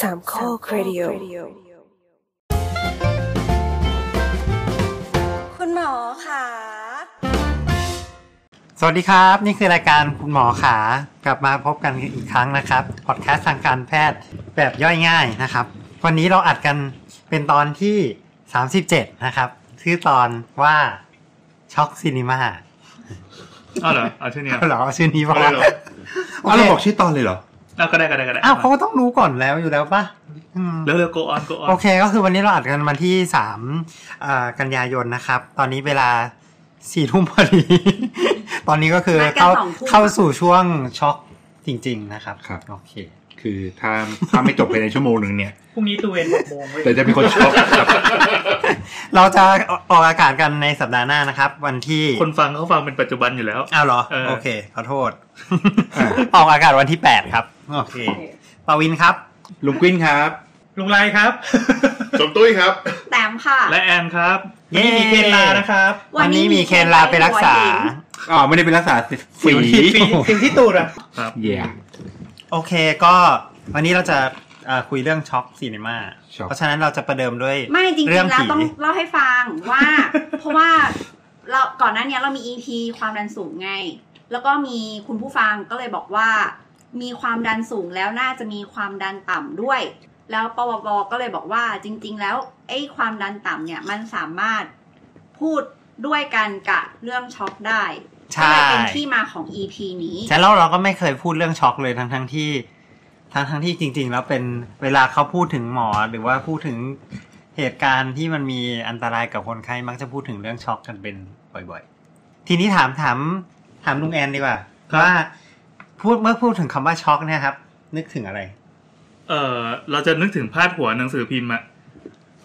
สามข้อครดิโอ คุณหมอค่ะ สวัสดีครับนี่คือรายการคุณหมอขากลับมาพบกันอีกครั้งนะครับพอดแคสต์ทางการแพทย์แบบย่อยง่ายนะครับ วันนี้เราอัดกันเป็นตอนที่ 37 นะครับชื่อตอนว่าช็อกซีนีมา อ้าวเหรอเอาชื่อเนี้ย เหรอชื่อนี้ เอา ว่า เลยเหรอ โอ อ๋อ เค เราบอกชื่อตอนเลยเหรอ เอาก็ได้ก็ได้ก็ได้ อ้าวเขาก็ต้องรู้ก่อนแล้วอยู่แล้วปะอืม เร็วๆ go on go on โอเคก็คือวันนี้เราอัดกันวันที่สามเอ่อกันยายนนะครับ ตอนนี้เวลาสี่ทุ่มพอดี ตอนนี้ก็คือ นัดกัเข้านสองทุ่ม เข้าสู่ช่วงช็อกจริง ๆ นะครับ ครับ โอเค คือถ้าถ้าไม่จบภายในชั่วโมงหนึ่งเนี่ย พรุ่งนี้ตูเวนหกโมงเว้ย แต่จะมีคนช็อกกับ เราจะออกอากาศกันในสัปดาห์หน้านะครับ วันที่ คนฟังเขาฟังเป็นปัจจุบันอยู่แล้ว อ้าวเหรอ เออ โอเค ขอโทษ ออกอากาศวันที่แปดครับ โอเคปาวินครับ ลุงกวิ้นครับ ลุงไลครับ สมตุ้ยครับ แตมค่ะ และแอนครับ เย้ นี่มีเคนลานะครับ วันนี้มีเคนลาไปรักษา อ๋อ ไม่ได้เป็นรักษาฝี สิวที่ตูดอ่ะครับ เย่ โอเคก็วันนี้เราจะเอ่อคุยเรื่องช็อกซีนีมา ช็อก เพราะฉะนั้นเราจะประเดิมด้วย ไม่จริงๆ เรื่อง แล้ว ผี ต้องเล่าให้ฟังว่า เพราะว่าเราก่อนหน้าเนี้ยเรามี EP ความดันสูงไง แล้วก็มีคุณผู้ฟังก็เลยบอกว่า มีความดันสูงแล้วน่าจะมีความดันต่ำด้วย แล้วปวบก็เลยบอกว่าจริง ๆ แล้วไอ้ความดันต่ำเนี่ยมันสามารถพูดด้วยกันกับเรื่องช็อกได้ ใช่ ก็เลยเป็นที่มาของ EP นี้ แต่เราเราก็ไม่เคยพูดเรื่องช็อกเลยทั้งทั้งๆที่ทั้งทั้งๆที่จริง ๆ แล้วเป็นเวลาเขาพูดถึงหมอหรือว่าพูดถึงเหตุการณ์ที่มันมีอันตรายกับคนไข้มักจะพูดถึงเรื่องช็อกกันเป็นบ่อยๆ ทีนี้ถามถามถามลุงแอนดีกว่าว่าพูดเมื่อพูดถึงคำว่าช็อกเนี่ยครับ นึกถึงอะไร เออเราจะนึกถึงพาดหัวหนังสือพิมพ์อะ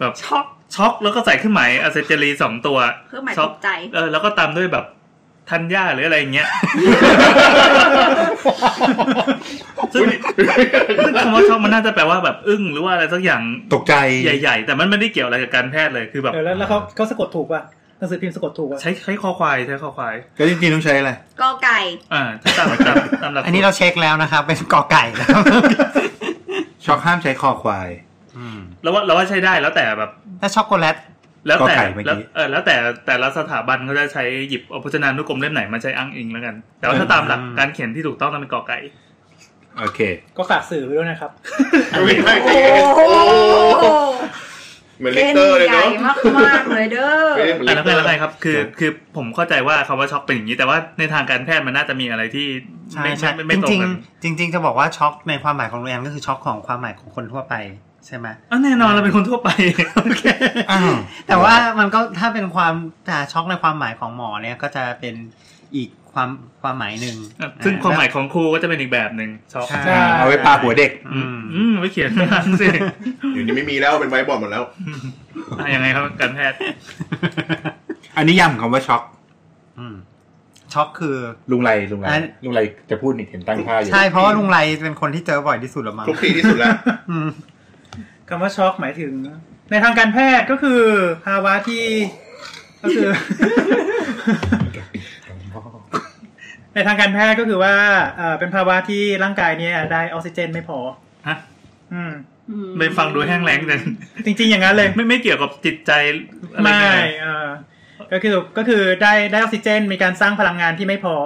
แบบช็อกช็อกแล้วก็ใส่เครื่องหมายอะเซเจรีสองตัว เครื่องหมาย ช็ ต อก กใจ เออแล้วก็ตามด้วยแบบทันย่าหรืออะไรอย่างเงี้ย ซึ่งซึ่งคำว่าช็อกมันน่าจะแปลว่าแบบอึ้งหรือว่าอะไรสักอย่าง ตกใจ ใหญ่ๆ แต่มันไม่ได้เกี่ยวอะไรกับการแพทย์เลย คือแบบ เดี๋ยวแล้วแล้วเขาเขาสะกดถูกป่ะหนังสือพิมพ์สะกดถูกป่ะ ใช้ใช้คอควายใช้คอควาย ก็จริงๆต้องใช้อะไร ก็ไก่ อ่าถ้าตามตามตามหลัก อันนี้เราเช็คแล้วนะครับ เป็นกอไก่ นะครับ ช็อกห้ามใช้คอควาย อืม แล้วว่าเราว่าใช้ได้แล้วแต่แบบ ถ้าช็อกโกแลต แล้วแต่ ก็ไก่เมื่อกี้ แล้วเออแล้วแต่แต่ละสถาบันเขาจะใช้หยิบเอาพจนานุกรมเล่มไหนมาใช้อ้างอิงแล้วกัน แต่ว่าถ้าตามหลักการเขียนที่ถูกต้องต้องเป็นกอไก่ โอเค ก็ฝากสื่อไว้ด้วยนะครับ ไม่ได้ โอ้โห เหมือนลิ เป็น เตอร์เลย ใหญ่ เนาะ มากมากๆเลยเด้อ ไม่ได้เหมือนลิอ่ะแล้ว เตอร์ไงแล้วไงครับ คือคือผมเข้าใจว่าคำว่าช็อกเป็นอย่างนี้ แต่ว่าในทางการแพทย์มันน่าจะมีอะไรที่ ใช่ ไม่ ใช่ ไม่ไม่ไม่ จ ตร ริ ง ง กัน ๆจริง ๆ จะบอกว่าช็อกในความหมายของลุงแอนก็คือช็อกของความหมายของคนทั่วไปใช่ไหม อ่ะแน่นอนเราเป็นคนทั่วไป อ้าว แต่ว่ามันก็ถ้าเป็นความอ่าช็อกในความหมายของหมอเนี่ยก็จะเป็นอีกความความหมายหนึ่ง อ่ะซึ่งความหมาย อ่ ของครูก็จะเป็นอีกแบบหนึ่งช็อก ใช่ อ่าเอาไว้ปาหัวเด็ก อืม อืม อืมไม่เขียน ไม่อ่านสิ อยู่นี่ไม่มีแล้วเป็นไวท์บอร์ดหมดแล้ว อ่ะยังไงครับการแพทย์ อันนี้ย้ำคำว่าช็อก อืมช็อกคือ ลุงไรลุงไร อัน ลุงไรจะพูดนี่เห็นตั้งท่าอยู่ ใช่เพราะว่าลุงไรเป็นคนที่เจอบ่อยที่สุดละมั้ง คลุกคลีที่สุดแล้ว อืม คำว่าช็อกหมายถึง ในทางการแพทย์ก็คือภาวะที่ ก็คือ ในทางการแพทย์ก็คือว่าเอ่อเป็นภาวะที่ร่างกายเนี่ยได้ออกซิเจนไม่พอ ฮะ อืม ไม่ฟังดูแห้งแล้งแต่ จริง ๆ อย่างนั้นเลย ไม่ไม่เกี่ยวกับจิตใจอะไร ไม่ เงี้ย เอ่อก็คือก็คือได้ได้ออกซิเจน มีการสร้างพลังงานที่ไม่พอ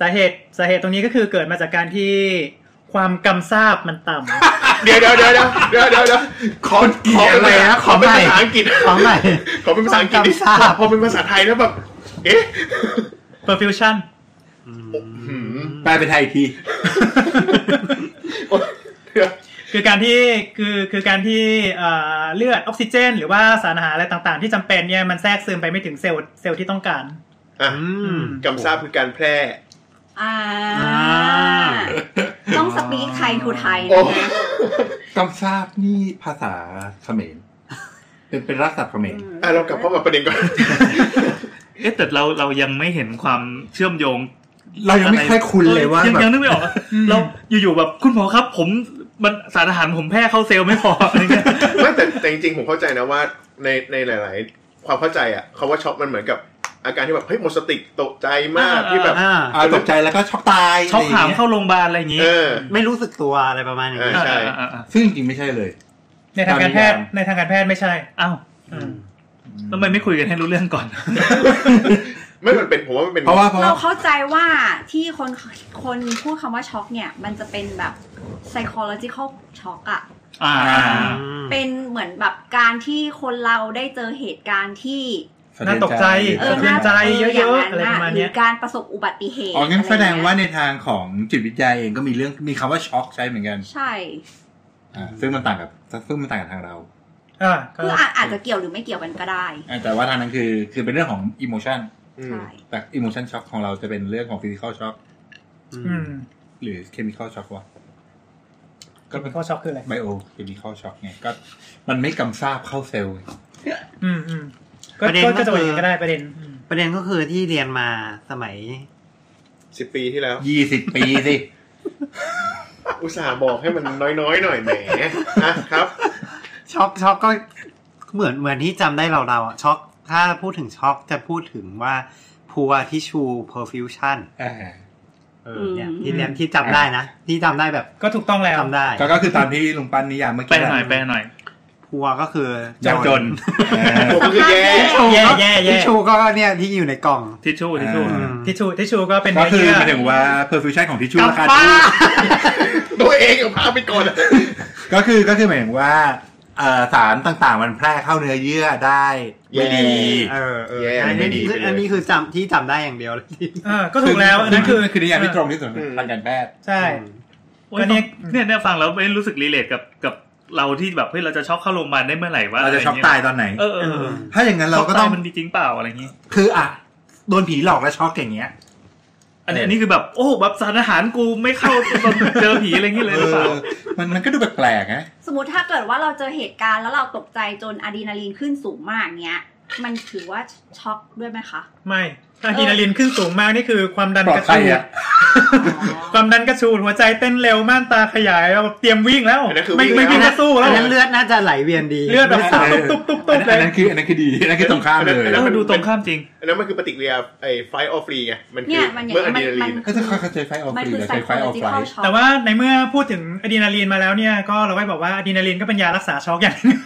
สาเหตุสาเหตุตรงนี้ก็คือเกิดมาจากการที่ความกำซาบมันต่ำ เดี๋ยวเดี๋ยวเดี๋ยวเดี๋ยวเดี๋ยวเดี๋ยวเดี๋ยวขอขอเป็นภาษาขอเป็นภาษาอังกฤษ ขอใหม่ ขอเป็นภาษาอังกฤษดิ ความกำซาบ พอเป็นภาษาไทยแล้วแบบ เอ๊ะ perfusion แปลเป็นไทยอีก ที โอ๊ยเดี๋ยว คือการที่คือคือการที่เอ่อเลือดออกซิเจน หรือว่าสารอาหารอะไรต่างๆ ที่จำเป็นเนี่ยมันแทรกซึมไปไม่ถึงเซลล์เซลล์ที่ต้องการ อ่ะ อืม กำซาบคือการแพร่ อ่า อ่า ต้องสปีกไทยทูไทย โอ้ นะ กำซาบนี่ภาษาเขมร เป็นเป็นรักษาเขมร อ่ะเรากลับเข้ามาประเด็นก่อน เอ๊ะแต่เราเรายังไม่เห็นความเชื่อมโยง เรายังไม่ค่อยคุ้นเลยว่า ยัง แบบ ยังนึกไม่ออกเราอยู่ๆแบบคุณหมอครับ ผมมันสารอาหารผมแพ้เข้าเซลล์ไม่พออะไรเงี้ย ไม่แต่แต่จริงๆ ผมเข้าใจนะว่าในในหลาย ๆ ความเข้าใจอ่ะคาว่าช็อกมันเหมือนกับ อาการที่แบบเฮ้ยหมดสติตกใจมาก อ่า ที่แบบ อ่า อ่าตกใจแล้วก็ช็อกตาย ช็อก ะไรย่ หาม งเงี้ย เข้าโรงพยาบาลอะไรอย่างนี้ เออ ไม่รู้สึกตัวอะไรประมาณอย่างนี้ เออ ใช่ อ่าอ่าอ่า ซึ่งจริงๆไม่ใช่เลย ในทางการแพทย์ ตามนิยาม ในทางการแพทย์ไม่ใช่ อ้าว อืม แล้วทำไมไม่คุยกันให้รู้เรื่องก่อน ไม่มันเป็นผมว่ามันเป็น เพราะว่าเพราะ เรา ว่า เข้าใจว่าที่คนคนพูดคำว่าช็อกเนี่ย มันจะเป็นแบบ psychological ช็อกอะ อ่า เป็น เป็นเหมือนแบบการที่คนเราได้เจอเหตุการณ์ที่ น่าตกใจ เอ สะ อ เทือน น่า ใจ จะ เยอะ ย่างนั้นๆอะไรป น่ะ ระมาณ หรื เนี้ อย การประสบอุบัติเหตุ อ๋องั้นแสดงว่า อะไร ใน เ ทางของจิตวิทยาเองก็มีเรื่องมีคำว่าช็อกใช้เหมือนกัน ใช่ อ่าซึ่งมันต่างกับซึ่งมันต่างกับทางเรา อ่าก็ คืออาจอาจจะเกี่ยวหรือไม่เกี่ยวกันก็ได้ อ่าแต่ว่าทางนั้นคือคือเป็นเรื่องของอิโมชัน อืม ใช่ แต่อิโมชันช็อกของเราจะเป็นเรื่องของฟิสิกอลช็อก อืม หรือเคมีคอลช็อกวะก็เป็น ข้อช็อกคืออะไร ไบโอเคมีข้อช็อกไงก็มันไม่กำซาบเข้าเซลล์ไง อืมอืมก็ ประเด็น ก็ ก็ ก็จะ คื เป็น อ อย่างนั้นก็ได้ประเด็นอืม ประเด็นก็คือที่เรียนมาสมัย สิบปีที่แล้ว ยี่สิบปีสิ อุตส่าห์บอกให้มัน น้อยๆหน่อยแหมนะครับ ช็อกช็อกก็เหมือนเหมือนที่จำได้เราเราๆอะช็อกถ้าพูดถึงช็อกจะพูดถึงว่าพัวทิชูเพอร์ฟิวชัน อ่า เออเนี่ยที่เรียนที่จำได้นะ ที่จำได้แบบ ก็ถูกต้องแล้ว จำได้ ก็ก็คือตามที่ลุงปั้นนิยามเมื่อ แปล กี้ หน่อยแปลหน่อย พัวก็คือ ยากจนเออ ผมก็คือแย่ ทิชชู แย่ ก็ แย่ ทิช แย่ ชูก็เนี่ยที่อยู่ในกล่อง ทิชชู่ทิชชู่ อืม ทิชชูทิชชูก็เป็น ก็ เนื้อ คือ เยื่ หมายถึ อง ว่า perfusion ของทิชชู่ กลับ ราคา บ้า ถูก ตัวเองเอาพาไปก่อน ก็คือก็คือหมายถึงว่าเอ่อสารต่างๆ มันแพร่เข้าเนื้อเยื่อได้ไม่ดี เออเออ แย่ อัน ไม่ นี้ ดี คือ ไปเลย อันนี้คือจำที่จำได้อย่างเดียวเลยที่ เออก็ถูกแล้วอันนั้นคือ คือนิยามที่ตรงที่สุด อืม ทางการแพทย์ ใช่ โอ้ย ก็เนี่ย เนี่ยเนี่ยฟังแล้วไม่รู้สึกรีเลทกับกับเราที่แบบเฮ้ยเราจะช็อกเข้าโรงพยาบาลได้เมื่อไหร่วะ เราจะช็อกตายตอนไหน เออเออเออ ถ้าอย่างนั้นเราก็ต้อช็งตยมันมีจริงเปล่าอะไรอย่างงี้ คืออ่ะโดนผีหลอกแล้วช็อกอย่างเงี้ย อันนี้เอออั นนี้คือแบบโอ้แบบสารอาหารกูไม่เข้าตอนเจอผีอะไรอย่างงี้เลยหรือเปล่า เออมันมันก็ดูแปลกๆนะ สมมติถ้าเกิดว่าเราเจอเหตุการณ์แล้วเราตกใจจนอะดรีนาลีนขึ้นสูงมากเนี้ย มันถือว่าช็อกด้วยไหมคะ ไม่อะดรีนาลีนขึ้นสูงมากนี่คือความดันกระปลอดชูภัยอะ ความดันกระชูดหัวใจเต้นเร็วม่านตาขยายเราเตรียมวิ่งแล้ว อันนั้นคือ ไม่ วิ่ ไม่ ง วิ่งก็สู้แล้ อั วน นั้นเลือดน่าจะไหลเวียนดี เลือดแบบ ไม่ ตุ๊บตุ๊บตุ๊บอันตุ๊บเล อัน ย นั้นคืออันนั้นคือดีอันนั้นคือตรงข้ามเลย อันนั้ เอน อดูตรงข้ามจริง อันนั้นมันคือปฏิกิริยาไอ้ fight or flee ไง มันคื เนี่ อย มันอย่าง เมื่ออะ มั ดรีนาลีน ก็จะค่อยๆใช้ไฟออก มัน ฟรีหคือรือใช้ไฟออกไฟ psychological shock แต่ว่าในเมื่อพูดถึงอะดรีนาลีนมาแล้วเนี่ยก็เราก็บอกว่าอะดรีนาลีนก็เป็นยารักษาช็อกอย่างหนึง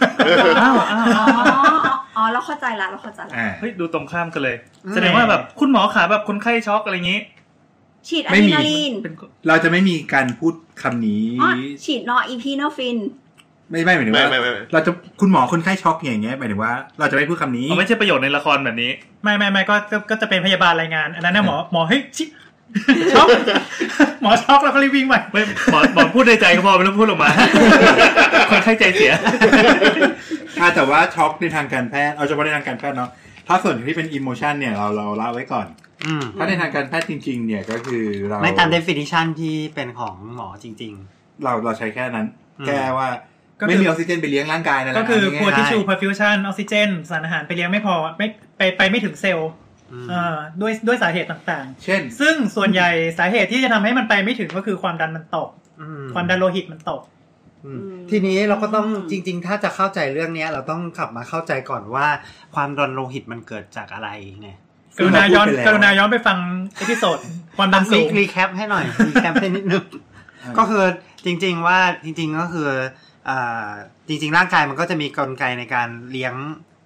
อ้าวอ้าว อ๋ อ้า อ ว อ๋อเราเข้าใจละเราเข้าใจละ อ่า เฮ้ยดูตรงข้ามกันเลย แสดงว่าแบบคุณหมอขาแบบคนไข้ช็อกอะไรอย่างงี้ ฉีดอะ ไม่ ด มี รีนาลีน เป็น เราจะไม่มีการพูดคำนี้ อ๋อฉีดนอร์อีพีโนฟิน ไม่ไม่หมายถึงว่า ไม่ไม่ไม่ เราจะคุณหมอคนไข้ช็อกอย่างเงี้ยหมายถึงว่าเราจะไม่พูดคำนี้ เอาไม่ใช่ประโยชน์ในละครแบบนี้ ไม่ไม่ไม่ก็ก็ก็จะเป็นพยาบาลรายงาน อันนั้นนะหมอหมอเฮ้ยชิช็อกหมอช็อกแล้วก็รีบวิ่งไป ไม่หมอหมอพูดในใจก็พอไม่ต้องพูดออก มา คนไข้ใจเสีย อ่าแต่ว่าช็อกในทางการแพทย์เอาเฉพาะในทางการแพทย์เนาะถ้าส่วนที่เป็นอิโมชันเนี่ยเราเราละไว้ก่อน อืม ถ้าในทางการแพทย์จริง ๆ เนี่ยก็คือเรา ไม่ตาม definition ที่เป็นของหมอจริง เราเราใช้แค่นั้น อืม แค่ว่า ก็ ไม่ คื มีอ อ อกซิเจนไปเลี้ยงร่างกายนั่นแหละ ก็คือ เา พัว ง่ายๆ ทิชชู perfusion ออกซิเจน สารอาหารไปเลี้ยงไม่พอไม่ไปไปไม่ถึงเซลล์ ๆอืม เอ่อด้วยด้วยสาเหตุต่าง เช่น ๆ ซึ่งส่วนใหญ่สาเหตุที่จะทำให้มันไปไม่ถึงก็คือความดันมันตก ม ความดันโลหิตมันตก อืมทีนี้เราก็ต้อง อืม จริง ๆ ถ้าจะเข้าใจเรื่องเนี้ย เราต้องกลับมาเข้าใจก่อนว่า ความดันโลหิตมันเกิดจากอะไรไง ซึ่งกรุณาย้อน เราพูดไปแล้ว กรุณาย้อนไปฟังเอพิโซดความดันสู รี ง รีแคปให้หน่อย รีแคปให้นิดนึง ก็คือจริง ๆ ว่าจริง ๆ ก็คืออ่าจริง ๆ ร่างกายมันก็จะมีกลไกในการเลี้ยง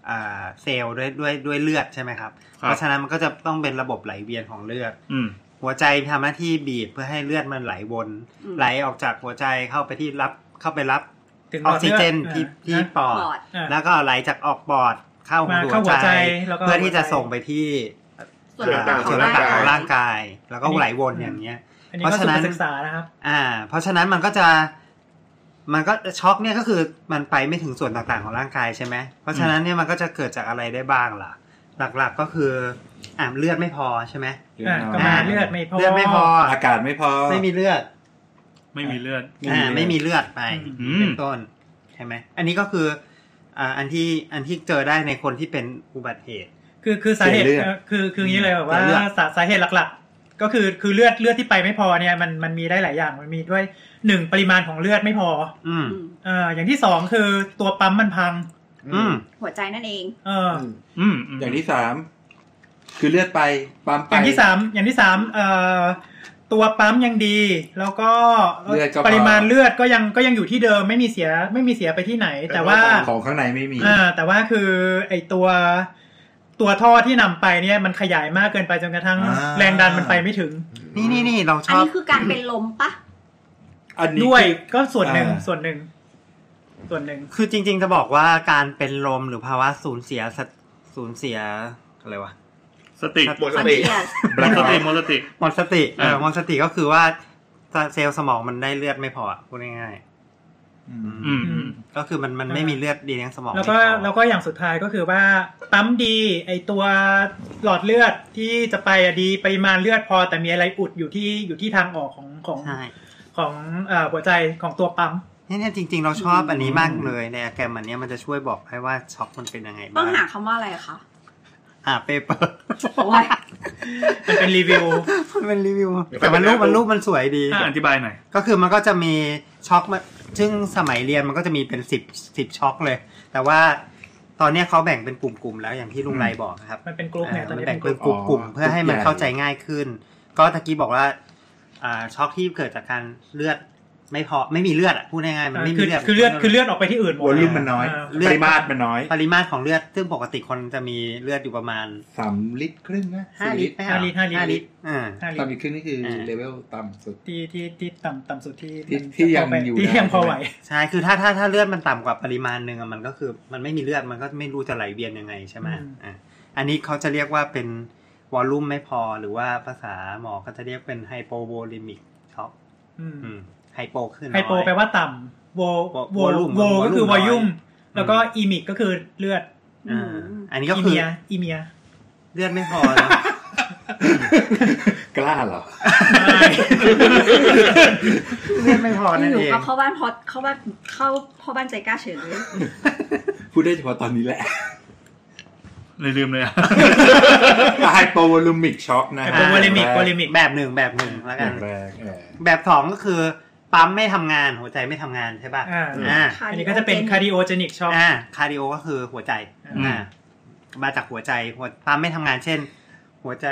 อ่าเซลล์ด้วยด้วยด้วยเลือดใช่ไหมครับ ครับ เพราะฉะนั้นมันก็จะต้องเป็นระบบไหลเวียนของเลือด อืม หัวใจทำหน้าที่บีบเพื่อให้เลือดมันไหลวน อืม ไหลออกจากหัวใจเข้าไปที่รับเข้าไปรับ ถึงห อ ล อก ด ซิ ลืด เจนที่ที่ อ่า ปอด ปอด อ่ะ แล้วก็ไหลจากออกปอดเข้า มา หั เข้าหั ว ว ใจ ใจแล้วก็ เพื่อที่จะส่งไปที่ ส่วน เอ่ ต่า อง ๆข ส่วอง นต่างๆของ ร่า ร่าง ง กาย กาย แล้วก็ไหลวนอย่างเงี้ย อันนี้ เพ ก็ ราะ สุ ฉะ ด นั้น ศึกษานะครับ อ่า เพราะฉะนั้นมันก็จะ มันก็ช็อกเนี่ยก็คือมันไปไม่ถึงส่วนต่างๆของร่างกายใช่ไหมเพราะฉะนั้นเนี่ยมันก็จะเกิดจากอะไรได้บ้างล่ะ หลักๆก็คืออ่าเลือดไม่พอใช่ไหม อ่ะก็มาเลือดไม่พอ เลือดไม่พอ อากาศไม่พอ ไม่มีเลือด ไม่มีเลือด อ่าไม่มีเลือดไป อืม เป็นต้นใช่ไหมอันนี้ก็คืออ่าอันที่อันที่เจอได้ในคนที่เป็นอุบัติเหตุ คือคือสาเหตุ เสียเลือด เอ่อคือคืออย่างนี้เลยแบบว่า เสียเลือด สาสาเหตุหลักๆ ก็คือคือเลือดเลือดที่ไปไม่พอเนี่ยมันมันมีได้หลายอย่างมันมีด้วยหนึ่งปริมาณของเลือดไม่พอ อืม อืม เอ่ออย่างที่สองคือตัวปั๊มมันพัง อืม หัวใจนั่นเอง เอออ อืม อืมม อย่างที่สาม คือเลือดไปปั๊มไป อย่างที่สามอย่างที่สามเอ่อตัวปั๊มยังดี แล้วก็ เลือดก็พอ ปริมาณเลือดก็ยังก็ยังอยู่ที่เดิมไม่มีเสียไม่มีเสียไปที่ไหน แต่ว่า ของข้างในไม่มี อ่าแต่ว่าคือไอตัวตัวท่อที่นำไปเนี่ยมันขยายมากเกินไปจนกระทั่ง อ่า แรงดันมันไปไม่ถึง นี่นี่นี่เราช อัน อบ นี้คือการเป็นลมปะ อันนี้ ด้วยก็ส่วนหนึ่ง อ่า ส่วนหนึ่ง ส่วนหนึ่ง คือจริง ๆ จะบอกว่าการเป็นลมหรือภาวะสูญเสียสติสูญเสียอะไรวะ สติ ครับ หมดสติ Conscious หมดสติ blackout หมดสติ หมดสติเออ เออ หมดสติก็คือว่าเซลล์สมองมันได้เลือดไม่พออะพูดง่าย อืม อืมอืม ๆก็คือมันมันไม่มีเลือดดีเลี้ยงสมอง แล้วก็ ไม่พอ แล้วก็อย่างสุดท้ายก็คือว่าปั๊มดีไอตัวหลอดเลือดที่จะไปอะดีปริมาณเลือดพอ แต่มีอะไรอุดอยู่ที่อยู่ที่ทางออกของของ ใช่ ของเอ่อหัวใจของตัวปั๊ม เนี่ยจริง ๆ เราชอบอันนี้มากเลยในแกรมอันเนี้ยมันจะช่วยบอกให้ว่าช็อกมันเป็นยังไงบ้าง ต้องหาคำว่าอะไรคะ อ่าเปเปอร์ โอ้ย มันเป็นรีวิว มันเป็นรีวิว เดี๋ยวไป แต่มันรูป ไปดู มันรูปมันสวยดี อ่ะอธิบายหน่อย ก็คือมันก็จะมีช็อกมาซึ่งสมัยเรียนมันก็จะมีเป็นสิบสิบช็อกเลย แต่ว่าตอนเนี้ยเขาแบ่งเป็นกลุ่มๆแล้วอย่างที่ลุงไรบอกนะครับ มันเป็นกรุ๊ปเนี่ยตอน มัน นี้ แบ่ เป็ ง นก เป็ รุ๊ น ป กลุ่ม อ๋อ ๆเพื่อให้มัน กลุ่มใหญ่ เข้าใจง่ายขึ้น ก็ตะกี้บอกว่าอ่าช็อกที่เกิดจากการเลือดไม่พอไม่มีเลือดอะพูดง่ายๆมันไม่มี คือ เลือด คือเลือดคือเลือดออกไปที่อื่นหมด วอลลุ่มมันน้อย อ่า ปริมาตรมันน้อย ปริมาตรของเลือด ซึ่งปกติคนจะมีเลือดอยู่ประมาณ สามลิตรครึ่งนะ ห้า สี่ ลิตรไหมครับ ห้าลิตรห้าลิตร ห้าลิตรอ่า ห้าลิ สาม ตร ลิตรครึ่งนี่คืออา เลเวลต่ำสุด ที่ที่ที่ต่ำต่ำสุดที่ ที่ มัน ที่ยัง พไป อยู่ ที่ ได้ ยังพอไหว ใช่ไหม ใช่คือถ้าถ้าถ้าเลือดมันต่ำกว่าปริมาณหนึ่งอะมันก็คือมันไม่มีเลือดมันก็ไม่รู้จะไหลเวียนยังไงใช่ไหม อืม อ่ะอันนี้เขาจะเรียกว่าเป็นวอลลุ่มไม่พอหรือว่าภาษาหมอเขาจะเรียกเป็นไฮโปโวลิมิกช็อก อืม ไฮโปขึ้น ไฮโป น้อย แปลว่าต่ำโวโว volume โวก็คือ volume น้อย volume แล้วก็อีมิกก็คือเลือด อ่าอันนี้ก็ อี คือ เมียอีเมีย เลือดไม่พอนะ กล้าเหรอ เลือดไม่พอนั่น อยู่ เอง ก็เข้าบ้านพอดเข้าบ้านเข้าพ่อบ้านใจกล้าเฉยเลย พูดได้เฉพาะตอนนี้แหละ เลยลืมเลยอ่ะ ไฮโปวอลลูมิกช็อกนะ ไฮ ฮะ โปวอลิมิกวอลิมิก แบบหนึ่งแบบหนึ่งแล้ว อ กั ย่าน งแรกเออ แบบสองก็คือปั๊มไม่ทำงานหัวใจไม่ทำงานใช่ป่ะ อ่า อ่า อันนี้ก็จะเป็นคาร์ดิโอเจนิกช็อก อ่าคาร์ดิโอก็คือหัวใจ อืม อ่ามาจากหัวใจหัวปั๊มไม่ทำงานเช่น หัวใจ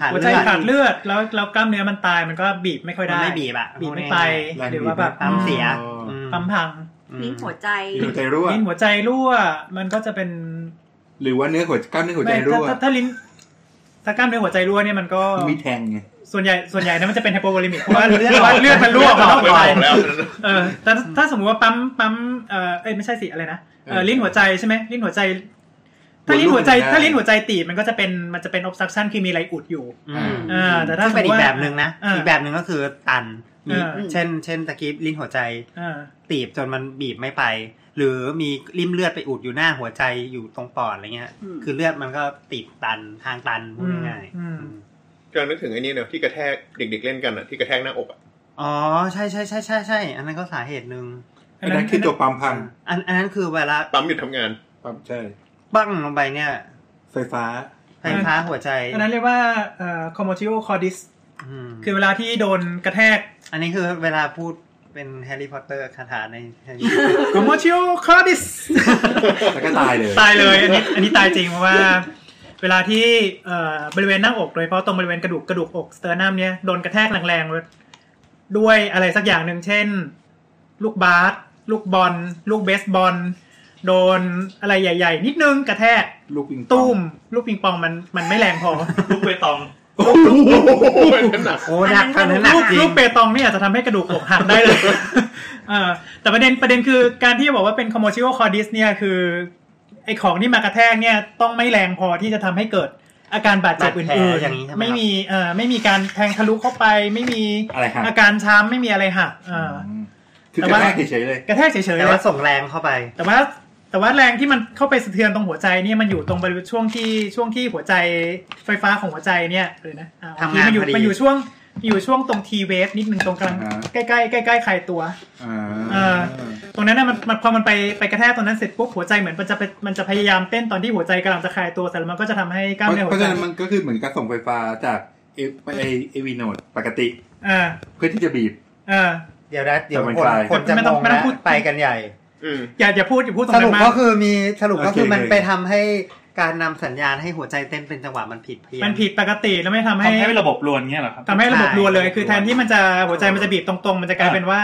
ขาด หัว เลื ใจ อด ขาดเลือดแล้วแล้วกล้ามเนื้อมันตายมันก็บีบไม่ค่อย มัน ได้ ไม่บีบอะ บีบไม่ พูด ไป ง่าย แรง หรือว่าแบบ บีบ ๆปั๊มเสีย อ๋ออื ม ปั๊มพัง อืม ลิงก์หัวใจ หัวใจรั่ว ลิ้นหัวใจรั่ว มันก็จะเป็น หรือว่าเนื้อหัวกล้ามเนื้อหัวใจ ไม่ รั่ว ถ้าถ้าลิ้นถ้ากล้ามเนื้อหัวใจรั่วเนี่ยมันก็ มีแทงไง ส่วนใหญ่ส่วนใหญ่นะมันจะเป็นไฮโปโวลิมิกเพราะว่าเลือดเพราะว่าเลือดมันรั่วออกมานอก ไม่บหัวใจ อกแล้ว เออแต่ถ้าถ้าสมมติว่าปั๊มปั๊มเออเอ้ยไม่ใช่สิอะไรนะเออลิ้นหัวใจใช่ไหมลิ้นหัวใจ ถ้าลิ้นหัวใจ หัวลูกมันได้ ถ้าลิ้นหัวใจตีบมันก็จะเป็นมันจะเป็น obstruction คือมีอะไรอุดอยู่ อืม เอ่าแต่ถ้า ซึ่ง สม เป็น ม อี ติ ก ว่า แบบหนึ่งนะ า อีกแบบหนึ่งก็คือตันมี เออ เช่น เช่นตะกี้ลิ้นหัวใจ อ่า ตีบจนมันบีบไม่ไป หรือมีริ่มเลือดไปอุดอยู่หน้าหัวใจอยู่ตรงปอดอะไรเงี้ย อืม คือเลือดมันก็ติดตันทางตันพูดง่ายๆอืม กำลังนึกถึงไอ้นี่เนอะที่กระแทกเด็กๆเล่นกันอ่ะที่กระแทกหน้าอกอะ อ๋อใช่ใช่ใช่ใช่ใช่อันนั้นก็สาเหตุหนึ่ง อันนั้นคือตัวปั๊มพัง อันอันนั้นคือเวลา ปั๊มหยุดทำงาน ปั๊มใช่ ปั้งลงไปเนี่ย ไฟฟ้า ไฟฟ้าหัวใจ อันนั้นเรียกว่าเอ่อ commotio cordis อืม คือเวลาที่โดนกระแทก อันนี้คือเวลาพูดเป็นแฮร์รี่พอตเตอร์คาถาใน Harry commotio cordis แล้วก็ตายเลย ตายเลยอันนี้อันนี้ตายจริงเพราะว่า เวลาที่เอ่อบริเวณหน้าอกโดยเฉพาะตรงบริเวณกระดูกกระดูกอกสเตอร์นัมเนี่ยโดนกระแทกแรงๆด้วยอะไรสักอย่างหนึ่งเช่น ลูกบาสลูกบอล ลูกเบสบอล โดนอะไรใหญ่ ๆ นิดนึงกระแทก ลูกปิงปอง ตุ้ม ลูกปิงปองมันมันไม่แรงพอ ลูกไปตอง โอ้โหนั่นหนัก โอ้หนักอันนั้นหนั ลู ก ก จริ ลู ง กเปตองเนี่ยอาจจะทำให้กระดูกอกหักได้ เลย เออแต่ประเด็นประเด็นคือการที่บอกว่าเป็นคอม m ม r ชิโอคอร์ดิสเนี่ยคือไอของที่มากระแทกเนี่ยต้องไม่แรงพอที่จะทำให้เกิดอาการบาดเจ็บอื่น อย่างนี้ใช่ ๆ ไหม ไม่มีเอ่อไม่มีการแทงทะลุเข้าไป ไม่มี อะไรหัก อาการช้ำไม่มีอะไรหักเออ มคือก แต่ ระ ว่า แทกเฉยๆเลย กระแทกเฉยๆ แต่ เล ว่าย ส่งแรงเข้าไป แต่ว่าแต่ว่าแรงที่มันเข้าไปสะเทือนตรงหัวใจเนี่ยมันอยู่ตรงบริเวณช่วงที่ช่วงที่หัวใจไฟฟ้าของหัวใจเนี่ยเลยนะอ่ ทำงาน มันอพยู่อดี มันอยู่ช่วงอยู่ช่วงตรงทีเวฟนิดนึงตรงกลาง อ่า ใกล้ๆใกล้ๆคลายตัว อ่า เออ ตรงนั้นน่ะมันมันพอมันไปไปกระแทกตรงนั้นเสร็จปุ๊บหัวใจเหมือนมันจะไปมันจะพยายามเต้นตอนที่หัวใจกำลังจะคลายตัวแต่แล้วมันก็จะทำให้กล้ามเนื้อ เพ หัว ราะ ใจ ฉะนั้นมันก็คือเหมือนการส่งไฟฟ้าจากเอไปเอวีโนดปกติ อ่า เพื่อที่จะบีบ อ่า เดี๋ยวนะเดี๋ยว แต่มัน คน คลาย คนจะ ไม่ ง ต้อง ง ไม่ต้อ นะ งพูด ไปกันใหญ่ อืม อย่าอย่าพูดอย่าพูดตร ส งนั้ รุป นมาก ก็คือมีสรุปก็คือ โอเค มัน เลย ไปทำให้ การนำสัญญาณให้หัวใจเต้นเป็นจังหวะมันผิดเพี้ยน มันผิดปกติแล้วไม่ทำให้ ทำให้ระบบรวนเงี้ยเหรอครับ ทำให้ระบบ ใช่ รวนเลยคือแทนที่มันจะหัวใจมันจะบีบตรงๆ มันจะกลายเป็นว่า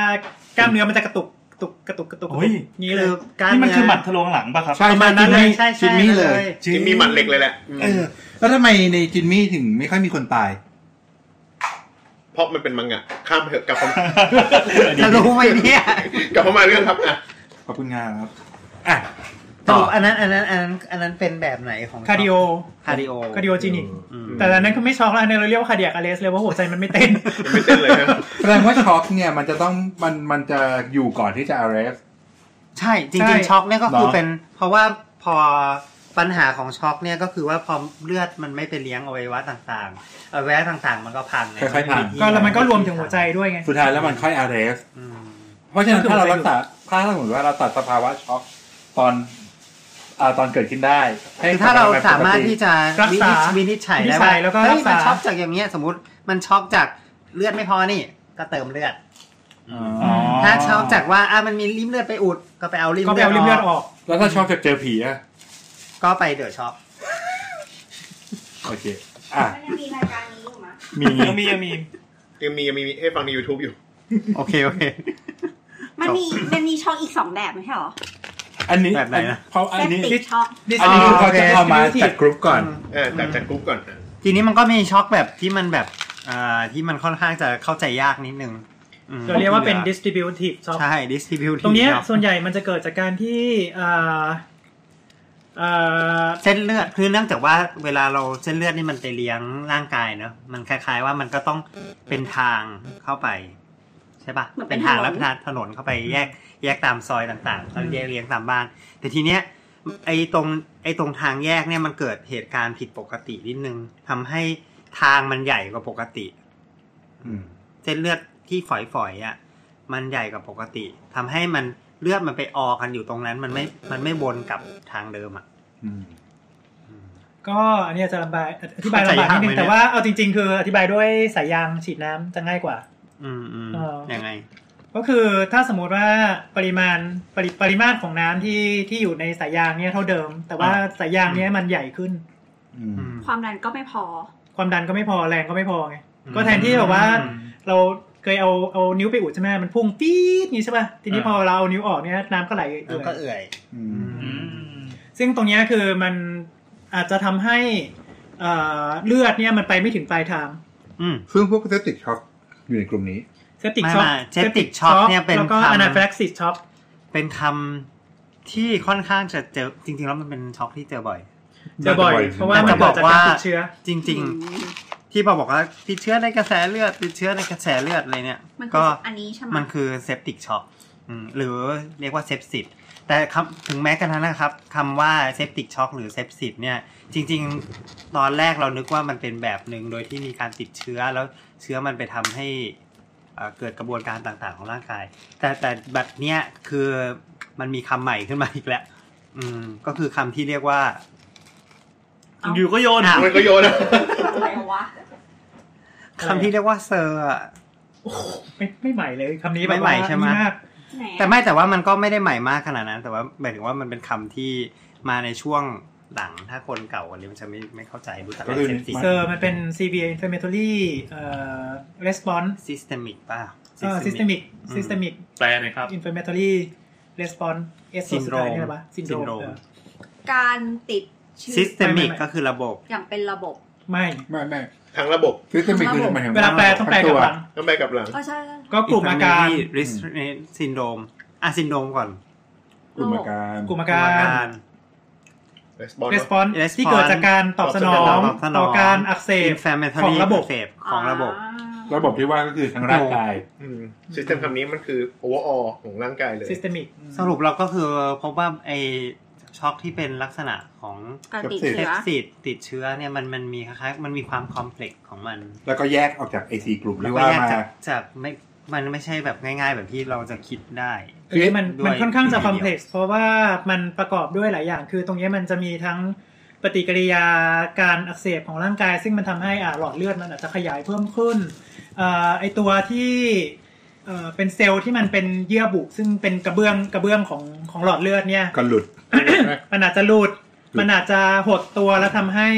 กล้ามเนื้อมันจะกระตุกกระตุกกระตุกกระตุก โอ้ย นี้เล คื ย อการ นี่มันคือหมัดทะลวงหลังป่ะครับ ใช่ ประมาณนั้นเลยใช่ใช่ จิมมี่เลย จิมมี่หมัดเหล็กเลยแหละ เออ แล้วทำไมในจิมมี่ถึงไม่ค่อยมีคนตาย เพราะมันเป็นมังงะข้ามไปเถอะกลับเข้ามา จะรู้ไหมเนี่ย กลับเข้ามาเรื่องครับอ่ะ ขอบคุณงาน ครับ สรุปอันนั้นอันนั้นอันนั้นอันนั้นเป็นแบบไหนของ คาร์ดิโอ คาร์ดิโอ คาร์ดิโอจินิก อืม แต่ตอนนั้นคือไม่ช็อกแล้วอันนั้นเราเรียกว่าคาร์เดียกอเลสเลยว่าะหัวใจมันไม่เต้น ยังไม่เต้นเลยนะ แสดงว่าช็อกเนี่ยมันจะต้องมันมันจะอยู่ก่อนที่จะ arrest ใช่จ ใช่ ริงๆช็อกเนี่ยก็คือ เหรอ เป็น เพราะว่าพอปัญหาของช็อกเนี่ยก็คือว่าพอเลือดมันไม่ไปเลี้ยงอวัยวะต่างๆอวัยวะต่างๆ มันก็พังไง ค่อยๆพัง ก็แล้วมันก็รวมถึงหัวใจด้วยไง สุดท้ายแล้วมันค่อย arrest อืม เพราะฉะนั้น ก็คือ ถ้าเรา ไปดู รักษาถ้าสมมติว่าเราตัดสภาวะช็อกตอนอ่าตอนเกิดขึ้นได้ให้ คือถ้าเราสามารถที่จะ รักษา วินิจฉัยได้ วินิจฉั ว่าย แล้วก็ เฮ้ รั ย กษามั มันช็อกจากอย่างเงี้ยสมมติมันช็อกจากเลือดไม่พอนี่ ก็เติมเลือด อ๋อ อ๋อ ถ้าช็อกจากว่าอ่ะมันมีริมเลือดไปอุดก็ไปเอาริม ก็ไป เลือด เอาริมเลือดออก แล้วถ้าช็อกจากเจอผีอะ ก็ไปเดือดช็อก โอเค อ่ะ มันยังมีรายการนี้อยู่มะ มี ยังมียังมี ยังมียังมีให้ฟังใน YouTube อยู่ โอเคโอเค มันมีมันมีช็อกอีกสองแบบไม่ใช่หรอ อันนี้ แบบไหนนะ เพราะอัน เซป นี้ ติกช็อก อันนี้คือเขาจะเอามาจัดกรุ๊ปก่อน เออจัดจัดกรุ๊ปก่อนนะ ทีนี้มันก็มีช็อกแบบที่มันแบบอ่าที่มันค่อนข้างจะเข้าใจยากนิดนึงอืม เราเรียกว่าเป็น distributive shock ใช่ดิสทิบิว ตรงเนี้ยส่วนใหญ่มันจะเกิดจากการที่อ่าอ่า เส้นเลือดคือเนื่องจากว่าเวลาเราเส้นเลือดนี่มันไปเลี้ยงร่างกายเนอะมันคล้าย ๆ ว่ามันก็ต้องเป็นทางเข้าไป ใช่ปะ เหมือนเป็ เป็น นทาง ถนแล้วนเป็นถนนเข้าไปแยกแยกตามซอยต่างๆเขาแยกเลี้ยงตามบ้าน แต่ทีเนี้ยไอ้ตรงไอ้ตรงทางแยกเนี่ยมันเกิดเหตุการณ์ผิดปกตินิดนึงทำให้ทางมันใหญ่กว่าปกติ อืม เส้นเลือดที่ฝอยๆอ่ะ มันใหญ่กว่าปกติทำให้มันเลือดมันไปออกันอยู่ตรงนั้น มันไม่ มันไม่วนกลับทางเดิมอ่ะ อืม ก็อันนี้อาจจะลำบากอธิบายลำบากนิดเข้าใจยากนึไหมเนี่ ง ย แต่ว่าเอาจริง ๆ คืออธิบายด้วยสายยางฉีดน้ำจะง่ายกว่า อืมอืม อ๋อ ยังไง ก็คือถ้าสมมติว่าปริมาณปริปริมาตรของน้ำที่ที่อยู่ในสายยางเนี่ยเท่าเดิม แต่ว่า อ่า สายยางเนี้ยมันใหญ่ขึ้น อืม อืม ความดันก็ไม่พอ ความดันก็ไม่พอแรงก็ไม่พอไง อืม ก็แทนที่แบบว่า เราเคยเอาเอานิ้วไปอุดใช่ไหมมันพุ่งปี๊ดนี้ใช่ป่ะทีนี้ อ่า พอเราเอานิ้วออกเนี่ยน้ำก็ไหลเอ่ แล้ว ย ก็เอื่อย อืม อืม ซึ่งตรงเนี้ยคือมันอาจจะทำให้เอ่อเลือดเนี่ยมันไปไม่ถึงปลายทาง อืม ซึ่งพวกเซปติกช็อกอยู่ในกลุ่มนี้ เซปติกช็อก ไม่ไม่ septic shock เนี่ยเป็น แล้วก็ คำ อนาฟิลักซิสช็อก เป็นคำที่ค่อนข้างจะเจอ จริง ๆ แล้วมันเป็นช็อกที่เจอบ่อย เจอบ่อย เพราะว่ามัน จะบ เกิ อ ด ก จาก ว่า การติดเชื้อ จริง ๆ ที่บอกว่าติดเชื้อในกระแสเลือดติดเชื้อในกระแสเลือดอะไรเนี่ย มันคื ก็ ออันนี้ใช่ไหม มันคือเซปติกช็อกหรือเรียกว่าเซปซิสแต่คำถึงแม้กันนั้นนะครับคำว่าเซปติกช็อกหรือเซปซิสเนี่ย จริง ๆ ตอนแรกเรานึกว่ามันเป็นแบบหนึ่งโดยที่มีการติดเชื้อแล้วเชื้อมันไปทำให้เอ่อเกิดกระบวนการต่างๆ ของร่างกาย แต่แต่บัดเนี้ยคือมันมีคำใหม่ขึ้นมาอีกแล้ว อืมก็คือคำที่เรียกว่า อยู่ก็โยน อ่ะ มันก็โยนนะ อะไรวะ คำที่เรียกว่าเซอร์อะ ไม่ไม่ใหม่เลยคำนี้ ไม่ แบบ ใหม่ ว่า ใช่ไหม าก ไหนอะ แต่ไม่แต่ว่ามันก็ไม่ได้ใหม่มากขนาดนั้น แต่ว่าหมายถึงว่ามันเป็นคำที่มาในช่วงหลังถ้าคนเก่ากว่านี้มันจะไม่ไม่เข้าใจรู้จัก ก็ แต่ คือ septic เซอร์มันเป็น CVA inflammatory เอ่อ response systemic ป่ะ systemic อืม systemic แปลหน่อยครับ inflammatory response S ตัวสุดท้ายนี่แหละปะ syndrome Syndrome เออ การติดเชื้อ systemic ก็คือระบบ อย่างเป็นระบบ ไม่ ไม่ไม่ ทั้งระบบ คือจะมีคือมันถึง เวลาแปลต้องแปลกับหลัง ทั้งไปกับหลัง ก็ใช่ ก็กลุ่มอาการ Inflammatory restraint syndrome อ่ะ syndrome ก่อน กลุ่มอาการ กลุ่มอาการ ร Response เนอะ response response ที่เกิดจากการตอบสนอง ตอบสน ต่อการอักเสบ inflammatory ของระบบ กเสของระบบ า ระบบที่ว่าก็คือทั้งร่างกาย อืมซิสเต็มคำนี้มันคือ overall ของร่างกายเลย systemic สรุปเราก็คือพบว่าไอช็อกที่เป็นลักษณะของ การติด เท เชื้ ป อ ซิดติดเชื้อเนี่ยมันมันมีคล้ายๆมันมีความคอมเพล็กซ์ของมัน แล้วก็แยกออกจากไอซีกลุ่ม แล้ว ที่ ก็ ว่า แยก มา จากจากไม่มันไม่ใช่แบบง่าย ๆ แบบที่เราจะคิดได้ คือ มัน ด้วย มันค่อนข้างจะ ทีเดียว คอมเพล็กซ์เพราะว่ามันประกอบด้วยหลายอย่าง คือตรงเนี้ยมันจะมีทั้งปฏิกิริยาการอักเสบของร่างกาย ซึ่งมันทำให้อ่าหลอดเลือดมันอาจจะขยายเพิ่มขึ้นอาไอตัวที่เอ่อเป็นเซลล์ที่มันเป็นเยื่อบุซึ่งเป็นกระเบื้องกระเบื้องของของหลอดเลือดเนี่ย ก็หลุด มันอาจจะหลุด มันอาจจะหดตัวแล้วทำให้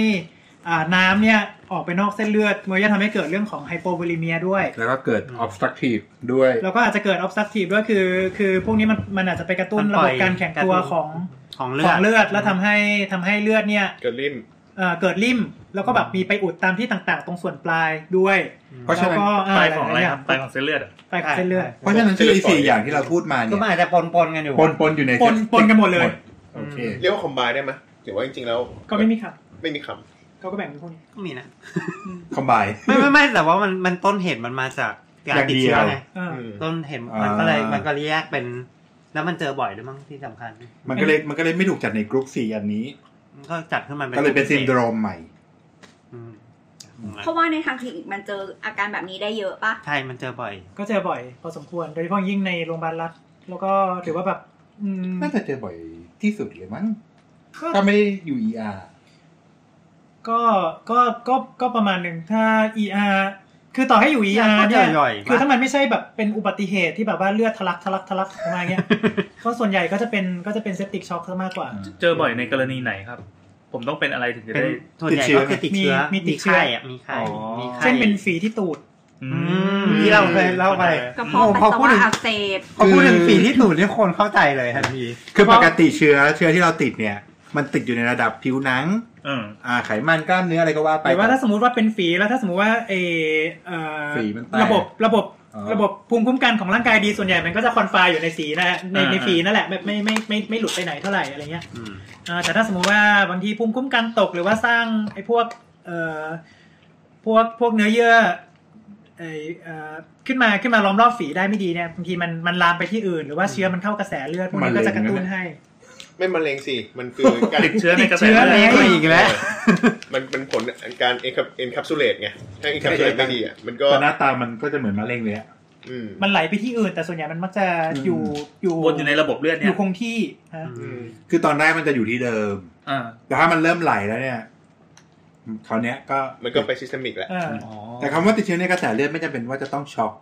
อ่าน้ำเนี่ยออกไปนอกเส้นเลือดมันก็จะทำให้เกิดเรื่องของไฮโปว l ลิเมียด้วย แล้วก็เกิด obstructive ด้วย แล้วก็อาจจะเกิดออ s ส r u c t ที e ด้วยคือ คือพวกนี้มันมันอาจจะไปกระตุ้น มัน ระ ปล่ บ อย บการแข็งตัว กระตุ้น ของ ของเลื ข อดองเลือดแล้วทำให้ทำให้เลือดเนี่ย เกิดลิ่น เอ่อเกิดริ่ม แล้วก็แบบมีไปอุดตามที่ต่างๆ ตรงส่วนปลายด้วย เพราะฉะ แล้นั้นวก็า ไปของอะไร หคลายๆย่า รับไปของเส้นเลือดอะ ไปของเส้นเลือด เพราะฉะนั้นที่สี่อย่างที่เราพูดมา ก็ เนี่ย มันอาจจะปนปนๆกันอยู่ ปนปนอยู่ใน ปนปนกันหมดเลย โอเค เรียกว่าคอมไบได้ไหมหรือว่าจริงๆแล้ว ก็ไม่มีครับ ไม่มีค เขาก็แบ่งเป็นพวกนี้ ก็มีนะ คอมไบ ไม่ไม่ไม่แต่ว่ามันมันต้นเหตุมันมาจากการติดเชื้อ อย่างเดียว ไง อ่า ำอืม ต้นเหตุมันก็เลยมันก็เลยแยกเป็น แล้วมันเจอบ่อยด้วยมั้งที่สำคัญ มันก็เลยมันก็เลยไม่ถูกจัดในกรุ๊ปสี่อันนี้ มันก็จัดขึ้นมาเป็น ก็เลยเป็นซินโดรมใหม่ อืม เพราะว่าในทางคลินิกมันเจออาการแบบนี้ได้เยอะปะ ใช่ มันเจอบ่อย ก็เจอบ่อยพอสมควร โดยเฉพาะยิ่งในโรงพยาบาลรัฐ แล้วก็ถือว่าแบบอืม น่าจะเจอบ่อยที่สุดเลยมั้ง ก็ ถ้าไม่ได้อยู่ ER ก็ก็ก็ก็ประมาณหนึ่งถ้า ER คือต่อให้อยู่ ER ก็เจอ เนี่ย บ่อยมาก คือถ้ามันไม่ใช่แบบเป็นอุบัติเหตุที่แบบว่าเลือดทะลักทะลักทะลักออกมาเงี้ย ก็ส่วนใหญ่ก็จะเป็นก็จะเป็นเซปติกช็อกซะมากกว่า เจอบ่อยในกรณีไหนครับ ผมต้องเป็นอะไรถึงจะ เป็น ได้ ส่วนใหญ่ก็คือติดเชื้อ มีมีติดเชื้อ ไข้อะมีไข้ อ๋อ มีไข้ เช่นเป็นฝีที่ตูด อื อื ม มที่เราเคยเล่าไป กระเพาะปัส พอ สา พูด วะ ถึง อักเสบ พอพูดถึงฝีที่ตูดเนี่ยคนเข้าใจเลยทันที คือปกติเชื้อเชื้อที่เราติดเนี่ย มันติดอยู่ในระดับผิวหนัง เออ อ่าไขมันกล้ามเนื้ออะไรก็ว่าไป หรือว่าถ้าสมมติว่าเป็นฝีแล้วถ้าสมมติว่าเออเอ่อ ฝีมันแตก ระบบระบบ อ๋อ ระบบภูมิคุ้มกันของร่างกายดีส่วนใหญ่มันก็จะคอนไฟน์อยู่ในสีนะฮะในในฝีนั่นแหละไม่ไม่ไม่ไม่ไม่หลุดไปไหนเท่าไหร่อะไรเงี้ยเอ่อแต่ถ้าสมมติว่าบางทีภูมิคุ้มกันตกหรือว่าสร้างไอ้พวกเอ่อพวกพวกเนื้อเยื่อไอ้เอ่อขึ้นมาขึ้นมาล้อมรอบฝีได้ไม่ดีเนี่ยบางทีมันมันลามไปที่อื่น หรือว่าเชื้อมันเข้ากระแสเลือดพวกนี้ก็จะกระตุ้นให้ ไม่มะเร็งสิ มันคือการ ติดเชื้อในกระแส ติดเชื้อ เลื แล้ อด ว อีกแล้ว มันเป็นผลการเอ็นคั s ซูเลตไง ถ้าเอ็นคั s ซูเลตไม่ดีอ่ะ มันก็ แต่หน้าตามันก็จะเหมือนมะเร็งเลยอะ อืม มันไหลไปที่อื่น แต่ส่วนใหญ่มันมักจะอยู่อยู่ วนอยู่ในระบบเลือด อ เนี่ย ยู่คงที่ฮะ อืม คือตอนแรกมันจะอยู่ที่เดิม อ่า แต่ถ้ามันเริ่มไหลแล้วเนี่ยคราวเนี้ยก็ มันก็ไปซิสเตมิกแหละ เออ แต่คำว่าติดเชื้อในกระแสเลือดไม่จำเป็นว่าจะต้องช็อก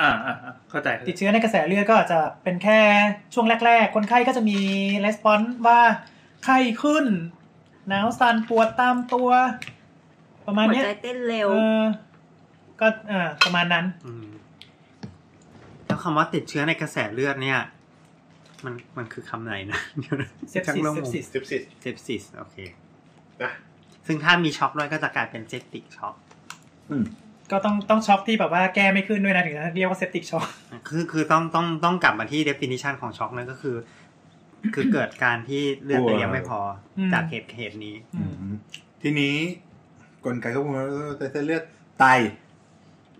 อ่าอ่าอ่าเข้าใจ ติดเชื้อในกระแสเลือดก็อาจจะเป็นแค่ช่วงแรก ๆ คนไข้ก็จะมีレスปอนส์ว่าไข้ขึ้น หนาวสั่นปวดตามตัว ประมาณ หัว เนี้ย ใจเต้นเร็ว เออก็เอ่าประมาณนั้น อืมแล้วคำว่าติดเชื้อในกระแสเลือดเนี่ย มันมันคือคำไหนนะเดี๋ยวนะ เซป จัง ซิส เริ่ม เซ ง ป ง ซิส ซิปซิส เซปซิสโอเค นะ ซึ่งถ้ามีช็อกด้วยก็จะกลายเป็นเซปติกช็อก ก็ต้องต้องช็อกที่แบบว่าแก้ไม่ขึ้นด้วยนะถึงจะเรียกว่าเซปติกช็อก คือคือต้องต้องต้องกลับมาที่ definition ของช็อกนั่นก็คือ คือเกิดการที่เลือดไปเลี้ยงไม่พออจากเหตุเหตุนี้ อืม ทีนี้กลไกควบคุมเส้นเลือดไต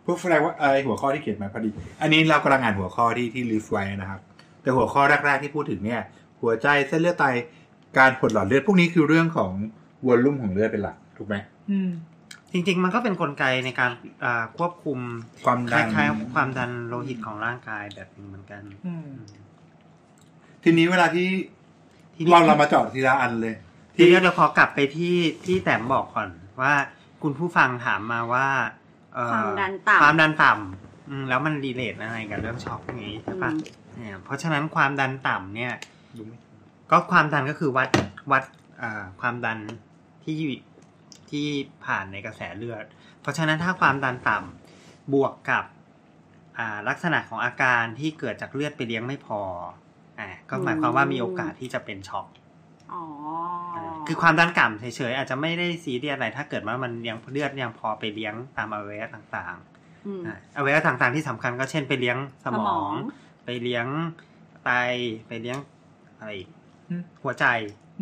พวกแสดงว่าไออหัวข้อที่เขียนมาพอดี อันนี้เรากำลังอ่านหัวข้อที่ที่ลิสต์ไว้นะครับ แต่หัวข้อแรก ๆที่พูดถึงเนี่ย หัวใจเส้นเลือดไตการหดหลอดเลือดพวกนี้คือเรื่องของวอลลุ่มของเลือดเป็นหลักถูกไหม อืม จริง ๆ มันก็เป็นกลไกในการอ่าควบคุม ความ ค ดัน ล้ายๆความดันโลหิตของร่างกายแบบนึงเหมือนกัน อืม ทีนี้เวลาที่ ทีนี้ เราเรามาเจาะทีละอันเลย ทีนี้เราขอกลับไปที่ที่แต้มบอกก่อนว่าคุณผู้ฟังถามมาว่าเอ่อ ความดันต่ำ ความดันต่ำอืมแล้วมันรีเลทอะไรกับเรื่องช็อกนี้ใช่ปะเนี่ยเพราะฉะนั้นความดันต่ำเนี่ย ก็ความดันก็คือวัดวัดอ่าความดันที่ที่ผ่านในกระแสเลือด เพราะฉะนั้นถ้าความดันต่ำบวกกับอ่าลักษณะของอาการที่เกิดจากเลือดไปเลี้ยงไม่พออ่าก็หมายความว่ามีโอกาสที่จะเป็นช็อก อ๋อ คือความดันกล่ำเฉยๆ อาจจะไม่ได้ซีเรียสอะไรถ้าเกิดว่ามันยังเลือดยังพอไปเลี้ยงตามอวัยวะต่าง อืม ๆอ่าอวัยวะต่างๆที่สำคัญก็เช่นไปเลี้ยงสม สม อ อง ง ไปเลี้ยงไตไปเลี้ยงอะไรอีกหัวใจ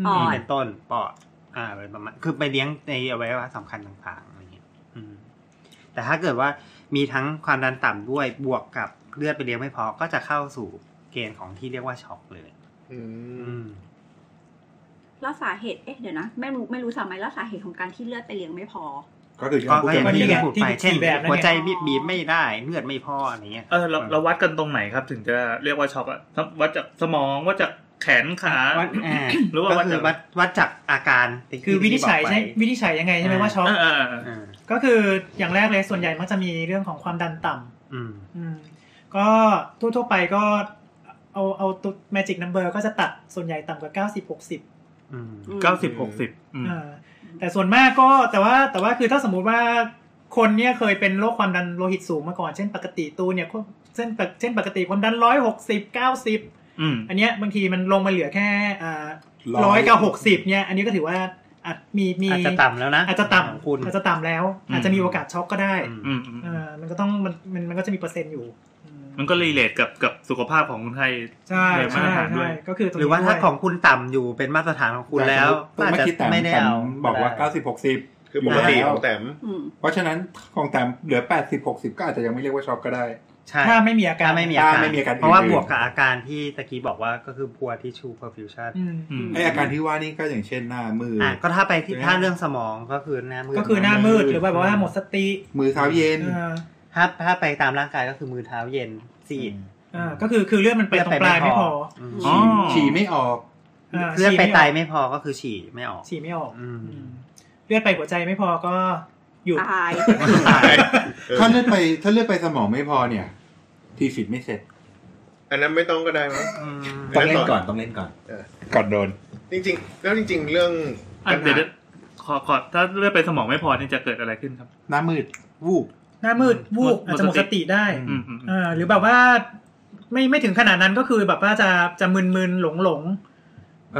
ปอด เป็นต้นปอดอ่าอะไรประมาณคือไปเลี้ยงในอวัยวะสำคัญต่างๆอะไรเงี้ยอืมแต่ถ้าเกิดว่ามีทั้งความดันต่ำด้วยบวกกับเลือดไปเลี้ยงไม่พอก็จะเข้าสู่เกณฑ์ของที่เรียกว่าช็อกเลย อื อื ม ม แล้วสาเหตุ เอ๊ะ เดี๋ยวนะ ไม่รู้ ไม่รู้สามัยแล้วสาเหตุของการที่เลือดไปเลี้ยงไม่พอ ก็คือ ก็ เอาพวก อย่าง นี้ ที่พูดแหละไปเช่นหัวใจบีบบีบไม่ได้เลือดไม่พออะไรเงี้ย เออเราเราวัดกันตรงไหนครับ ถึงจะเรียกว่าช็อกอะวัดจากสมองวัดจากแขนขา วัดอ่า หรือว่า ก็ วัด คือ จาก วัดวัดจากอาการที่ คือวินิจฉัยใช่ ที่บอกไป วินิจฉัยยังไงใช่ไหมว่าช็อก เออเออเออ อ่า ก็คืออย่างแรกเลยส่วนใหญ่มักจะมีเรื่องของความดันต่ำ อืม อืมก็ทั่วๆไปก็เอาเอาตัว magic number ก็จะตัดส่วนใหญ่ต่ำกว่า 90 60 อืม อืม เก้าสิบหกสิบอืม เออแต่ส่วนมากก็แต่ว่าแต่ว่าคือถ้าสมมุติว่าคนเนี่ยเคยเป็นโรคความดันโลหิตสูงมาก่อน เช่นปกติตูนเนี่ยก็เช่นปกเช่นปกติความดันร้อยหกสิบเก้าสิบ อืม อันเนี้ยบางทีมันลงมาเหลือแค่ร้อยกับหกสิบเนี่ย อันนี้ก็ถือว่าอาจมีมี อาจจะต่ำแล้วนะ อาจจะต่ ของ ำ คุณ อาจจะต่ำแล้ว อืม อาจจะมีโอกาสช็อกก็ได้ อืม อืมอืม เออมันก็ต้องมันมันมันก็จะมีเปอร์เซ็นต์อยู่อืม มันก็รีเลทกับกับสุขภาพของคนไทย ใช่ เลยมาตใช่รฐานด้วย ใช่ก็คือตหงนี้ รือว่าถ้า ด้วย ของคุณต่ำอยู่เป็นมาตรฐานของคุณแล้ว ต่สมมุติเมื่อกี้แต้ม ไม่ได้ แต้ม เอา บอกว่า ได้ เก้าสิบหกสิบ คือปกติ อ่า ของแต้ม อืม เพราะฉะนั้นของแต้มเหลือแปดสิบหกสิบก็อาจจะยังไม่เรียกว่าช็อปก็ได้ ใช่ ถ้าไม่มีอาการ ถ้าไม่มีอาการ ถ้าไม่มีอาการ เพราะว่าบอื่นๆวกกับอาการที่ตะกี้บอกว่าก็คือพัวที่ชูเพอร์ฟิวชัน อืม อืม ไออาการที่ว่านี่ก็อย่างเช่นหน้ามืออ อ่ะก็ถ้าไปที่ ใช่ไหม ถ้าเรื่องสมองก็คือหน้ามืด ก็คือหน้ามืดหรือว่าแบบว่าหมดสติ มือเท้าเย็น เออ ถ้าถ้าไปตามร่างกายก็คือมือเท้าเย็นซีด อ่าก็คือคือเลือดมันไปตรงปลายไม่พอ ม อ๋อ ฉี่ไม่ออก อ่า เลือดไป ฉี่ม่ ไต ก ไม่พอก็คือฉี่ไม่ออก ฉี่ไม่ออก อืม อืมเลือดไปหัวใจไม่พอก็หยุด ตาย เออ ถ้าเลือดไปถ้าเลือดไปสมองไม่พอเนี่ย ทีฟิตไม่เสร็จ อันนั้นไม่ต้องก็ได้มั้ง อืม ต้องเล่นก่อน เออ ก่อนโดน จริง ๆ แล้วจริง ๆ เรื่อง อั ปั น ญ เดี๋ย หาว ขอขอถ้าเลือดไปสมองไม่พอนี่จะเกิดอะไรขึ้นครับ หน้ามืด วูบ หน้ามืดวูบอาจจะหมดสติได้ อืมอืมอืม อ่าหรือแบบว่าไม่ไม่ถึงขนาดนั้นก็คือแบบว่าจะจะมึนๆหลงหลง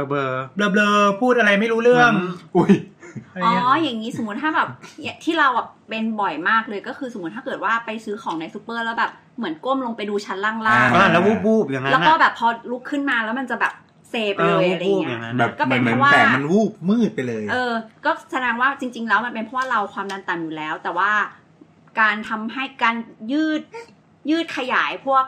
เบอร์เบอร์ ๆเบลอๆพูดอะไรไม่รู้เรื่อง อุ้ย อะไร อ๋ออเงี้ยย่างนี้สมมติถ้าแบบที่เราแบบเป็นบ่อยมากเลยก็คือสมมติถ้าเกิดว่าไปซื้อของในซูเปอร์แล้วแบบเหมือนก้มลงไปดูชั้นล่าง อ่า อ่ะแล้ววูบวูบอย่าง ๆ นั้น แล้วก็ น่ะ แบบพอลุกขึ้นมาแล้วมันจะแบบเซไป เออเลยวูบวูบออะไรเงี้ ย่าย งนั้น แบ น่ะ บ ก็เป็น เหมือน เพราะว่า แสงมันวูบมืดไปเลย เออ ก็แสดงว่าจริง ๆ แล้วมันเป็นเพราะว่าเราความดันต่ำอยู่แล้ว แต่ว่าการทำให้การยืดยืดขยายพวก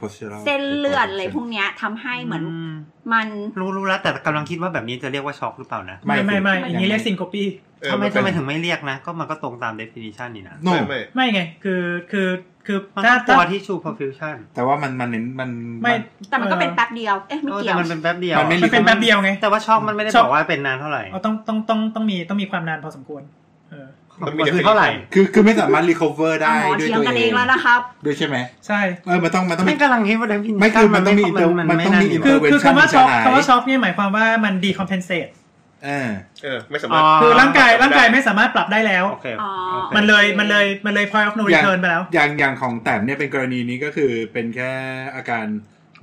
Postural เส้นเลือดอะไรพวกเนี้ยทำให้เหมือน ม มัน รู้รู้แล้วแต่กำลังคิดว่าแบบนี้จะเรียกว่าช็อกหรือเปล่านะ ไม่ไม่ไม่อย่างนี้เรียกซินโคปี เออ ทำนไมเป็นทำไมถึงไม่เรียกนะ ก็มันก็ตรงตาม definition นี่นะ โน่ ไม่ไม่ ไม่ไงคือคือคือ มัน ถ้า ก็ตั ถ้าว ที่ชู perfusion แต่ว่ามันมันเน้นมัน ไม่ แต่มันก็เป็น ออ แป๊บเดียว เอ๊ะไม่ เออ เกี่ แต่ ยว มันเป็นแป๊บเดียว มันไม่ มันเป็นแป๊บเดียวไง แต่ว่าช็อกมันไม่ได้ ช็ บ อ อก กว่าเป็นนานเท่าไหร่ เอาต้องต้องต้องต้องมีต้องมีความนานพอสมควรเออ ของคุณคือเท่าไหร่ คือคือไม่สามารถรีคอเวอร์ได้ อ่ะหมอ ด้วย เถียง ตัว กัน เอ เอง ง แล้วนะครับ ด้วยใช่ไหม ใช่ เออมันต้องมันต้อง ไม่ มี กำลังคิดว่า definition ไม่คือมันต้องมี เข้า มันต้องมี ไอยู่ คือคือ intervention คำว่าช็อก มันจะหาย คำว่าช็อกเนี่ยหมายความว่ามันดีคอมเพนเซต เออ เออไม่สามารถ คือร่างกาย ปรับได้ ร่างกายไม่สามารถปรับได้แล้ว โอเค อ๋อ โอค มันเลยมันเลยมันเลย point of no อย่าง return ไปแล้ว อย่างอย่างของแต้มเนี่ยเป็นกรณีนี้ก็คือเป็นแค่อาการ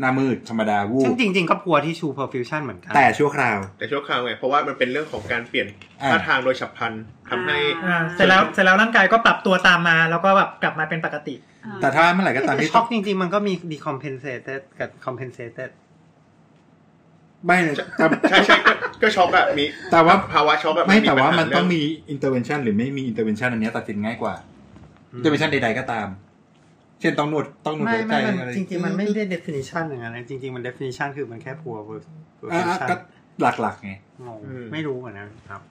หน้ามืดธรรมดาวู ซึ่ บ งจริง ๆ ก็พัวที่ชู perfusion เหมือนกัน แต่ชั่วคราว แต่ชั่วคราวไง เพราะว่ามันเป็นเรื่องของการเปลี่ยน อ่า ท่าทางโดยฉับพลันทำให้ อ่าเสร็จแล้วเสร็จแล้วร่างกายก็ปรับตัวตามมา แล้วก็แบบกลับมาเป็นปกติ แต่ถ้าเมื่อไหร่ก็ตามที่ ช็อกจริง ๆ มันก็มี decompensated กับ compensated ไม่นะแต่ ใช่ใช่ก็ก็ช็อกอะมี แต่ว่า ภาวะช็อกแบบ ไม่แต่ว่ามัน ปัญห ต้องมี intervention หรือไม่มี intervention อันเนี้ยตัดสินง่ายกว่า intervention ใดๆก็ตาม เช่นต้องนวดต้องนวด ไม่ หัวใจ ไม่มัน อะไร จริง ๆ มันไม่ได้ definition อย่างนั้นนะจริง ๆ มัน definition คือมันแค่พัว อ่ะอ่ะ perfusion ก็หลักๆไง งงไม่รู้เหมือนกันครับ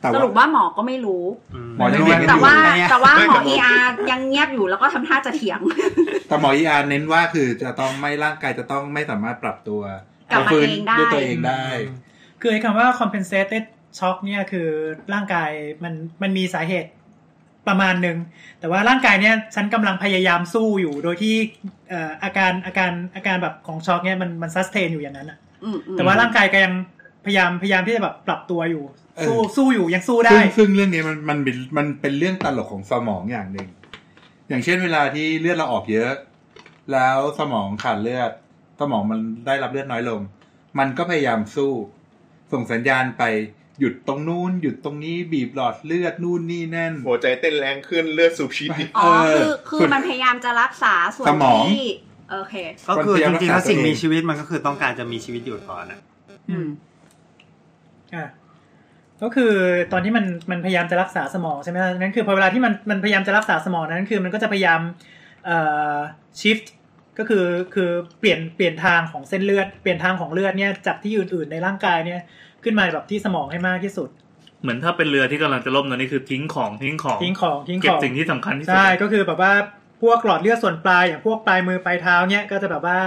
แต่ ส ว่า รุปว่าหมอก็ไม่รู้ อืม หมอจะเรียนกันอยู่ แต่ว่า ไม่เนี่ย แต่ว่าหมอเออายังเงียบอยู่แล้วก็ทำท่าจะเถียง แต่หมออีอาร์เน้นว่าคือจะต้องไม่ร่างกายจะต้องไม่สามารถปรับตัว กลับมา ฟื้น เองได้ ด้วยตัวเองได้ คือไอ้คำว่า compensated shock เนี่ยคือร่างกายมันมันมีสาเหตุประมาณหนึ่ง แต่ว่าร่างกายเนี่ยฉันกำลังพยายามสู้อยู่โดยที่เอ่ออาการอาการอาการแบบของช็อกเนี่ยมันมัน sustain อยู่อย่างนั้นอะ อืมอืม แต่ว่าร่างกายก็ยังพยายามพยายามที่จะแบบปรับตัวอยู่ เออ สู้สู้อยู่ยังสู้ได้ ซึ่งซึ่งเรื่องเนี้ยมันมันเป็นมันเป็นเรื่องตลกของสมองอย่างหนึ่ง อย่างเช่นเวลาที่เลือดเราออกเยอะ แล้วสมองขาดเลือด สมองมันได้รับเลือดน้อยลง มันก็พยายามสู้ ส่งสัญญาณไปหยุดตรงนู้น หยุดตรงนี้บีบหลอดเลือดนู่นนี่นั่น หัวใจเต้นแรงขึ้นเลือดสูบฉีดอีก อ๋อคือ เออ คือมันพยายามจะรักษาส่วน สมอง ที่โอเค ก็คือจริงๆแล้วสิ่ง มันพยายามรักษาตัวเอง มีชีวิตมันก็คือต้องการจะมีชีวิตอยู่ก่อนนะ อืม อ่ะก็คือตอนที่มันมันพยายามจะรักษาสมองใช่ไหมล่ะนั่นคือพอเวลาที่มันมันพยายามจะรักษาสมองนั้นคือมันก็จะพยายามเอ่อ shift ก็คือคือเปลี่ยนเปลี่ยนทางของเส้นเลือดเปลี่ยนทางของเลือดเนี่ยจากที่อื่นๆในร่างกายเนี่ยขึ้นมาแบบที่สมองให้มากที่สุด เหมือนถ้าเป็นเรือที่กำลังจะล่มตอนนี้คือทิ้งของทิ้งของ ทิ้งของทิ้ง เก็ ข บ อง สิ่งที่สำคัญที่สุด ใช่ก็คือแบบว่าพวกหลอดเลือดส่วนปลายอย่างพวกปลายมือปลายเท้าเนี่ยก็จะแบบว่า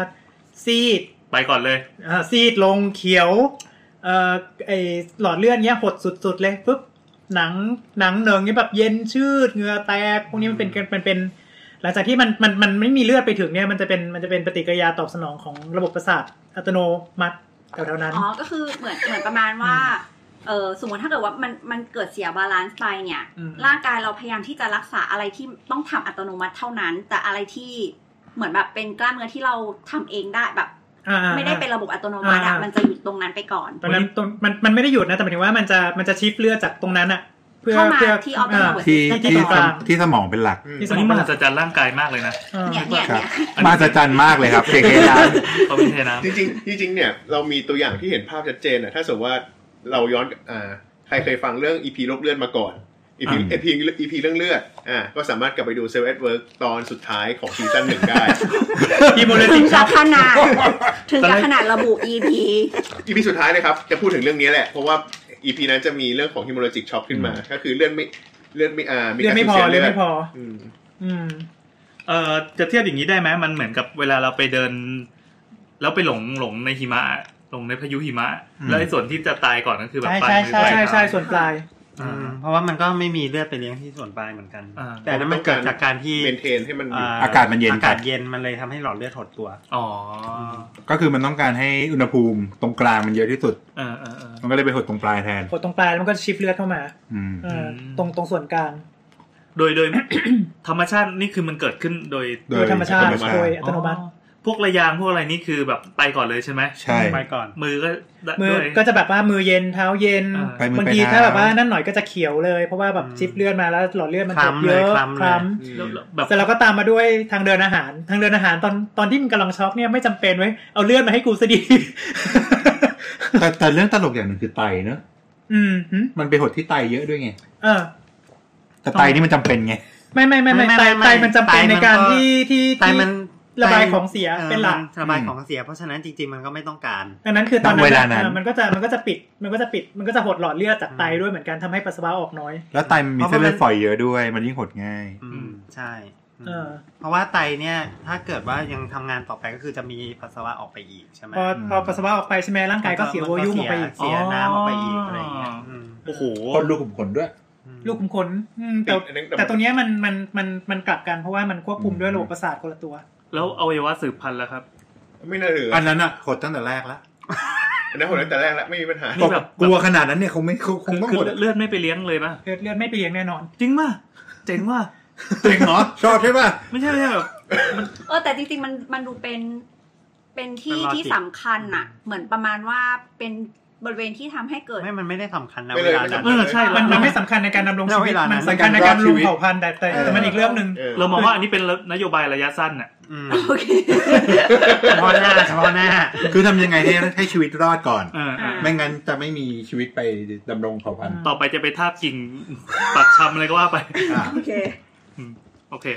ซีด ไปก่อนเลย อ่าซีดลงเขียวเอ่อไอหลอดเลือดเนี้ยหดสุดๆเลยปุ๊บหนังหนังเหนิงนี่แบบเย็นชืดเหงื่อแตกพวกนี้มันเป็นเป็นเป็น หลังจากที่มันมันมันไม่มีเลือดไปถึงเนี่ยมันจะเป็นมันจะเป็นปฏิกิริยาตอบสนองของระบบประสาทอัตโนมัติ แถวๆนั้น อ๋อ ก็คือเหมือนเหมือนประมาณว่า เออสมมติถ้าเกิดว่ามันมันเกิดเสียบาลานซ์ไปเนี่ย อืม ร่างกายเราพยายามที่จะรักษาอะไรที่ต้องทำอัตโนมัติเท่านั้น แต่อะไรที่เหมือนแบบเป็นกล้ามเนื้อที่เราทำเองได้แบบ อ่าๆๆ ไม่ได้เป็นระบบอัตโนมัติอะ อ่าๆ มันจะหยุดตรงนั้นไปก่อน ตอนนั้นตรงมันมันไม่ได้หยุดนะแต่หมายถึงว่ามันจะมันจะชิฟเลือดจากตรงนั้นอะเพื่อ เข้ามา เพื่อ ที่ optimal า หัวใจ ที่ ที่ ที่ ตรงกลาง ที่สมองเป็นหลัก อืม ที่ส อัน มอง นี้ม มัน หัศจรรย์ร่างกายมากเลยนะ อ่า เนี่ยเนี่ย ครับ เนี่ย มาสจันมากเลย ครับเก่งๆนะ เขาเป็นเทน้ จริงๆจริงๆเนี่ยเรามีตัวอย่างที่เห็นภาพชัดเจนอ่ะถ้าสมมติว่าเราย้อนอ่าใครเคยฟังเรื่องอีพีลบเลือดมาก่อนอีพีอีพีอีพีเรื่องเลือดอ่าก็สามารถกลับไปดูเซลล์เอ็ดเวิร์กตอนสุดท้ายของซีซั่นหนึ่งได้ อีโมเล ถึ ติ ง กช็อ กับ ก ขนาด ถึงกับขนาดระบุ EP อีพีสุดท้ายนะครับจะพูดถึงเรื่องนี้แหละ เพราะว่าอีพีนั้นจะมีเรื่องของ hemorrhagic shock ขึ้นมา ก็คือเลือดไม่เลือดไม่อ่า เลือด การ ไม่พอ สูญสี เลือดไม่พอ ม อืม ำเอ่อจะเทียบอย่างนี้ได้ไหมมันเหมือนกับเวลาเราไปเดิน แล้วไปหลงหลงในหิมะหลงในพายุหิมะ แล้วไอ้ส่วนที่จะตายก่อนก็คือแบบ ใช่ ปลาย ใช่ มือปใช่ลาย ใช่ใช่ เท้า ส่วนปลาย อืมเพราะว่ามันก็ไม่มีเลือดไปเลี้ยงที่ส่วนปลายเหมือนกัน อ่า แต่อันนั้นมันเกิดจากการที่ เมนเทนให้มันอยู่ อากาศมันเย็น อาการศคับ เย็นมันเลยทำให้หลอดเลือดหดตัว อ๋อ ก็คือมันต้องการให้อุณหภูมิตรงกลางมันเยอะที่สุด เออเออเออ มันก็เลยไปหดตรงปลายแทน กดตรงปลายแล้วมันก็ชิฟเลือดเข้ามา อืม เอออ ม ตรงตรงส่วนกลาง โดยโด ย ธรรมชาตินี่คือมันเกิดขึ้นโดย โด โดยธรรมชาติ โดยธรรมชาติ โดยอัตโนมัติ พวกระยางพวกอะไรนี่คือแบบไปก่อนเลยใช่ไหม ใช่ ไปก่อน มือก็ได้ มือ ด้วย ก็จะแบบว่ามือเย็นเท้าเย็น อ่า ไปมือบ างที ไปเท้า ถ้าแบบว่านั่นหน่อยก็จะเขียวเลยเพราะว่าแบบ อืม ชิฟเลือดมาแล้วหลอดเลือดมันตก คล้ำ เย เลย อะ คล้ำเลย แล้วแล้วแบ แบบ บเสร็จแล้วก็ตามมาด้วยทางเดินอาหาร ทางเดินอาหารตอนตอนที่มันกำลังช็อกเนี่ยไม่จำเป็นไว้ยเอาเลือดมาให้กูซะดี แต่แต่เรื่องตลกอย่างหนึ่งคือไตเนอะ อืมหืม มันไปหดที่ไตเยอะด้วยไง เออ แต่ไตนี่มันจำเป็นไง ไม่ไม่ไม่ไม่ ไม่ ไต ไม่ไม่ ไตมันจำเป็ไตนมัน ในการ ก็ ที่ที่ ไตมัน ที่ระบายของเสีย ออ เป็นหลัก มัระบายของเสีย เพราะฉะนั้นจริงๆมันก็ไม่ต้องการ ดังนั้นคือตอน ณเวลานั้ นั้น นอ่ะมันก็จะมันก็จะปิดมันก็จะปิดมันก็จะหดหลอดเลือดจากไตด้วยเหมือนกันทำให้ปัสสาวะออกน้อย แล้วไตมันมีเส้นเลือดฝอยเยอะด้วย มันยิ่งหดง่าย อืมใช่อืม เออ เพราะว่าไตเนี่ยถ้าเกิดว่ายังทำงานต่อไปก็คือจะมีปัสสาวะออกไปอีกใช่ไหม พอพอปัสสาวะออกไปใช่ไหมร่างกายก็เสียโวอลยูมออกไปอีก เสียน้ำออกไปอีกอะไรอย่างเงี้ยอืม โอ้โห คนรูขุมขนด้วย ลูกขุมขนอืมแต่ ติดอันนั้น แต่ตรงเนี้ยมันมันมันมันกลับกันเพราะว่ามันควบคุมด้วยระบบประสาทคนละตัว แล้วอวัยวะสืบพันธุ์แล้วครับ ไม่น่าเหลือ อันนั้นอะหดตั้งแต่แรกแล้ว อันนั้นหดตั้งแต่แรกแล้วไม่มีปัญหา นี่แบบ กลัวขนาดนั้นเนี่ยคงไม่คงคงต้อง คือ หด เลือดไม่ไปเลี้ยงเลยป่ะ เลือดเลือดไม่ไปเลี้ยงแน่นอน จริงป่ะ เจ๋งว่ะ จริงเหรอ ชอบใช่ป่ะ ไม่ใช่ไม่ใช่แบบ เออแต่จริงๆมันมันดูเป็นเป็นที่ เป็น logic ที่สำคัญอะเหมือนประมาณว่าเป็นบริเวณที่ทำให้เกิด ไม่มันไม่ได้สำคัญนะ ไม่ เว เลย ลา ไม่ นั้น เอ สำคัญ อ ใช่ มันมัน ไม่ ไม่สำคัญในการดำรงชีวิต แล้วเวลานั้ มัน น สำคัญในการดำรงเผ่าพันธุ์แต่แต่แต่มันอีกเรื่องหนึ่ง เออ เรามองว่าอันนี้เป็นนโยบายระยะสั้นน่ะ อืม โอเค เฉพาะหน้าเฉพาะหน้า คือทำยังไงให้ให้ชีวิตรอดก่อน เออเออ ไม่งั้นจะไม่มีชีวิตไปดำรงเผ่าพันธุ์ ต่อไปจะไปทาบกิ่ง ปักชำอะไรก็ว่าไป อ่ะ โอเค โอเค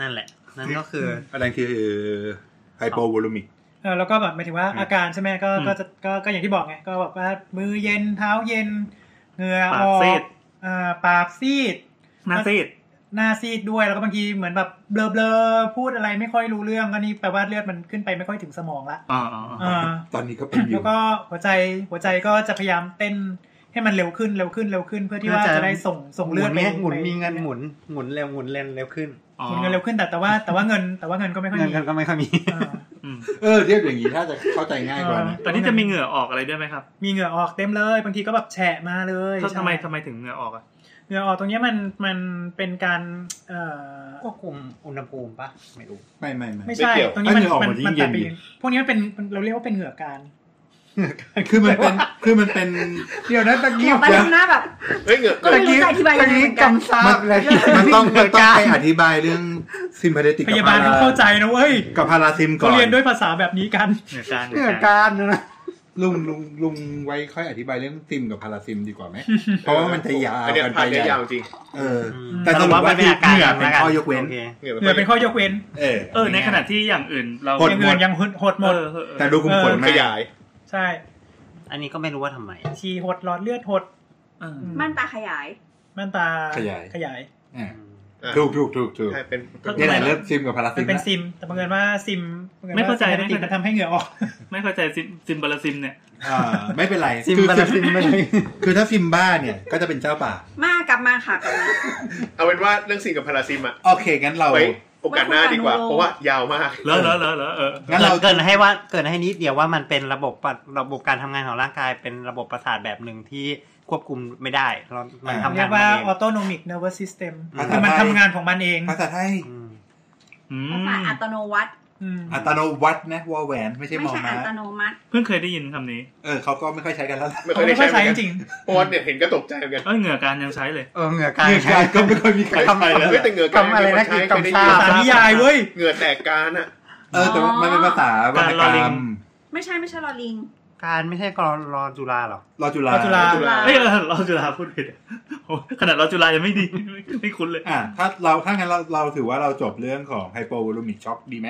นั่นแหละ นั่นก็คือ อันนั้นคือไฮโปวอลูมิก เออแล้วก็แบบหมายถึงว่าอาการใช่ไหมก็ อืม ก็จะก็ก็อย่างที่บอกไงก็แบบว่ามือเย็นเท้าเย็นเหงื่อออ ปากซีกด เอ่อปากซีด หนาซีด หน้าซีดด้วยแล้วก็บางทีเหมือนแบบเบลอเบลอๆพูดอะไรไม่ค่อยรู้เรื่องก็นี่แปลว่าเลือดมันขึ้นไปไม่ค่อยถึงสมองละ อ๋ออ๋ออ๋อ อ่า ตอนนี้ก็เป็นอยู่ แล้วก็หัวใจหัวใจก็จะพยายามเต้นให้มันเร็วขึ้นเร็วขึ้นเร็วขึ้น เพื่อที่ว่า น่าจะ จะได้ส่งส่ง ห เลื มุ อด น ไป เนี่ยหมุนมีเงินห หมุมุนหมุนเร็วหมุนเร็วเร็วขึ้น อ๋อน เงินเร็วขึ้นแต่แต่ว่าแต่ว่าเงินแต่ว่าเงินก็ไม่ค่อย เงิน มี กันก็ไม่ค่อยมี อ่า อืม เออเทียบอย่างนี้ถ้าจะเข้าใจง่ายกว่านะ แต่นี่จะมีเหงื่อออกอะไรด้วยไหมครับ มีเหงื่อออกเต็มเลย บางทีก็แบบแฉะมาเลย ถ้าทำไม ใช่ ทำไมถึงเหงื่อออกอ่ะ เหงื่อออกตรงเนี้ยมันมันเป็นการเอ่อ ควบคุมอุณหภูมิปะไม่รู้ ไม่ไม่ไม่ ไม่ใช่ ไม่เกี่ยว ตรงนี้มัน เหงื่อออก มั หม น ดยิ่ง มันตัดไป เย็น พวกนี้มันเป็นเราเรียกว่าเป็นเหงื่อการ คือมันเป็นคือมันเป็นเดี๋ยวนะตะกี้ เนี่ยป้าทำหน้าแบบ เฮ้ยเหงื่อ ก็ไม่รู้จะอธิบายยังไงเหมือนกัน มันมันต้องมันต้องไปอธิบายเรื่องซิมพาเดติก พยาบาลต้องเข้าใจนะเว้ย กับพาราซิมก่อนเขาเรียนด้วยภาษาแบบนี้กัน เหงื่อการ เหงื่อการนะ ลุงลุงลุงไว้ค่อยอธิบายเรื่องซิมกับพาราซิมดีกว่าไหมเพราะว่ามันจะยาว อันเนี้ย มัน ผ่าน จะ ได้ยาวจริง เออ ม แต่ แต่สสรุ รุปปว่า ว่ามัมัน น เป็ เป็น นอากการ รอาากันเป็นข้อยกเว้น โอค เหงื่อ เหงื่อ ไป เป็นข้อยกเว้น เออ เออ ในขณะที่อย่างอื่นเรา หด อย่างอื่นยังหดหดหมด เออเออเออ แต่ดูคุมขนไหม ขยาย ใช่ อันนี้ก็ไม่รู้ว่าทำไม ฉี่หดหลอดเลือดหด เออ อื ม่านตาขยาย ม่านตา ขยาย ขยาย อ่ะถูกถูกถูกถูก ใช่เป็น เนี่ยแหละเริ่มซิมกับพาราซิ มัน ม เป็น ละ ซิม แต่บังเอิญว่าซิมบังอิญว่ ไม่เข้าใจ ซิม ไม่เข้าใจ มันทำให้เหงื่อออก ไม่เข้าใจซิมซิมบาลาซิมเนี่ย อ่าไม่เป็นไร ซิม คือ บัลซิมไม่ใช่ คือถ้าซิมบ้าเนี่ย ก็จะเป็นเจ้าป่า มากลับมาค่ะกลับมา เอาเป็นว่าเรื่องสิ่งกับพาราซิมอ่ะ โอเค งั้นเรา ไว้ โอกาสหน้าดีกว่า เพราะว่ายาวมาก แล้วแล้วแล้วแล้วเออ งั้นเรา เกินให้ว่าเกินให้นิดเดียวว่ามันเป็นระบบประระบบการทำงานของร่างกาย เป็นระบบประสาทแบบหนึ่งที่ควบคุมไม่ได้เรามัน อ่า ทำ เรี งาย นมักน ว่า เอง autonomic nervous system ภาษาไทย คือมันทำงานของมันเอง ภาษาไทย อืม อื ภาม ษาอัตโนมัติ อืม อัตโนวัตนะวอแหวนไม่ใช่ ไม่ มอ ใช่ มา อัตโนมัติ เพิ่งเคยได้ยินคำนี้ เออเขาก็ไม่ค่อยใช้กันแล้วล่ะ ไม่เค เขา ยได้ ไม่ค่อย ใช้ ใช้ เห จ มือนกัน ริง เพราะว่าเนี่ยเห็นก็ตกใจเหมือนกัน เอ้ยเหงื่อการยังใช้เลย เออเหงื่อกลาง เหงื่อการก็ไม่ค่อยมีใคร ใครไปแล้วไม่แต่เหงื่อก กำอะไรนะกิน ไม่ กำ ได้ ชา ยิน ๆภาษานิยายเว้ย เหงื่อแตกกานอ่ะ เออแต่ว่ามันเป็นภาษาวรรณกรรม ไม่ใช่ไม่ใช่ลอลิง การไม่ใช่กรรอจุฬาเหรอ รอจุฬาร อจุฬา จุฬา เอ้ยเออเราจุฬาพูดผิดโอ้ ขนาดเราจุฬายังไม่ดี ไม่ไม่คุ้นเลย อ่ะถ้าเราถ้างั้นเราเราถือว่าเราจบเรื่องของไฮโปวอลูมิกช็อกดีไหม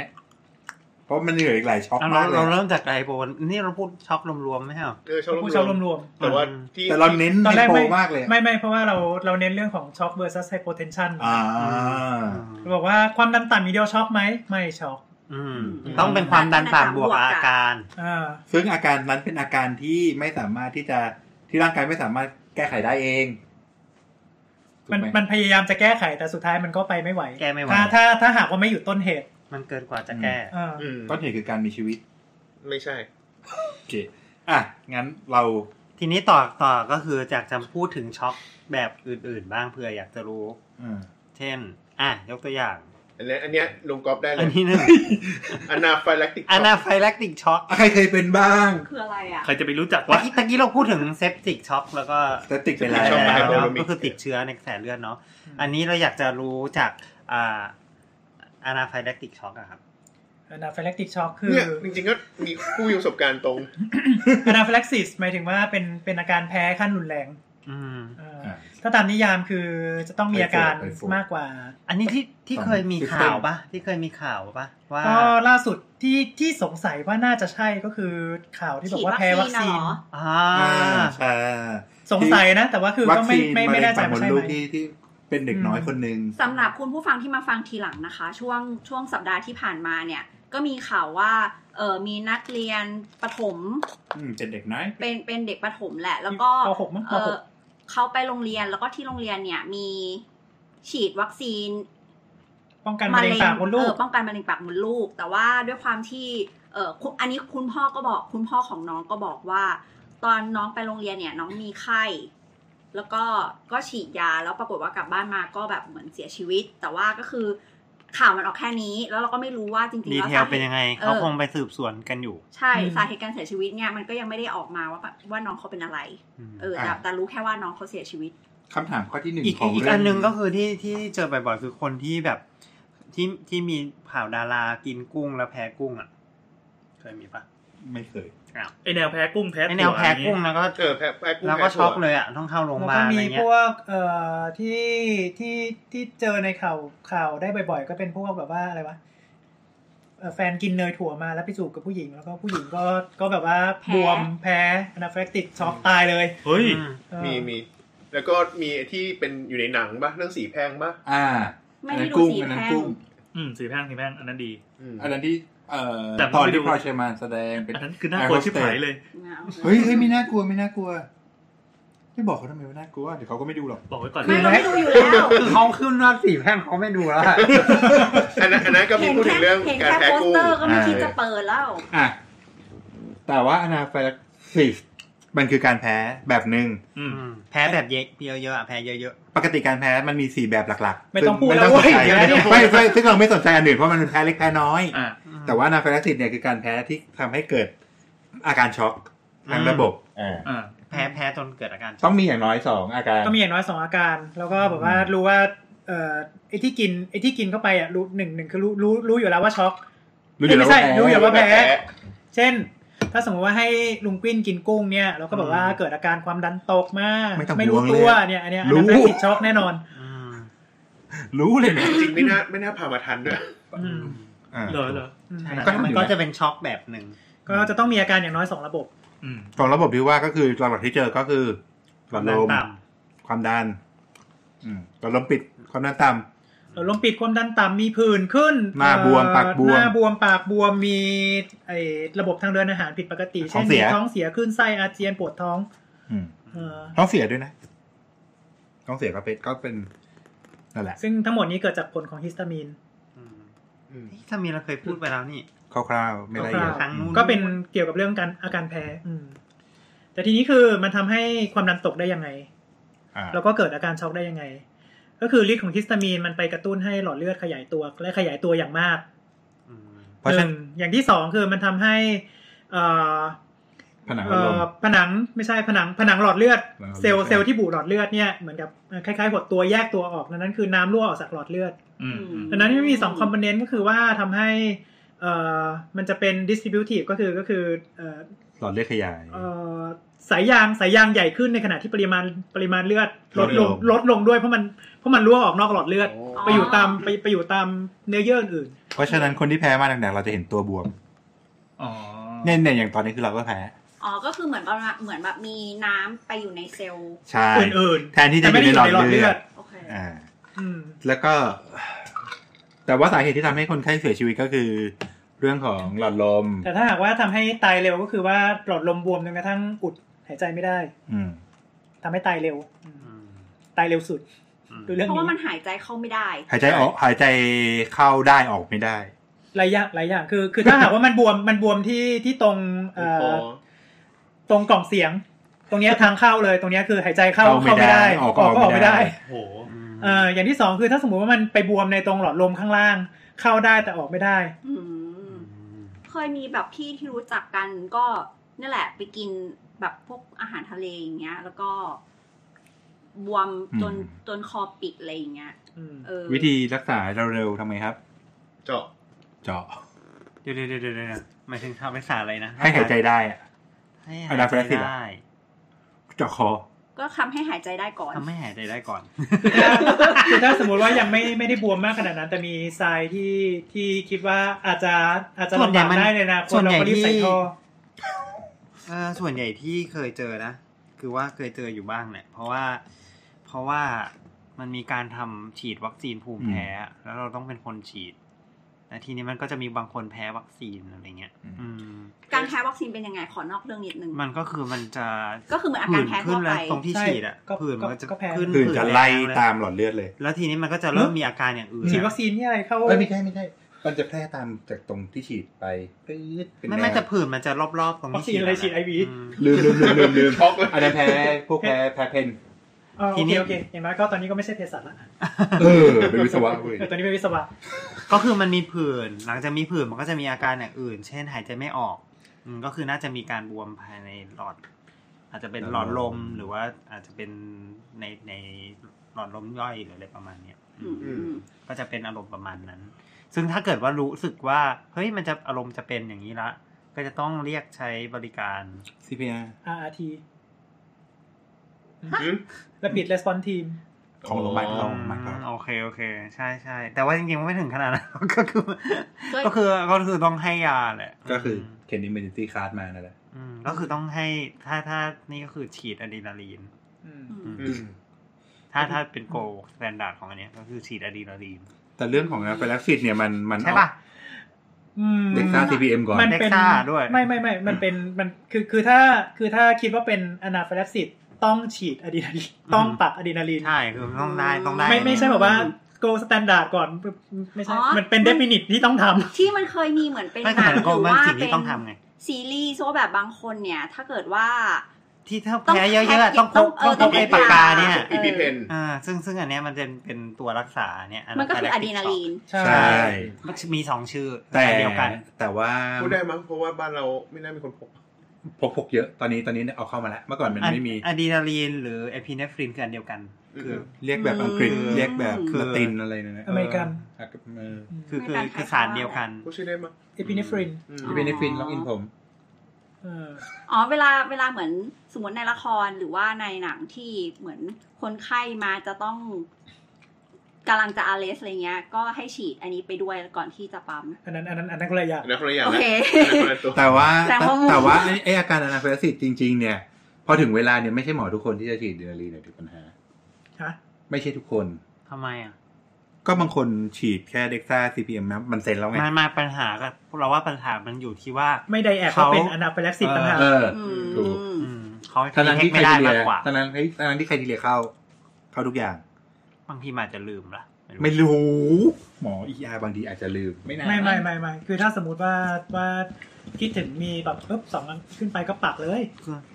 เพราะมันเหนื่อยอีกหลายช็อก เรา มากเล เรา ย เริ่มจากไดโบนนี่เราพูดช็อกรวมๆไหมเหรอ เออชอบ ผู้ ร เชาว ม รวม แต่ว่าที่ แต่เราเน้น ๆ ตอน ไฮ แรก โป ไม่ มากเลย ไม่ไม่เพราะว่าเราเราเน้นเรื่องของ shock versus hypotension อ่า บอกว่าความดันต่ำมีเดียวช็อกไหมไม่ช็อก อืม อืม ต้องเป็นความดันต่ำบวก บวกกับ อาการ อ่า ซึ่งอาการนั้นเป็นอาการที่ไม่สามารถที่จะที่ร่างกายไม่สามารถแก้ไขได้เองถูก มัน ไห มันพยายามจะแก้ไขแต่สุดท้ายมันก็ไปไม่ไหว แก้ไม่ไหว ถ้าถ้าถ้าหากว่าไม่อยู่ต้นเหตุ มันเกินกว่าจะแก้ อ่า อืม ต้นเหตุคือการมีชีวิต ไม่ใช่ โอเคอ่ะงั้นเรา ทีนี้ต่อต่อก็คือจากจะพูดถึงช็อกแบบอื่นๆ บ้างเผื่ออยากจะรู้ อ่า เช่น อ่ะ ยกตัวอย่าง อันเนี้ยอันเนี้ยลุงก๊อฟได้เล อัน ย นี้หนึง อนาไฟลักติก อนาไฟแลคติกช็อก อ่ะใครเคยเป็นบ้าง คืออะไรอ่ะ ใครจะไปรู้จัก ตะ วะ กี้ตะกี้เราพูดถึงเซปติกช็อกแล้วก็ แต่ติดไป เป็น แล้ ลา วย ช็อก แล้ว ไฮโป เน โล อะ มิ ก็คือติดเชื้อในกระแสเลือดเนาะ อันนี้เราอยากจะรู้จากอ่าอนาไฟแลคติกช็อกอะครับ นาฟิลักติกช็อกคือ เนี่ยจริงๆก็มีผู้มีประสบการณ์ตรง อนาฟิลักซิสหมายถึงว่าเป็นเป็นอาการแพ้ขั้นรุนแรง อืม อ่า อ่ะ ถ้าตามนิยามคือจะต้องมีอาการ ไฟฟูไฟฟู มากกว่า อันนี้ที่ที่ ตอน เคยมี ซิสเต็ม ข่าวปะที่เคยมีข่าวปะว่า ก็ล่าสุดที่ที่สงสัยว่าน่าจะใช่ก็คือข่าวที่บอกว่าแพ้วัคซีฉีดวัคซีนนน่ะเหรอ อ่า อ่าใช่ สงสัยนะ แต่ว่าคือ วั ก็ ค ไม่ ซีน ไม่ มะ ไม่ เร็ แน่ ง ใจ ปากม ว่า ด ใช่ ลูกไหม ที่ที่เป็นเด็กน้อยคนหนึ่ง สำหรับคุณผู้ฟังที่มาฟังทีหลังนะคะ ช่วงช่วงสัปดาห์ที่ผ่านมาเนี่ย ก็มีข่าวว่าเออมีนักเรียนประถม อืมเป็นเด็กน้อย เป็นเป็นเด็กประถมแหละ แล้วก็ ปหกมั้งปหก เอ่อเขาไปโรงเรียนแล้วก็ที่โรงเรียนเนี่ยมีฉีดวัคซีน ป้องกันมะเร็งปากมดลู เอก อป้องกันมะเร็งปากมดลูก แต่ว่าด้วยความที่เออคุณอันนี้คุณพ่อก็บอกคุณพ่อของน้องก็บอกว่า ตอนน้องไปโรงเรียนเนี่ย น้องมีไข้ แล้วก็ก็ฉีดยาแล้วปรากฏว่ากลับบ้านมาก็แบบเหมือนเสียชีวิต แต่ว่าก็คือข่าวมันออกแค่นี้แล้วเราก็ไม่รู้ว่าจริงๆ ดี แล้ว เท สา ล หตุ เป็นยังไง ออ เขาคงไปสืบสวนกันอยู่ ใช่ อืม สาเหตุการเสียชีวิตเนี่ยมันก็ยังไม่ได้ออกมาว่าแบบว่าน้องเขาเป็นอะไร ม เออแต่แต่รู้แค่ว่าน้องเขาเสียชีวิต คำถามข้อที่หนึ่ง อีก ของ อีก เรื่ อั อั นหนึงก็คือที่ที่เจอบ่อยๆคือคนที่แบบที่ที่มีข่าวดารากินกุ้งแล้วแพ้กุ้งอ่ะ เคยมีปะ ไม่เคย ไอแนวแพ้กุ้งแพ้ ไอแนวแพ้กุ้งแล้วก็ เออแพ้แพ้กุ้ง แล้วก็ แพ้ถั่ว ช็อกเลยอ่ะต้องเข้าโรงพยา แล้ว บาลก็อะ มี ไร พ เงี้ยว กเอ่อที่ที่ที่เจอในข่าวข่าวได้บ่อยๆ ก็เป็นพวกแบบว่าอะไรวะเอ่อแฟนกินเนยถั่วมาแล้วไปจูบกับผู้หญิง แล้วก็ผู้หญิงก็ก็แบบว่า แพ้ บวมแพ้อนาฟิลักติกช็อกตายเลย เฮ้ย อืม เออ มีมีแล้วก็มีไอ้ที่เป็นอยู่ในหนังปะเรื่องสีแพร่งปะ อ่า ไม่ อัน ได้ นั้น ดู กุ้ง สี อันนั้น แพร่ง กุ้ง อืมสีแพร่งสีแพร่งอันนั้นดี อืม อันนั้นที่เอ่อ แต่ผม ตอน ไม่ดู ที่พลอยเชอร์แมนแสดงเป็น อันนั้นคือน่ากลัวชิบหายเลย นะอาถอะ เฮ้ยเฮ้ยไม่น่ากลัวไม่น่ากลัวไม่บอกเขาทำไมว่าน่ากลัวเดี๋ยวเขาก็ไม่ดูหรอก บอกไว้ก่อน ไม่เราไม่ดูอยู่แล้ว เขาขึ้นว่าสีแพร่งเขาไม่ดูแล้วอะ อันนั้นอันนั้นก็มีพูดถึงเรื่อง เห็น การ แค่ แพ้ โปส กุ้ง เตอร์ก็ไม่คิดจะเปิดแล้ว อ่ะแต่ว่าอนาไฟลักซิสมันคือการแพ้แบบหนึ่ง อื อื ม มแพ้แบบเยอะเยอะๆอะแพ้เยอะ ปกติการแพ้มันมีสี่แบบหลักๆ ไม่ต้องพูดแล้วเว้ย ซึ่ง เดี๋ยว ไม่ นะ ต้องสนใจไม่เนี่ยไม่ซึ่งเราไม่สนใจอันอื่นเพราะมันเป็นแพ้เล็กแพ้น้อย อ่า ๆ แต่ว่าอนาไฟลักซิสเนี่ยคือการแพ้ที่ทำให้เกิดอาการช็อกทางระบบอ่า อ่า แพ้แพ้จนเกิดอาการช็อก ต้องมีอย่างน้อยสองอาการ ก็มีอย่างน้อยสองอาการ แล้วก็แบบว่ารู้ว่าเอ่อไอ้ที่กินไอ้ที่กินเข้าไปอ่ะรู้หนึ่งหนึ่งคือรู้รู้รู้อยู่แล้วว่าช็อก รู้อยู่แล้ว ไม่ใช่ ว่าแพ้ รู้อยู่แล้วว่าแพ้ พ้ เช่น ถ้าสมมติว่าให้ลุงกวิ้นกินกุ้งเนี่ย เราก็แบบว่า อืม เกิดอาการความดันตกมาก ไม่ต้องห่รู้วง ตัว เลย เนี่ยอันเนี้ยอั รู้ นนั้นติดช็อกแน่นอน อืม รู้เลยเนี่ย จริงไม่น่าไม่น่าพามาทันด้วย อืม อ่า เหรอเหรอ อืม ใช่ ก็ทำอยู่ มันก็จะเป็นช็อกแบบหนึ่ง ก็จะต้องมีอาการอย่างน้อยสองระบบ อืม สองระบบที่ว่าก็คือหลักๆที่เจอก็คือหลอดลคมวามดันต่ ความดันอืมหลอดลมปิดความดันต่ เราลมปิดความดันต่ำมีผื่นขึ้น หน้าบวม เอ่อ ปากบวม หน้าบวมปากบวมมีไอ้ระบบทางเดินอาหารผิดปกติ ท้อ เช่ ง น เสี มี ย ท้องเสียขึ้นไส้อาเจียนปวดท้อง ำอืม เออ ท้องเสียด้วยนะท้องเสียก็เป็นก็เป็นนั่นแหละ ซึ่งทั้งหมดนี้เกิดจากผลของฮิสตามีน อืม อืม เอ๊ะถ้ามีเราเคยพูดไปแล้วนี่ คร่าวๆไม่ละเอียด ครั้งนู้น ก็เป็นเกี่ยวกับเรื่องการอาการแพ้ อืม แต่ทีนี้คือมันทำให้ความดันตกได้ยังไง อ่า แล้วก็เกิดอาการช็อกได้ยังไง ก็คือฤทธิ์ของฮิสตามีนมันไปกระตุ้นให้หลอดเลือดขยายตัวและขยายตัวอย่างมาก อืม เพราะ ห ฉะนั้ นึ่ น งอย่างที่สองคือมันทำให้เอ่อ ผนังอา เอ่ รม อ ณ์ ผนังไม่ใช่ผนังผนังหลอดเลือด หลอดเลือด เซลล์เซลล์ที่บุหลอดเลือดเนี่ยเหมือนกับเอ่อคล้ายๆหดตัวแยกตัวออกดังนั้นคือน้ำรั่วออกจากหลอดเลือด อืมอืม ดังนั้นมันมีสองคอมโพเนนต์ก็คือว่าทำให้เอ่อมันจะเป็น distributive ก็คือก็คือเอ่อ หลอดเลือดขยาย เอ่อสายยางสายยางใหญ่ขึ้นในขณะที่ปริมาณปริมาณเลือดลดลง ลดลง ลดลงด้วยเพราะมันเพราะมันรั่วออกนอกหลอดเลือด อ๋ อ ไปอยู่ตามไปไปอยู่ตามเนื้อเยื่ออื่น เพราะฉะนั้นคนที่แพ้มาหนักๆเราจะเห็นตัวบวม อ๋อ เนี่ยเนี่ยอย่างตอนนี้คือเราก็แพ้ อ๋อ ก็คือเหมือนประมาณเหมือนแบบมีน้ำไปอยู่ในเซลล์ ใช่ อื่น แทนที่จะอยู่ในหลอดเลือด โอเค อ่า ๆอืม แล้วก็ แต่ว่าสาเหตุที่ทำให้คนไข้เสียชีวิตก็คือ เรื่องของหลอดลม แต่ถ้าหากว่าทำให้ตายเร็วก็คือว่าหลอดลมบวมจนกระทั่งอุดหายใจไม่ได้ อืม ทำให้ตายเร็วอืม อืม ตายเร็วสุด อืม ดูเรื่อง เพราะว่ามัน นี้ หายใจเข้าไม่ได้ หายใจออกหายใจเข้าได้ออกไม่ได้ หลายอย่างหลายอย่างคือ คือถ้าหากว่ามันบวมมันบวมที่ที่ตรงเอ่ อ อ ตรงกล่องเสียง ตรงเนี้ยทางเข้าเลยตรงเนี้ยคือหายใจเข้า เข้าไม่ เข้าไม่ ได้ ได้ อ อ อ อก ก ก็ ก็ อ อ อก อก ไม่ ไม่ ได้ ได้ โห เอ่ออย่างที่สองคือถ้าสมมติว่ามันไปบวมในตรงหลอดลมข้างล่าง เข้าได้แต่ออกไม่ได้ อืม เคยมีแบบพี่ที่รู้จักกันก็นี่แหละไปกินแบบพวกอาหารทะเลอย่างเงี้ย แล้วก็บวมจน อืม จนคอปิดอะไรอย่างเงี้ย อืม เออ วิธีรักษาเร็วๆทำไงครับ เจาะ เจาะ เดี๋ยวเดี๋ยวเดี๋ยวเดี๋ยวเดี๋ยวหมายถึงทำรักษาอะไรนะ ให้หายใจได้อะ ให้ อะ หาย ดาฟ ใจ ราซิสเหรอ ได้ เจาะคอ ก็ทำให้หายใจได้ก่อน ทำให้หายใจได้ก่อน คือถ้าสมมติว่ายังไม่ไม่ได้บวมมากขนาดนั้น แต่มีทรายที่ที่คิดว่าอาจจะอาจจะ ส่วน ลำ ใหญ่ บาก มัน ได้เลยนะค ส่วน น เรา ใหญ่ ก็รีบ ที่ ใส่ท่อ เอ่อส่วนใหญ่ที่เคยเจอนะ คือว่าเคยเจออยู่บ้างแหละเพราะว่าเพราะว่ามันมีการทำฉีดวัคซีนภูมิแพ้อะแล้วเราต้องเป็นคนฉีดแล้วทีนี้มันก็จะมีบางคนแพ้วัคซีนอะไรเงี้ย อืม อืม การแพ้วัคซีนเป็นยังไงขอนอกเรื่องนิดนึง มันก็คือมันจะ ก็คือเหมือนอาการแพ้ ผื่นขึ้น ทั่วไป แล้วตรงที่ฉีดอ่ะ ก็ ผื่น ก็ มันก็จะ ก็แพ้ ขึ้น คือจะไล่ ผื่น ตามหลอดเลือดเลย แล้วทีนี้มันก็จะเริ่มมีอาการอย่างอื่น ฉีดวัคซีนนี่อะไรเข้า เอ้ยไม่ใช่ไม่ใช่ มันจะแพร่ตามจากตรงที่ฉีดไปปื๊ดเป็น ไม่ แนว ไม่แต่ผื่นมันจะรอบๆตรง วัค ที่ ซีนอะไรฉีดไอวี อืม ลืมลืมลืมลืมลืม ช็อกเลย อันนั้นแพ้พวกแพ้แพ้เพน โอ ที เค นี้ โอเคอย่างน้อยก็ตอนนี้ก็ไม่ใช่เภสัชละ เออเป็นวิศวะเว้ย เออตอนนี้เป็นวิศวะ ก็คือมันมีผื่น หลังจากมีผื่นมันก็จะมีอาการอย่างอื่น เช่นหายใจไม่ออกอืมก็คือน่าจะมีการบวมภายในหลอด อาจจะเป็นหลอดลมหรือว่าอาจจะเป็นในในหลอดลมย่อยหรืออะไรประมาณเนี้ยอืม อืม ก็จะเป็นอารมณ์ประมาณนั้น ซึ่งถ้าเกิดว่ารู้สึกว่าเฮ้ยมันจะอารมณ์จะเป็นอย่างนี้ละ ก็จะต้องเรียกใช้บริการ ซีพีอา อ่าอาที อืม และปิด response team ของโรงพยาบาล อ๋อ ของโรงพยาบาล อืมก่อนโอเคโอเค ใช่ใช่แต่ว่าจริงๆมันไม่ถึงขนาดนั้น ก็คือ ก็ ก็คือก็คือต้องให้ยาแหละ ก็คือเข็นอิมเมอร์เจนซี่คาร์ดมานั่นแหละ อืมก็คือต้องให้ถ้าถ้านี่ก็คือฉีดอะดรีนาลีน อืม อืม อืม ถ้าถ้าเป็นโกลสแตนดาร์ดของอันเนี้ยก็คือฉีดอะดรีนาลีน แต่เรื่องของนาไฟลักซิตเนี่ยมันมัน ใช่ป่ะ อืม เด็กซ่าซีพีเอ็มก่อน มันเป็น Nexa ด้วย ไม่ไม่ไม่มันเป็นมันคือคือถ้าคือถ้าคิดว่าเป็นอนาฟิลักซิสต้องฉีดอะดรีนาลีนต้องปักอะดรีนาลีน ใช่คือต้องได้ต้องได้ ไม่ อัน ไม่ เนี้ย ใช่แบบว่า go standard ก่อนไม่ใช่ อ๋อ มันเป็น definite ที่ต้องท ที่มันเคยมีเหมือนเป็น ไม่ ห ข นั นาง ด ห โกล รือ มัน ว่า สิ่ง เป็ ที่ น ต้องทำไง ซีรีส์ว่าแบบบางคนเนี่ย ถ้าเกิดว่า ที่ถ้า ต้อง แพ้เยอะๆอะต้องพก ต้ ต้ออง ง เอพกอไอ้ ต้อปางพกกกาย า เนี่ย อีพีเพน อ่าซึ่งซึ่งอันเนี้ยมันจะเป็นตัวรักษาเนี่ย มันก็คืออะดรีนาลีน ำใช่ ใช่ มันมีสองชื่อ แต่ เดียวกัน แต่ว่า พูดได้มั้งเพราะว่าบ้านเราไม่น่ามีคนพก พกพกเยอะตอนนี้ตอนนี้เนี่ยเอาเข้ามาแล้ว เมื่อก่อนมันไม่มี อะดรีนาลีนหรือเอพิเนฟรินคืออันเดียวกัน คือ เรียกแบบอังกฤษ อืม เรียกแบบ คือ ละตินอะไรนะนะ อเมริกัน เออเออ คือคือคือสารเดียวกัน พูดชื่อได้มั้ง เอพิเนฟริน อืม ที่เป็นในฟินล็อกอินผม เออ อ๋อเวลาเวลาเหมือนสมมติในละครหรือว่าในหนังที่เหมือนคนไข้มาจะต้องกำลังจะอาเลสอะไรเงี้ย ก็ให้ฉีดอันนี้ไปด้วยก่อนที่จะปั๊ม อันนั้นอันนั้นอันนั้นคนละอย่าง อันนั้นคนละอย่าง โอ นะ เค อันนั้นคนละตัว แต่ว่า แต่ว่า แต่ว่าไอ้ไออาการอนาฟิลักซิสจริง ๆ เนี่ย พอถึงเวลาเนี่ยไม่ใช่หมอทุกคนที่จะฉีดเดนาลีนเนี่ยถึงปัญหา ฮะ ไม่ใช่ทุกคน ทำไมอ่ะ ก็บางคนฉีดแค่เด็กซ่า CPM นะมันเซ็นแล้วไง มันมาปัญหากับเราว่าปัญหามันอยู่ที่ว่า ไม่ไดแอกเขา เขา เป็นอนาฟิลักซิสต่างหาก เออ อื ถูก ม อืมเขา ทั้งนั้นที่ เทค ใคร ไม่ได้ ทีเลี มาก ย กว่า ทั้งนั้นทั้งนั้นที่ใครทีเลียเข้าเข้าทุกอย่าง บางทีมันอาจจะลืมละ ไม่รู้ หมออีอาบางทีอาจจะลืม ไม่น่า ไม่ไม่ไม่ไม่คือถ้าสมมติว่าว่าคิดถึงมีแบบเอ๊บสองอันขึ้นไปก็ปักเลย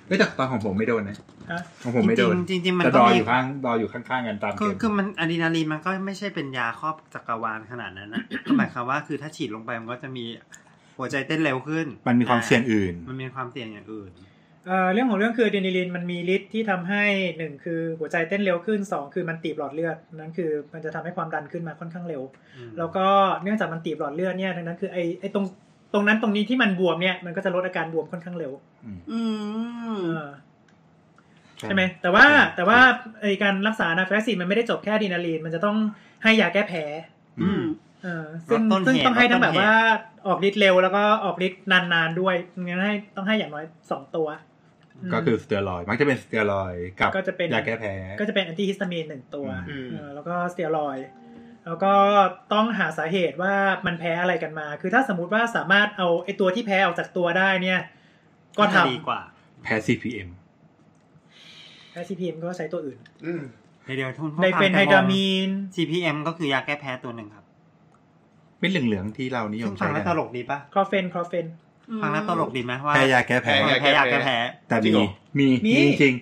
ไม่แต่ตอนของผมไม่โดนนะ ฮะ ของผมไม่โดน จริงๆจริงๆมัน แต่ ก็ รอ มี อยู่ข้างรออยู่ข้างๆกันตาม คือเกม คือมันอะดรีนาลีนมันก็ไม่ใช่เป็นยาครอบจักรวาลขนาดนั้นนะ ก็หมายความว่าคือถ้าฉีดลงไปมันก็จะมีหัวใจเต้นเร็วขึ้น มันมีความเสี่ยงอื่น มันมีความเสี่ยงอย่างอื่น เอ่อเรื่องของเรื่องคืออะดรีนาลีนมันมีฤทธิ์ที่ทำให้หนึ่งคือหัวใจเต้นเร็วขึ้นสองคือมันตีบหลอดเลือดนั้นคือมันจะทำให้ความดันขึ้นมาค่อนข้างเร็ว แล้วก็เนื่องจากมันตีบหลอดเลือดเนี่ยดังนั้นคือไอ้ไอ้ตรงตรงนั้นตรงนี้ที่มันบวมเนี่ยมันก็จะลดอาการบวมค่อนข้างเร็ว อืม เออใช่ไหมแต่ว่าแต่ว่าไอ้การรักษานาฟลซีมันไม่ได้จบแค่อะดรีนาลีนมันจะต้องให้ยาแก้แผล อืม เออซึ่ง ลดต้น ซึ่ง เหตุ ต้องให้ ลดต้น ทั้งแบบ เหตุ ว่าออกฤทธิ์เร็วแล้วก็ออกฤทธิ์นานๆด้วยงั้นให้ต้องให้อย่างน้อยสองตัวม ก็คือสเตียรอยด์มักจะเป็นสเตียรอยด์กับ ก็จะเป็น ยาแก้แพ้ ก็จะเป็นแอนติฮิสตามีนหนึ่งตัว อืม เออแล้วก็สเตียรอยด์แล้วก็ต้องหาสาเหตุว่ามันแพ้อะไรกันมา คือถ้าสมมติว่าสามารถเอาไอตัวที่แพ้ออกจากตัวได้เนี่ย ก็ จะ ทำ ดีกว่า แพ้ CPM แพ้ซีพีเอ็มก็ใช้ตัวอื่น อืม เดี๋ยวทุน ไดเฟนไฮดรามีน CPM ก็คือยาแก้แพ้ตัวหนึ่งครับ เม็ดเหลืองๆที่เรานิย ซึ่ ม งฟั ใช้ งแล้วต กัน ลกดีปะ คลอเฟนคลอเฟน ฟังแล้วตลกดีไหมว่า แพ้ยาแก้แพ้ แพ้ แพ้ยาแก้แพ้ แต่ จริงมีเหรอ มี มี มีจริง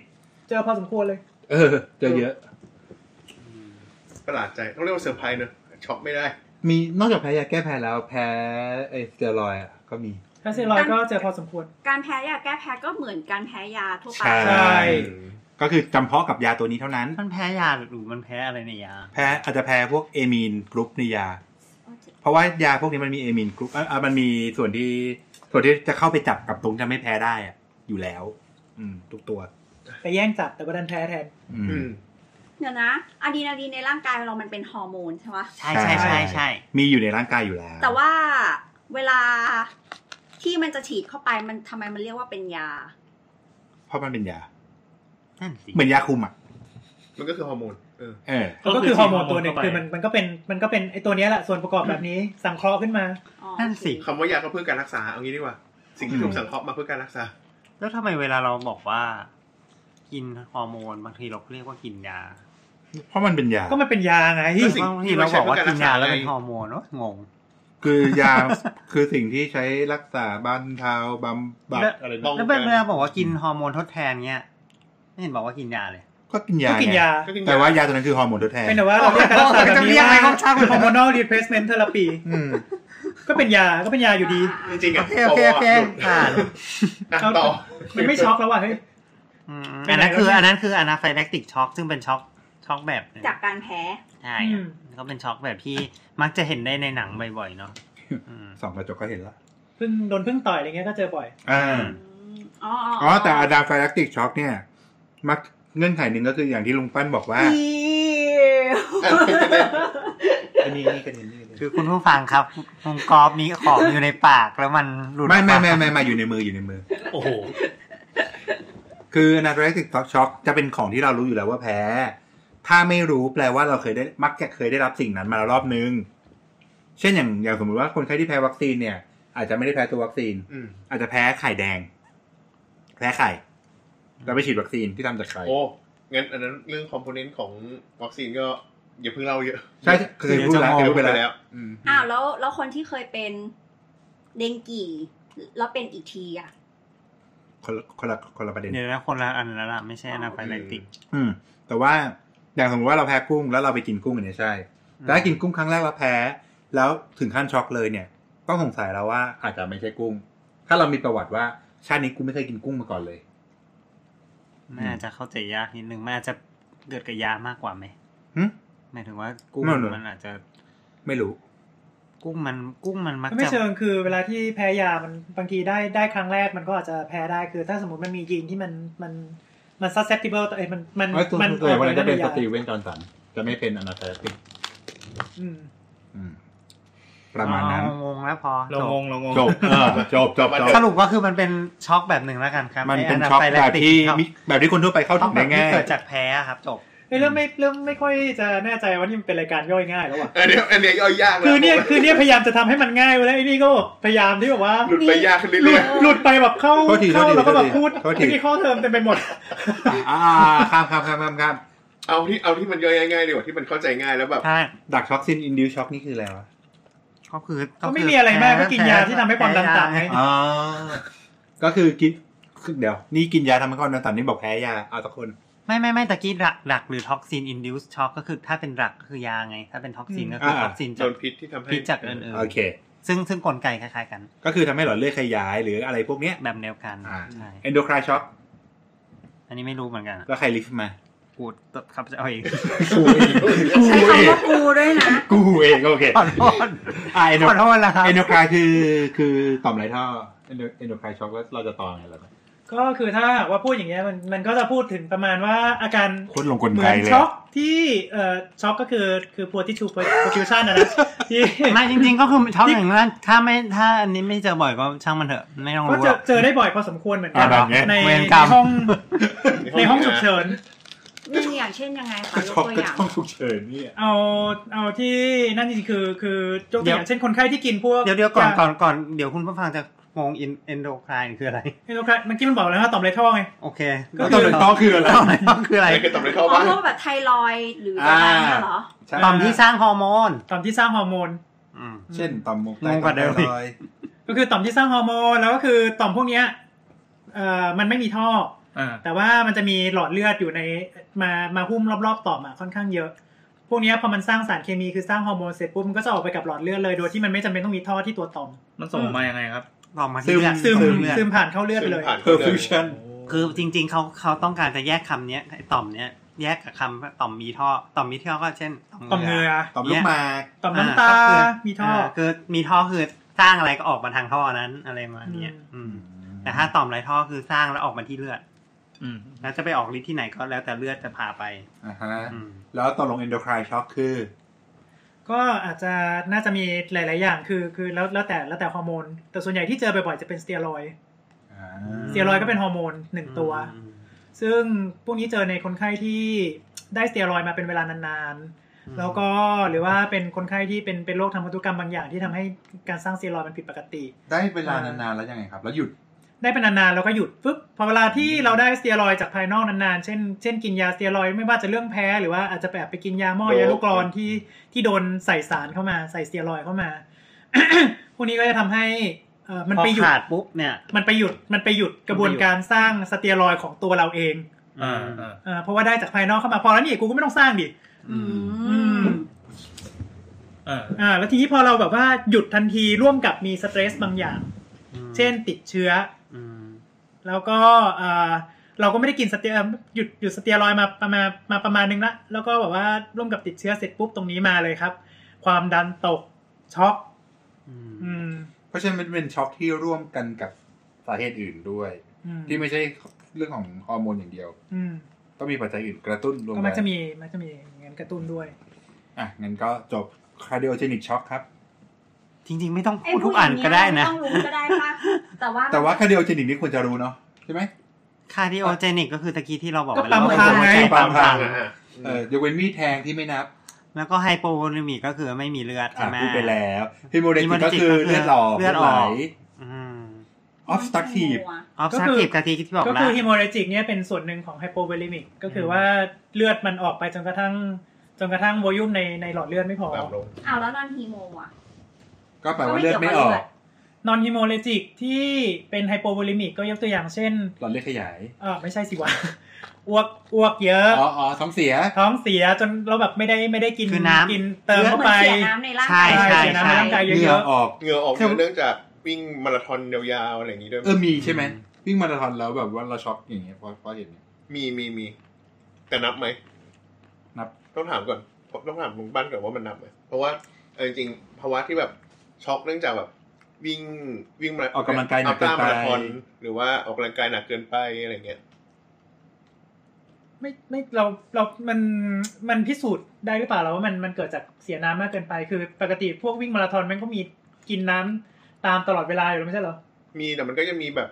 เจอพอสมควรเลย เออเจอเยอะ ประหลาดใจต้องเรียกว่าเซอร์ไพรส์เนอะช็อกไม่ได้ มีนอกจากแพ้ยาแก้แพ้แล้วแพ้ไอสเตียรอยด์อะก็มี ถ้าซีรอยด์ก็เจอพอสมควร การแพ้ยาแก้แพ้ก็เหมือนการแพ้ยาทั่วไป ใช่ ใช่ ก็คือจำเพาะกับยาตัวนี้เท่านั้น มันแพ้ยาหรือมันแพ้อะไรในยา แพ้อาจจะแพ้พวกเอมีนกรุ๊ปในยา เพราะว่ายาพวกนี้มันมีเอมีนกรุ๊ปอ่ะอ่ะมันมีส่วนที่ส่วนที่จะเข้าไปจับกับตรงจะไม่แพ้ได้อะอยู่แล้ว อืม ทุกตัว แต่แย่งจับแต่ก็ดันแพ้แทน อืม อืม เดี๋ยวนะอะดรีนาลีนในร่างกายเรามันเป็นฮอร์โมนใช่ปะ ใช่ใช่ใช่ใช่ มีอยู่ในร่างกายอยู่แล้ว แต่ว่าเวลาที่มันจะฉีดเข้าไปมันทำไมมันเรียกว่าเป็นยา เพราะมันเป็นยา นั่นสิ เหมือนยาคุมอ่ะ มันก็คือฮอร์โมนเออ เออ ก็คือฮอร์โมนตัวหนึ่ง เข้าไป คือมันมันก็เป็นมันก็เป็นไอตัวเนี้ยแหละส่วนประกอบแบบนี้สังเคราะห์ขึ้นมา อ๋อ นั่นสิ คำว่ายาก็เพื่อการรักษาเอางี้ดีกว่า สิ่งที่ถูกสังเคราะห์มาเพื่อการรักษา แล้วทำไมเวลาเราบอกว่า กินฮอร์โมนบางทีเราเรียกว่ากินยา เพราะมันเป็นยา ก็มันเป็นยาไง ก็ สิ่ง บาง ที่ ที เรา เรา ใช้ บอก เพื่อ ว่า การรั กิ กษายนาแล้วเป็น ไง ฮอร์โมนเนอะงง คือยา คือสิ่งที่ใช้รักษาบรรเทาบำบัดอะไร ป้อง แล้ว กั เวลาบอกว่ากินฮอร์โมนทดแทนเนี้ยไม่เห็นบอกว่ากินยาเลย ก็กินยา ก็กินยา ก็กินย แต่ว่ายาตัวนั้นคือฮอร์โมนทดแทน เป็นแต่ว่าเราเรียกจะเรียกอะไรการรักษาแบบนี้ว่า ก็ช่างมัน ฮอร์โมนอลรีเพสเมนต์เทอราปี อืม ก็เป็นยาก็เป็นยาอยู่ดี จริงๆอ่ะ โอเคโอเคหโอเคลุด ผ่าน อ่ะต่อ มันไม่ช็อกแล้วว่ะเฮ้ย อืม เป็น อันนั้อะไรนคือ แล้วเนี่ย อันนั้นคืออนาไฟแลกติกช็อกซึ่งเป็นช็อกช็อกแบบหนึ่ง จากการแพ้ ใช่ อื อะ ม ก็เป็นช็อกแบบที่มักจะเห็นได้ในหนังบ่อยๆเนาะอืม สองกระจกก็เห็นละ เพิ่งโดนเพิ่งต่อยอะไรเงี้ยก็เจอบ่อย อ่า อ๋อ อ๋อ แต่อะดาไฟแลคติกช็อกเนี่ย มักเงื่อนไขหนึ่งก็คืออย่างที่ลุงปั้นบอกว่า อี อ่ะ อันนี้นี่กันนี่กัน คือคุณผู้ฟังครับวงกรอบนี้ของอยู่ในปากแล้วมันหลุด ไม่ไม่ ออกา ไม่ไม่ไม่อยู่ในมืออยู่ในมือ โอ้โห คืออะดาไฟแลคติกช็อกจะเป็นของที่เรารู้อยู่แล้วว่าแพ้ ถ้าไม่รู้แปลว่าเราเคยได้มักจะเคยได้รับสิ่งนั้นมาแล้วรอบนึง เช่นอย่างอย่างสมมติว่าคนไข้ที่แพ้วัคซีนเนี่ย อาจจะไม่ได้แพ้ตัววัคซีน อืม อาจจะแพ้ไข่แดง แพ้ไข่เราไปฉีดวัคซีนที่ทำจากไข่ โอ้ งั้นอันนั้นเรื่องคอมโพเนนต์ของวัคซีนก็อย่าเพิ่งเล่าเยอะ ใช่เคยพูดแล้วเคยพูดไป ไป แล้ แล้ว ว อืม อ้าวแล้วแล้วคนที่เคยเป็นเดงกีแล้วเป็นอีกทีอ่ะ คนละคนละคนละประเด็น เดี๋ยวนะคนละอันแล้วล่ะไม่ใช่อนาไฟแลกติก อืม แต่ว่าอย่างสมมติว่าเราแพ้กุ้งแล้วเราไปกินกุ้งอันเนี้ยใช่ อืม แต่ถ้ากินกุ้งครั้งแรกแล้วแพ้ แล้วถึงขั้นช็อกเลยเนี่ย ต้องสงสัยแล้วว่าอาจจะไม่ใช่กุ้ง ถ้าเรามีประวัติว่าชาตินี้กูไม่เคยกินกุ้งมาก่อนเลย มันอาจจะเข้าใจยากนิดนึงมันอาจจะเกิดกับยามากกว่าไหม หึ หมายถึงว่ากุ้ง ไม่หรอก มันอาจจะ ไม่รู้ กุ้งมันกุ้งมันมัก ก็ไม่ จะ เชิงคือเวลาที่แพ้ยามันบางทีได้ได้ครั้งแรกมันก็อาจจะแพ้ได้คือ ถ้าสมมติมันมียีนที่มันมันมัน susceptible ต่อเอ้ยมันมัน ไอ้ตัว มั ตัววัน มั นั้นจะเป็น มั สตีเวนจอห์นสัน จะไม่เป็นอนาเทอปิก อืม ประมาณนั้น อ๋องงแล้วพอ เรา จบ งงเรางง จบเออจบจบจบ สรุปว่าคือมันเป็นช็อกแบบหนึ่งแล้วกันครับ มันเป็น ไ ช็อกแบบ anaphylactic ที่ ช็อก มิแบบที่คนทั่วไปเข้า ช็ ถึ อก ง แบ ได้ บที่ ง่าย เกิดจากแพ้อะครับจบ เอ้ยเริ่มไม่เริ่มไม่ค่อยจะแน่ใจว่านี่มันเป็นรายการย่อยง่ายแล้วอ่ะ อันเนี้ยอันเนี้ยย่อยยากแล้ว คือเนี่ยคือเนี่ยพยายามจะทำให้มันง่ายไว้แล้วไอ้นี่ก็แบบพยายามที่แบบว่า หลุดไปยากขึ้นเรื่ หลุ อ ด ย หลุดไปแบบเข้า โทษทีโท เข้า ษที แล้วก็แบบ โท พู ษ ด ทีโทษที ที่ข้อเทอมเต็มไปหมด อ่าข้ามข้ามข้ามข้ามข้าม เอาที่เอาที่มันย่อยง่ายๆดีกว่าที่มันเข้าใจง่ายแล้วแบบ ใช่ ดักช็อกซินอินดิวช็อกนี่คืออะไรวะ ก็คือ ก็ไม่มีอะไรมากก็กินยาที่ทำให้ความดันต่ำไง อ๋อก็คือกินคือเดี๋ยว นี่กินยาทำให้ก้อนดันต่ำนี่บอกแพ้ยาเอาทุกคน ไม่ไม่ไม่ตะกี้หลักหลักหรือท็อกซินอินดิวส์ช็อกก็คือถ้าเป็นหลักก็คือยาไง ถ้าเป็นท็อกซิน อืม ก็คืออา ท็อกซิน โด จาก นพิษที่ทำให้ พิษจากอื่น โอเค ๆซึ่งซึ่งกลไกคล้ายๆกัน ก็คือทำให้หลอดเลือดขยายหรืออะไรพวกเนี้ย แบบเดียวกัน อ่า ใช่ เอนโดครายช็อก อันนี้ไม่รู้เหมือนกันอะ แล้วใครลิฟต์ มา กูครับจะเอาเอง กูเองกู ใช้ เองคำว่ากูด้วยนะ กูเองโอเค ขอโทษ อ่าเอนโด ขอโทษนะครับ เอนโดครายคือคือต่อมไรท่อเอนโดเอนโดครายช็อกแล้วเราจะต่อไงล่ะ ก็คือถ้าหากว่าพูดอย่างเงี้ยมันมันก็จะพูดถึงประมาณว่าอาการ โคนลงกล เหมื ไก อน เลย ช็อกที่เอ่อช็อกก็คือคือพัวที่ชูโปรคิวชันนะนะที่ ไม่จริงๆก็คือชอบอย่างนั้นถ้าไม่ถ้าอันนี้ไม่เจอบ่อยก็ช่างมันเถอะ ไม่ต้อง ก็ รู้ เจ หร อ อก เจอได้บ่อยพอสมควรเหมือนกั อ่าน แบบเนี้ย ใน เวร ใน กรรม ห้องใน ใน ห้ ห้ อ อง งฉุฉุก กเฉิน เฉิน นี่อย่างเช่นยังไงขอยก ช็อก ตัว ก็ อย่าง ต้องฉุกเฉินเนี่ย เอาเอาที่นั่นจริงๆคือคือยกตัวอย่างเช่นคนไข้ที่กินพวก เดี๋ยวเดี๋ยวก่อนก่อนก่อนเดี๋ยวคุณผู้ฟังจะงงเอนโดไคน์คืออะไร ไอ้ตัวกลางเมื่อกี้มันบอกแล้วว่าต่อมไรท่อไง โอเค ก็ ต่อมไรท่อคืออะไร ต่อมไรท่อคืออะไร นั่นคือต่อมไรท่อ อ๋อ บ้าง พวกแบบไทรอยด์หรืออะไรอย่างเงี้ยเหรอ ใช่ ต่อมที่สร้างฮอร์โมน ต่อมที่สร้างฮอร์โมน อืม เช่นต่อมหมกไต งงกว่าเดิมอีก ต่อไทรอยด์ ก็คือต่อมที่สร้างฮอร์โมนแล้วก็คือต่อมพวกเนี้ยเอ่อมันไม่มีท่อ อ่า แต่ว่ามันจะมีหลอดเลือดอยู่ในมามาหุ้มรอบๆต่อมอะค่อนข้างเยอะ พวกเนี้ยพอมันสร้างสารเคมีคือสร้างฮอร์โมนเสร็จปุ๊บมันก็จะออกไปกับหลอดเลือดเลยโดยที่มันไม่จำเป็นต้องมีท่อที่ตัวต่อม มันส่งมายังไงครับ ต่อมมาที่เลือด ซึม เลือด ซึมผ่านเข้าเลือดไปเลย ผ่าน เพอร์ฟิวชั่น คือจริง ๆเขาเขาต้องการจะแยกคำเนี้ยไอ้ต่อมเนี้ยแยกกับคำว่าต่อมมีท่อต่อมมีท่อก็เช่น ต่อมเหงือ ต่อมลูกหมาก ต่อมน้ำตา อ่ก็คือ มีท่อ าคือมีท่อคือสร้างอะไรก็ออกมาทางท่อนั้นอะไรมาเนี้ยอืม แต่ถ้าต่อมไรท่อคือสร้างแล้วออกมาที่เลือด อืม แล้วจะไปออกฤทธิ์ที่ไหนก็แล้วแต่เลือดจะพาไป อ่าฮะ อืม แล้วต่อมลงเอนโดครายช็อกคือ ก็อาจจะน่าจะมีหลาย ๆ อย่างคือคือแล้วแล้วแต่แล้วแต่ฮอร์โมน แต่ส่วนใหญ่ที่เจอบ่อย ๆ จะเป็นสเตียรอยด์ อ่า สเตียรอยด์ก็เป็นฮอร์โมนหนึ่งตัว อืม ซึ่งพวกนี้เจอในคนไข้ที่ได้สเตียรอยด์มาเป็นเวลานานๆ แล้วก็หรือว่าเป็นคนไข้ที่เป็นเป็นโรคทางพันธุกรรมบางอย่างที่ทำให้การสร้างสเตียรอยด์มันผิดปกติ ได้เวลานานๆแล้วยังไงครับ แล้วหยุด ได้เป็นนานๆเราก็หยุดปุ๊บพอเวลาที่เราได้สเตียรอยด์จากภายนอกนานๆ เช่นเช่นกินยาสเตียรอยด์ไม่ว่าจะเรื่องแพ้หรือว่าอาจจะแบบไปกินยาหม้อยาลูกกรอนที่ที่โดนใส่สารเข้ามาใส่สเตียรอยด์เข้ามา พวกนี้ก็จะทำให้เอ่อมัน พอ ไปหยุด ขาดปุ๊บเนี่ย มันไปหยุดมันไปหยุดกระบวนการสร้างสเตียรอยด์ของตัวเราเอง อ่าอ่า เอ่อเพราะว่าได้จากภายนอกเข้ามาพอแล้วนี่กูก็ไม่ต้องสร้างดิ อืม อ่า อ่าแล้วทีนี้พอเราแบบว่าหยุดทันทีร่วมกับมีสเตรสบางอย่าง อืม เช่นติดเชื้อ อืม แล้วก็อ่าเราก็ไม่ได้กินสเตียเอ่อหยุดหยุดสเตียรอยด์มาประมาณมาประมาณนึงละแล้วก็แบบว่าร่วมกับติดเชื้อเสร็จปุ๊บตรงนี้มาเลยครับ ความดันตกช็อก อืม อืม เพราะฉะนั้นมันเป็นช็อกที่ร่วมกันกับสาเหตุอื่นด้วย อืม ที่ไม่ใช่เรื่องของฮอร์โมนอย่างเดียว อืม ต้องมีปัจจัยอื่นกระตุ้นรวม ก็ กั มันจะมีมันจะมีอย่างนั้นกระตุ้นด้วย อ่ะงั้นก็จบคาร์ดิโอเจนิกช็อกครับ จริง ๆ ไม่ต้อง ไอ้ พูด พว ทุกอันก็ได้นะ ย่างเงี้ยเราต้องรู้ก็ได้ป่ะ แต่ว่า แต่ว่าคาร์ดิโอเจนิกนี่ควรจะรู้เนาะใช่ไหม คาร์ดิโอเจนิกก็คือตะกี้ที่เราบอก ก็ ไปแล้ว ปั๊ม ว่า ค้างไง หัวใจปั๊มค้าง อ่าอ่า เออยกเว้นมีดแทงที่ไม่นับ แล้วก็ไฮโปโวลูมิกก็คือไม่มีเลือด อ่ะ ใช่ไหม พูดไปแล้วฮิโมเดติก Hemolytic ก็คือเลือดออก เลือดอ ไหล อก ออฟสตักทีฟ ออฟซักทีฟกะทิที่บอก ก็ แล้ คื ว อฮิโมเรจิกเนี่ยเป็นส่วนหนึ่งของไฮโปเวลิมิกก็คือว่าเลือดมันออกไปจนกระทั่งจนกระทั่งโวลยูมในในหลอดเลือดไม่พอ ตามลง อ้าวแล้วนอนฮีโมอ่ะ ก็แปลว่าเลือดไม่ออก นอนฮิโมเลจิกที่เป็นไฮโปโวลิมิกก็ยกตัวอย่างเช่น หลอดเลือดขยาย เออไม่ใช่สิวะ อ้วกอ้วกเยอะ อ๋ออ๋อท้องเสีย ท้องเสียจนเราแบบไม่ได้ไม่ได้กิน คือน้ำ กินเติม เหมื เข้า อน ไป เสียน้ำในร่างกาย ใช่ เสียน้ำในร่างกายเย เหงื่อ อะ ออก เหงื่อออก ครับ เนื่องจากวิ่งมาราธอนยาวๆอะไรอย่างนี้ด้วย เออมีใช่ไหมวิ่งมาราธอนแล้วแบบว่าเราช็อกอย่างเงี้ยเพราะเพราะเห็นเนี่ย มีมีมี แต่นับไหม นับ ต้องถามก่อนต้องถามลุงบ้านก่อนว่ามันนับไหมเพราะว่าเอาจริงๆภาวะที่แบบช็อกเนื่องจากแบบ วิ่งวิ่งมา ออกกำลังกายหนักเกินอัลตร้ไปมาราธอนหรือว่าออกกำลังกายหนักเกินไปอะไรเงี้ย ๆไม่ไม่เราเรา มันมันพิสูจน์ได้หรือเปล่าเราว่ามันมันเกิดจากเสียน้ำมากเกินไปคือปกติพวกวิ่งมาราธอนมันก็มีกินน้ำตามตลอดเวลาอยู่แล้วไม่ใช่เหรอ มีแต่มันก็จะมีแบบ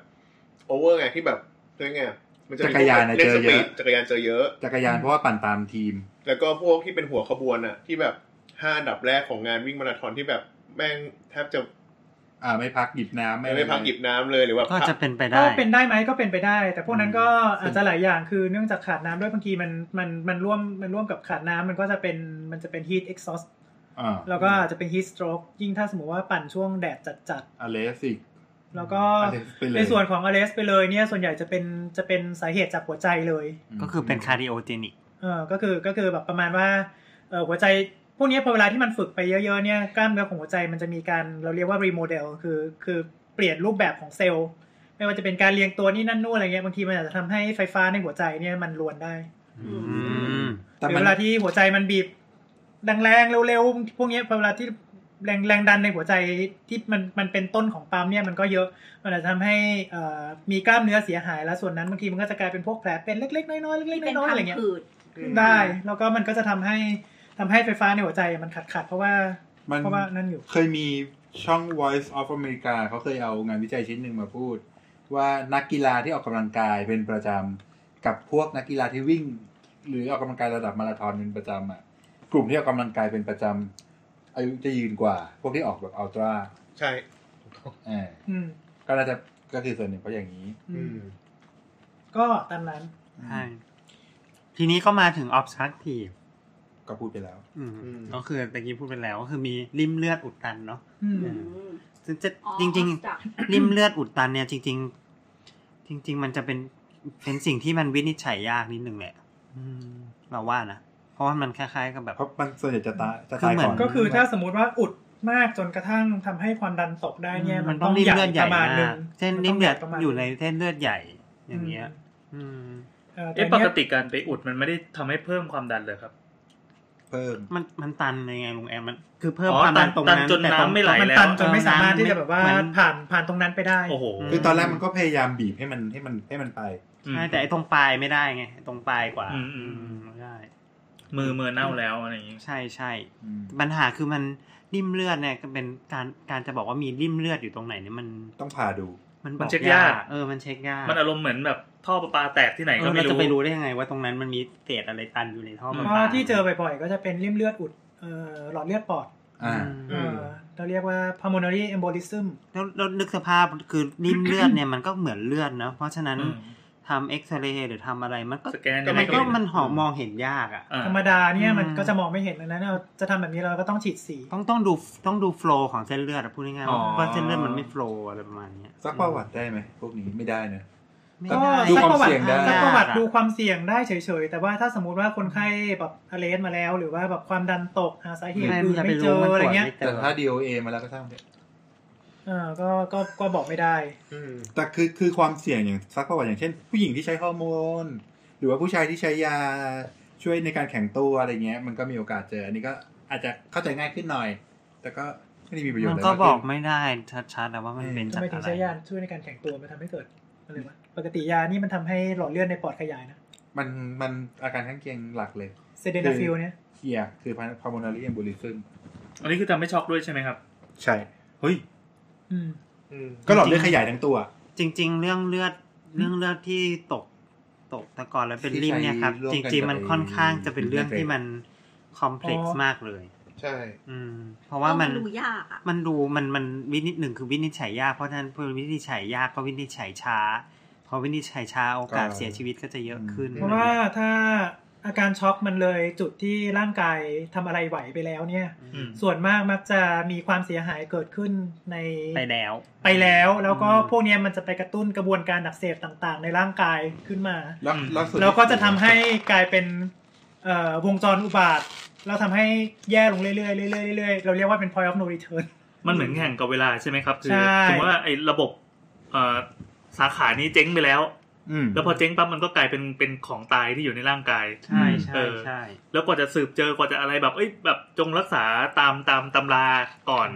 โอเวอร์ไงที่แบบเรียกไงอะมันจะมี จักรยานอะ เล่น เจ ส อเย ปี อะ ดจักรยานเจอเยอะ จักรยานเพราะว่าปั่นตามทีม แล้วก็พวกที่เป็นหัวขบวนอะที่แบบห้าอันดับแรกของงานวิ่งมาราธอนที่แบบแม่งแทบจะ อ่าไม่พักหยิบน้ำ ไม่ไม่พักหยิบน้ำเลยหรือว่า ก็จะเป็นไป ก็ ได้ เป็นได้ไหมก็เป็นไปได้ แต่พวกนั้นก็อาจจะหลายอย่างคือเนื่องจากขาดน้ำด้วยบางทีมันมันมันร่วมมันร่วมกับขาดน้ำมันก็จะเป็นมันจะเป็น heat exhaust อ่า แล้วก็อาจจะเป็น heat stroke ยิ่งถ้าสมมติว่าปั่นช่วงแดดจัด อเลสิก ๆ แล้วก็ อเลสไปเลย ในส่วนของอเลสไปเลยเนี่ยส่วนใหญ่จะเป็นจะเป็นสาเหตุจากหัวใจเลย ม ก็คือเป็นคาร์ดิโอเจนิก เออก็คือก็คือแบบประมาณว่าเออหัวใจพวกนี้พอเวลาที่มันฝึกไปเยอะๆเนี่ยกล้ามเนื้อของหัวใจมันจะมีการเราเรียกว่ารีโมเดลคือคือเปลี่ยนรูปแบบของเซลล์ไม่ว่าจะเป็นการเรียงตัวนี่นั่นนู่นอะไรเงี้ยบางทีมันอาจจะทำให้ไฟฟ้าในหัวใจเนี่ยมันรวนได้ ม หรือเวลาที่หัวใจมันบีบแรงๆเร็วๆพวกเนี้ยพอเวลาที่แรงแรงดันในหัวใจที่มันมันเป็นต้นของปั๊มเนี่ยมันก็เยอะมันอาจจะทำให้เอ่อมีกล้ามเนื้อเสียหายแล้วส่วนนั้นบางทีมันก็จะกลายเป็นพวกแผลเป็นเล็กๆน้อยๆเล็กๆ เป็น น้อยๆอะไร พัง เงี้ย ผืด ได้แล้วก็มันก็จะทำให้ทำให้ไฟฟ้าในหัวใจมันขัดขัดๆเพราะว่า มัน เพราะว่านั่นอยู่ เคยมีช่อง Voice of America เขาเคยเอางานวิจัยชิ้นหนึ่งมาพูด ว่านักกีฬาที่ออกกำลังกายเป็นประจำกับพวกนักกีฬาที่วิ่ง หรือออกกำลังกายระดับมาราธอนเป็นประจำอ่ะกลุ่มที่ออกกำลังกายเป็นประจำอายุจะยืนกว่า พวกที่ออกแบบอัลตร้า ใช่ อ่า อืม ก็น่าจะก็คือส่วนหนึ่งเพราะอย่างนี้ อื อื ม ม ก็ตามนั้น ใช่ทีนี้ก็มาถึง obstructive ก็พูดไปแล้ว อืมก็คือตะกี้พูดไปแล้วก็คือมีริมเลือดอุดตันเนาะ อืม ซึ่งจะ อ๋อ จริง จาก ๆ ริมเลือดอุดตันเนี่ยจริง ๆ จริง ๆ มันจะเป็นเป็นสิ่งที่มันวินิจฉัยยากนิดนึงแหละอืมเราว่านะ เพราะว่ามันคล้ายๆกับแบบ เพราะมันส่วนใหญ่จะตายจะ คือ ตาย เหมื ก่ อ อน น ก็คือถ้าสมมติว่าอุดมากจนกระทั่งทำให้ความดันตกได้เนี่ย มั มัน น ต้ ต้ อ อง ง ริม ใหญ่ เลือดใหญ่ ประมาณหนึ มาง กเส้นริมเลือดอยู่ในเส้นเลือดใหญ่ อ อย่างเงี้ย อืม เออ เอ๊ะปแต่ก เนี่ย ติการไปอุดมันไม่ได้ทำให้เพิ่มความดันเลยครับ เพิ่ม มันมันตันยังไงลุงแอมมันคือเพิ่ม อ๋อ ความดัน ตัน ตรง ตัน นั้น จน แต่ตรง น้ำไม่ไหล มันตันจน แล้ว ไม่สามารถที่ เออ จะแบบว่า เหมือน ผ่านผ่านตรงนั้นไปได้ โอ้โห คือตอนแรกมันก็พยายามบีบให้มันให้มันให้มันไป อืม ใช่แต่ไอ้ตรงปลายไม่ได้ไงไอ้ตรงปลายกว่า อืมอืมอืม ไม่ได้ มือมือเน่าแล้วอะไรอย่างงี้ ใช่ใช่ อืม ปัญหาคือมันริมเลือดเนี่ยก็เป็นการการจะบอกว่ามีริมเลือดอยู่ตรงไหนเนี่ยมัน ต้องผ่าดู มันบ มั อน ก เช็ค ยาย าก ก เออมันเช็คยาก มันอารมณ์เหมือนแบบท่อประปาแตกที่ไหน เอ ก็ อ ไม่ เราจะไป รู้ รู้ได้ยังไงว่าตรงนั้นมันมีเศษอะไรตันอยู่ในท่อ อื มั ม น เพราะว่าที่เจอบ่อยๆก็จะเป็นริ่มเลือดอุดเอ่อหลอดเลือดปอด อ่า เอ่อเราเรียกว่า pulmonary embolism แล้วแล้วนึกสภาพคือริมเลือดเนี่ยมันก็เหมือนเลือดเนอะเพราะฉะนั้น อืม ทำเอ็กซเรย์หรือทำอะไรมันก็ สแกน ก็ ยังไง มัน ก็ ก็ ไรู้ มันหอมมองเห็นยากอ่ะ อ่า ธรรมดาเนี่ยมัน อืม ก็จะมองไม่เห็นดังนั้นเราจะทำแบบนี้เราก็ต้องฉีดสี ต้องต้องดูต้องดูโฟล์ของเส้นเลือดอะพูดง่ายๆ อ๋อ ว่าเส้นเลือดมันไม่โฟล์อะไรประมาณเนี้ย ซักประวัติได้ไหมพวกนี้ไม่ได้นะ ไม่ ก็ ได้ ดู สัก ค ป วาม ระวั เสี่ยติงได้ สักประวัติดูความเสี่ยงได้เฉยๆ แต่ว่าถ้าสมมติว่าคนไข้แบบอเลสมาแล้ว หรือว่าแบบความดันตกหาสาเหตุ ใช่ อื่น จะป ไม่เจ รู้ อ มันตวจ อะไรเงี้ย ม่จ แต่ถ้า DOA มาแล้วก็ช่างเถอะ เออก็ก็ก็บอกไม่ได้ อืม แต่คือคือความเสี่ยงอย่างซักประวัติอย่างเช่น ผู้หญิงที่ใช้ฮอร์โมน หรือว่าผู้ชายที่ใช้ยาช่วยในการแข็งตัวอะไรเงี้ย มันก็มีโอกาสเจอ อันนี้ก็อาจจะเข้าใจง่ายขึ้นหน่อย แต่ก็ไม่ได้มีประโยชน์ มั อะ น ไร ก็ มา บอกไม่ได้ชัดๆนะว่ามันเป็น ทำ จาก ไมถึ อะ ง ไร ใช้ยาช่วยในการแข็งตัวมันทำให้เกิดอะไรวะปกติยานี่มันทำให้หลอดเลือดในปอดขยายนะ มันมันอาการข้างเคียงหลักเลย เซเดนาฟิลเนี่ย เคียคือพาร์โมนารีเอมบูลิซึม อันนี้คือทำให้ช็อกด้วยใช่ไหมครับ ใช่เฮ้ย อืม อืม ก็หลอดเลือดขยายทั้งตัว จริง ๆ เรื่องเลือดเรื่องเลือดที่ตกตกตะกอนแล้วเป็นริมเนี่ยครับ จริง ๆ มันค่อนข้างจะเป็นเรื่องที่มันคอมเพล็กซ์มากเลย ใช่ อืม เพราะว่ามัน ต้องดูยากอ่ะ มันดูมันมันวินิจหนึ่งคือวินิจฉัยยากเพราะฉะนั้นพอวินิจฉัยยากก็วินิจฉัยช้าพอวินิจฉัยช้าโอกาสเสียชีวิตก็จะเยอะขึ้น เพราะว่าถ้าอาการช็อกมันเลยจุดที่ร่างกายทำอะไรไหวไปแล้วเนี่ย อืม ส่วนมากมักจะมีความเสียหายเกิดขึ้นใน ไปแล้ว ไปแล้วแล้วก็พวกเนี้ยมันจะไปกระตุ้นกระบวนการอักเสบต่างๆ ในร่างกายขึ้นมา แล้วแล้วสุด แล้วก็จะทำให้กลายเป็นเอ่อวงจรอุบาทแล้วทำให้แย่ลงเรื่อยๆเรื่อยๆเรื่อยๆเราเรียกว่าเป็น point of no return มันเหมือนแข่งกับเวลาใช่ไหมครับคื ใช่ สมมติว่าไอ้ระบบเอ่อสาขานี้เจ๊งไปแล้ว อืม แล้วพอเจ๊งปั๊บมันก็กลายเป็นเป็นของตายที่อยู่ในร่างกาย ใช่ใช่ใช่ แล้วกว่าจะสืบเจอกว่าจะอะไรแบบเอ้ยแบบจงรักษาตามตามตำราก่อน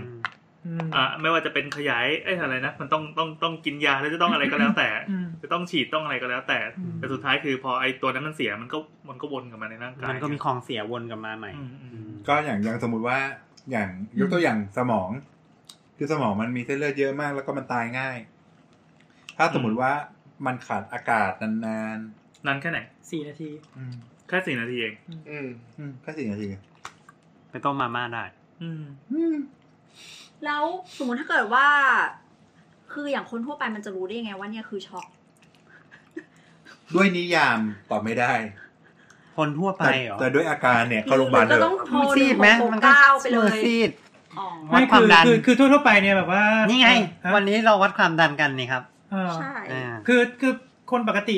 อืม อ่าไม่ว่าจะเป็นขยายเอ้ยอะไรนะมันต้องต้องต้องกินยาแล้วจะต้องอะไรก็แล้วแต่ อืม จะต้องฉีดต้องอะไรก็แล้วแต่ อืม แต่สุดท้ายคือพอไอ้ตัวนั้นมันเสียมันก็มันก็วนกลับมาในร่างกาย มันก็มีของเสียวนกลับมาใหม่ อืมอืม ก็อย่างอย่างสมมติว่าอย่างยกตัวอย่างสมอง คือสมองมันมีเส้นเลือดเยอะมากแล้วก็มันตายง่าย ถ้าสมมติว่ามันขาดอากาศนาน นานแค่ไหน สี่นาที ๆอืม แค่สี่นาทีเอง อืม อืมแค่สี่นาที ไปต้มมาม่าได้ อืม แล้วสมมติถ้าเกิดว่า คืออย่างคนทั่วไปมันจะรู้ได้ยังไงว่าเนี่ยคือช็อก ด้วยนิยามตอบไม่ได้ คนทั่วไป แต่ เหรอ แต่ด้วยอาการเนี่ยเข้าโรงพยาบาล ก็ เถ ต้อง อะ โทร มันซีดไหม มั มัน น ก็ ก็ ไปเล มือย ซีด อ๋อ วัดความดัน คือคือคือทั่วๆไปเนี่ยแบบว่า นี่ นี่ไง วันนี้เราวัดความดันกันนี่ครับ ใช่ อ่า คือคือคนปกติ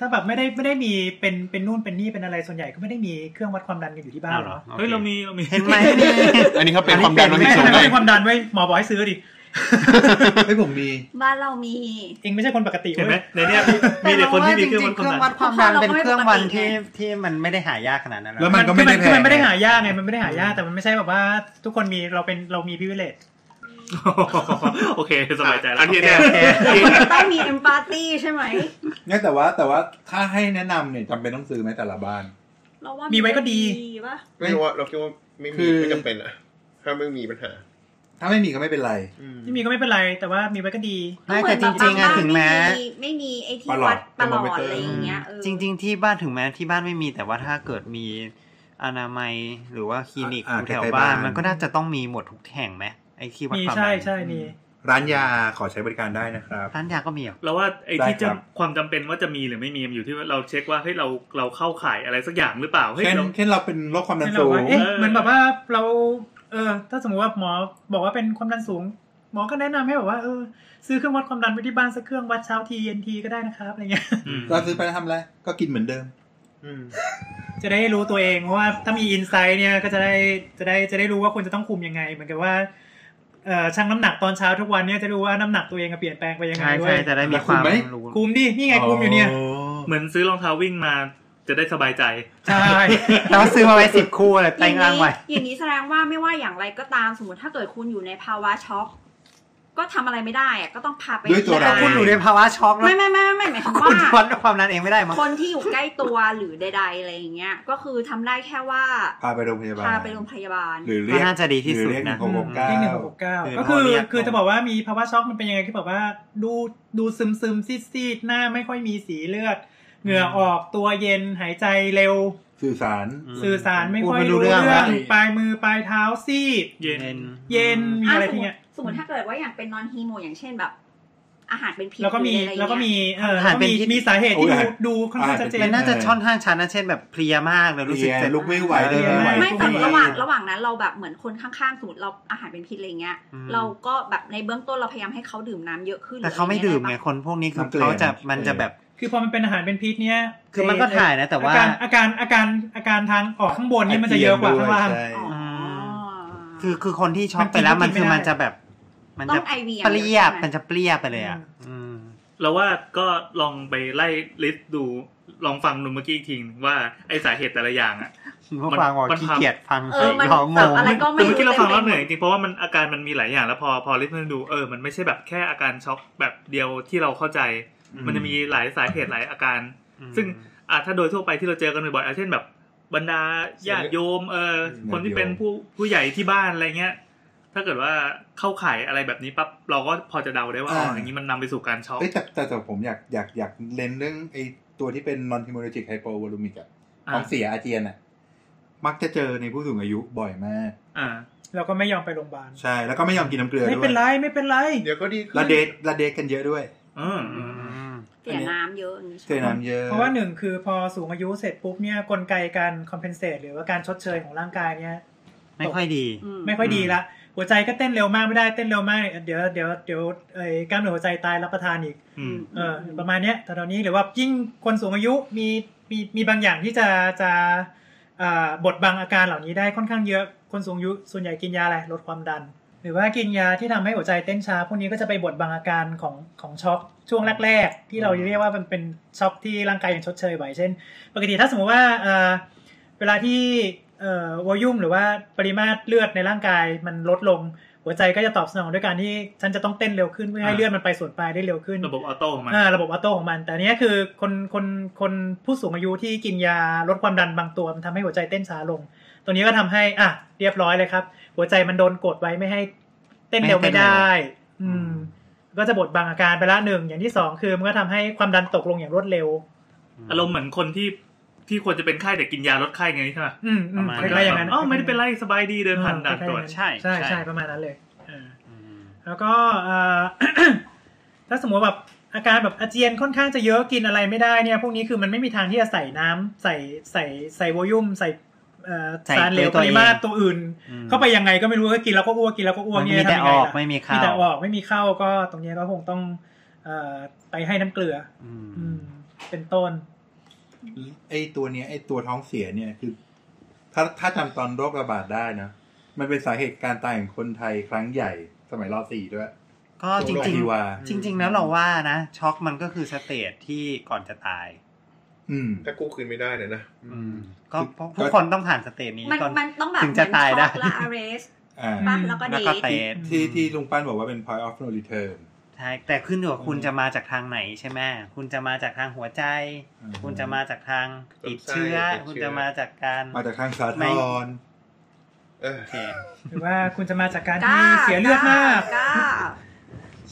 ถ้าแบบไม่ได้ไม่ได้มีเป็นเป็นนู่นเป็นนี่เป็นอะไรส่วนใหญ่ก็ไม่ได้มีเครื่องวัดความดันกันอยู่ที่บ้านหรอ โอค เฮ้ยเรามีเรามี เห็นไหม อันนี้เขาเป็น อันคนี้วามดัน เป็น โลหิตไม่สูง ไม่ ได้ เป็นความดันไว้ยหมอบอกให้ซื้อดิ เฮ้ยผมมี บ้านเรามี เองไม่ใช่คนปกติ เห็นไหม เว้ย ในเนี้ยมีแต่คนที่มีเครื่องวัดความดัน วัดความดัน เราก็ เป็น ไม่ เครื่องวัด ปกติ ที่ ไง ที่มันไม่ได้หายากขนาดนั้นหรอก แล้วมันก็ไม่ได้ คือคือมันไม่ได้ แพง หายากไงมันไม่ได้หายากแต่มันไม่ใช่แบบว่า ทุกคนมีเราเป็นเรามีพิเวเลต โอเคสบายใจแล้ อั วน ที่แน่ ต้องมีเอมพาตีใช่ไหม งั้นแต่ว่าแต่ว่าถ้าให้แนะนำเนี่ยจำเป็นต้องซื้อไหมแต่ละบ้าน เราว่า มี มี ไว้ก็ดี ป่ะ ไม่รู้ว่าเราคิดว่าไม่ คื มี อ ไม่จำเป็นอะถ้าไม่มีปัญหา ถ้าไม่มีก็ไม่เป็นไร อืม ที่มีก็ไม่เป็นไร แต่ว่ามีไว้ก็ดี ไม่แต่จริงๆอะถึงแม้ ไม่มีไอที่ ปลอด วัดปลอด thermometer อะไรอย่างเงี้ยเออ จริง ๆ ที่บ้านถึงแม้ที่บ้านไม่มีแต่ว่าถ้าเกิดมีอนามัยหรือว่าคลินิก อ่า อยู่แถว ใกล้ๆ บ้าน บ้าน มันก็น่าจะต้องมีหมดทุกแห่งไหมไอ้ที่วัด มี ความดัน ใช่ใช่มี ร้านยาขอใช้บริการได้นะครับ ร้านยาก็มีเหรอ เราว่าไอ้ที่ ได้ค จะ รับ ความจำเป็นว่าจะมีหรือไม่มีมันอยู่ที่ว่าเราเช็คว่าเฮ้ยเราเราเข้าข่ายอะไรสักอย่างหรือเปล่าเฮ้ย เช่น เรา เช่นเราเป็นโรคความดัน เช่นแบ สูงบว่าเอ๊ะ เออ เหมือนแบบว่าเรา เออ ถ้าสมมติว่าหมอบอกว่าเป็นความดันสูง หมอก็แนะนำให้แบบว่า เออ ซื้อเครื่องวัดความดันไปที่บ้านสักเครื่องวัดเช้าทีเย็นทีก็ได้นะครับอะไรเงี้ย อืม เราซื้อไปแล้วทำอะไรก็กินเหมือนเดิม อืม จะได้รู้ตัวเองเพราะว่าถ้ามีอินไซต์เนี่ยก็จะได้จะได้จะได้รู้ว่าควรจะต้องคุมยังไง เหมือนกับว่าเออชั่งน้ำหนักตอนเช้าทุกวันเนี่ยจะรู้ว่าน้ำหนักตัวเองเปลี่ยนแปลงไปยังไง ใช่ ด้ว ใช่ ย จะได้มีความ แล้วคุณไหม รู้ คุมดินี่ไงคุมอยู่เนี่ย เหมือนซื้อรองเท้าวิ่งมาจะได้สบายใจ ใช่ แต่ว่าซื้อมาไว้สิบคู่เลย อ แต่ง ย่าง ร่าง นี้ ไว้ อย่างนี้แสดงว่าไม่ว่าอย่างไรก็ตามสมมติถ้าเกิดคุณอยู่ในภาวะช็อกก็ทำอะไรไม่ได้อะก็ต้องพาไป ด้วยตัวเรา ที่ คุณอยู่ในภาวะช็อกแล้ว ไม่ไม่ไม่ไม่หมายความ คุณ ว่า วัดความดันเองไม่ได้มั้ง คนที่อยู่ใกล้ตัวหรือใดๆอะไรอย่างเงี้ย ก็คือทำได้แค่ว่า พาไปโรงพยาบาล พาไปโรงพยาบาล หรือเรี ก็ ยก น่าจะดีที่สุด หรือเรียกหนึ่ นะ งหกหกเก้า นี่หนึ่งหกเก้า คือ ก็คืหมออเรียก คือจะบอกว่ามีภาวะช็อกมันเป็นยังไงที่แบบว่า ดูดูซึมซึมซีดซีดหน้าไม่ค่อยมีสีเลือด เหงื่อออกตัวเย็นหายใจเร็ว สื่อสาร อืม สื่อสารไม่ พูด ค่อย ไม่รู้ รู้ เรื่ เรื่ อ อง ง แล้ว ปลายมือปลายเท้าซีด เย็น เย็นมี อ่ะ อะไร ส พ ม วก ม เนี้ ติ ย สมมติถ้าเกิดว่าอย่างเป็นนอนฮีโมอย่างเช่นแบบ อาหารเป็นพิษ แล้วก็มี หรืออะไรเงี้ย แล้วก็มีเออาอแล้ หาร วก็ เป็น มี พิษ มีสาเหตุที่ โอ้ยอา ดู หาร ดูค่อนข้างชัดเจ อาหาร มัน น เป็ น่าจะช่อนข้างชันนะเช่นแบบเพลียมากเลยรู้สึก เรีย เจ็บ ลุกไม่ไหวเดินไม่ไหว ไม่แต่ ไม่ ระหว่างระหว่างนั้นเราแบบเหมือนคนข้างๆสมมติเราอาหารเป็นพิษอะไรเงี้ย อืม เราก็แบบในเบื้องต้นเราพยายามให้เขาดื่มน้ำเยอะขึ้น แต่เขาไม่ดื่มไงคนพวกนี้คือ น้ำเกลือ เขาจะ น้ำเกลือ มันจะแบบ คือพอมันเป็นอาหารเป็นพิษเนี่ย คือมันก็ถ่ายนะแต่ว่า อาการอาการอาการอาการทางออกข้างบนเนี่ยมันจะเยอะกว่าข้างล่าง ใช่ อ๋ออ๋อ คือคือคนที่ช็อก มันกิน ไปแล้วมัน ไม่ คือ ได้ มันจะแบบ มันจะ ต้อง IV อย่าง เป เดียว รี้ย ใช่ไหม มันจะเปรี้ยไปเลยอ่ะอืม เราว่าก็ลองไปไล่ลิสต์ดูลองฟังดูเมื่อกี้อีกทีว่าไอ้สาเหตุแต่ละอย่างอ่ะ พวกฟังบอกขี้เกียจฟัง เออมัน ร้องง แบบ ง อะไรก็ไม่ แต่เมื่อกี้เราฟังแล้วเหนื่อย ย จริงๆเพราะว่ามันอาการมันมีหลายอย่างแล้วพอพอลิสต์มันดูเออมันไม่ใช่แบบแค่อาการช็อกแบบเดียวที่เราเข้าใจ มันจะมีหลายสาเหตุหลายอาการ ซึ่ง อ่ะถ้าโดยทั่วไปที่เราเจอกันบ่อยๆอ่ะเช่นแบบบรรดาญาติโยมเออ ญาติโยม คนที่เป็นผู้ผู้ใหญ่ที่บ้านอะไรเงี้ย ถ้าเกิดว่าเข้าข่ายอะไรแบบนี้ปั๊บเราก็พอจะเดาได้ว่าอ๋ออย่างนี้มันนำไปสู่การช็อก เอ้ยแต่แต่แต่ผมอยากอยากอยากเล่นเรื่องไอ้ตัวที่เป็น non hemorrhagic hypovolumic อะ อ่ะ ของเสียอาเจียนอะมักจะเจอในผู้สูงอายุบ่อยมาก อ่า เราก็ไม่ยอมไปโรงพยาบาล ใช่แล้วก็ไม่ยอมกินน้ำเกลือ ไม่ ด้ว เป็ ย นไรไม่เป็นไร เดี๋ยวก็ดีขึ้น และเดทและเดทกันเยอะด้วย อืม อืม เสียน้ำเยอะอย่างงี้ เจอน้ำเยอะ เพราะว่าหนึ่งคือพอสูงอายุเสร็จปุ๊บเนี่ยกลไกการ compensate หรือว่าการชดเชยของร่างกายเนี่ย ไม่ค่อยดี อืม ไม่ค่อยดีละหัวใจก็เต้นเร็วมากไม่ได้เต้นเร็วมากเดี๋ยวเดี๋ยวเดี๋ยวเอ้ยกล้ามเนื้อหัวใจตายรับประทานอีก อืม เออประมาณเนี้ยตอนนี้หรือว่ายิ่งคนสูงอายุมีมีมีบางอย่างที่จะจะอ่าบดบังอาการเหล่านี้ได้ค่อนข้างเยอะคนสูงอายุส่วนใหญ่กินยาอะไรลดความดัน หรือว่ากินยาที่ทำให้หัวใจเต้นช้าพวกนี้ก็จะไปบดบังอาการของของช็อกช่วงแรก ๆ ที่เราเรียกว่ามันเป็นช็อกที่ร่างกายยังชดเชยไหวเช่น ปกติถ้าสมมติว่าเอ่อเวลาที่วอลยุ่มหรือว่าปริมาตรเลือดในร่างกายมันลดลงหัวใจก็จะตอบสนองด้วยการที่ฉันจะต้องเต้นเร็วขึ้นเพื่อให้เลือดมันไปส่วนปลายได้เร็วขึ้น ระบบออโต้ของมัน อ่าระบบออโต้ของมันแต่อันเนี้ยคือคนคนคนผู้สูงอายุที่กินยาลดความดันบางตัวมันทำให้หัวใจเต้นช้าลง ตัวนี้ก็ทำให้อ่ะเรียบร้อยเลยครับ หัวใจมันโดนกดไว้ไม่ให้เต้นเร็ว ไม่ให้ ไม่ เต้นเร็ว ได้ อืม ก็จะบดบังอาการไปละหนึ่งอย่างที่สองคือมันก็ทำให้ความดันตกลงอย่างรวดเร็ว อารมณ์เหมือนคนที่ ที่ควรจะเป็นไข้แต่กินยาลดไข้ไงใช่ไหม อืมอืปมระมาณ ค นั้ ล้าน ยๆอย่างนั้น อ๋อไม่ได้เป็นไรสบายดีเดินผ่านด่านตรวจ ใช่ ใช่ ใช่ ใช่ประมาณนั้นเลยเออ อืม แล้วก็เอ่อ ถ้าสมมติแบบอาการแบบอาเจียนค่อนข้างจะเยอะกินอะไรไม่ได้เนี่ย พวกนี้คือมันไม่มีทางที่จะใส่น้ำใส่ใส่ใส่โวลยูมใส่เอ่อ ใส่ สารเหลว ตัวปเอง ริมาตรตัวอื่น อืม เข้าไปยังไงก็ไม่รู้ก็กินแล้วก็อ้วกกินแล้วก็อ้วก มัน เนี่ย มีแต่ ทำยัง อ ไง อก ล่ะ ไม่มี มี เข้า แต่ออกไม่มีเข้าก็ตรงเนี้ยก็คงต้องเอ่อไปให้น้ำเกลือ อืม อืม เป็นต้น ไอตัวเนี้ยไอตัวท้องเสียเนี่ยคือ ถ้าถ้าจำตอนโรคระบาดได้นะ มันเป็นสาเหตุการตายของคนไทยครั้งใหญ่สมัยรอสี่ด้วย ก็จ โค ริง อฮิวา ๆ จริง ๆ แล้วเราว่านะ ช็อกมันก็คือสเตจที่ก่อนจะตาย อืม ถ้ากู้คืนไม่ได้เนี่ยนะ อืม ก็ คือ เพราะ ก็ ทุกคนต้องผ่านสเตจนี้ มัน ก่อน มันต้องแบบ ถึงจะตายได้ เหมือนช็อกและ arrest อ่า ป่ะแล้วก็ แล้ เด วก็ ท เตะ ที่ที่ลุงปั้นบอกว่าเป็น point of no return ใช่แต่ขึ้นอยู่กับคุณจะมาจากทางไหนใช่ไหมคุณจะมาจากทางหัวใจ อืม คุณจะมาจากทางติดเชื้อ ลำไส้ติดเชื้อ คุณจะมาจากการ มาจากทางสาท ไม่ ร เออ โอเค หรือว่าคุณจะมาจากการ กล้า ที่เสียเลือดมาก ล้า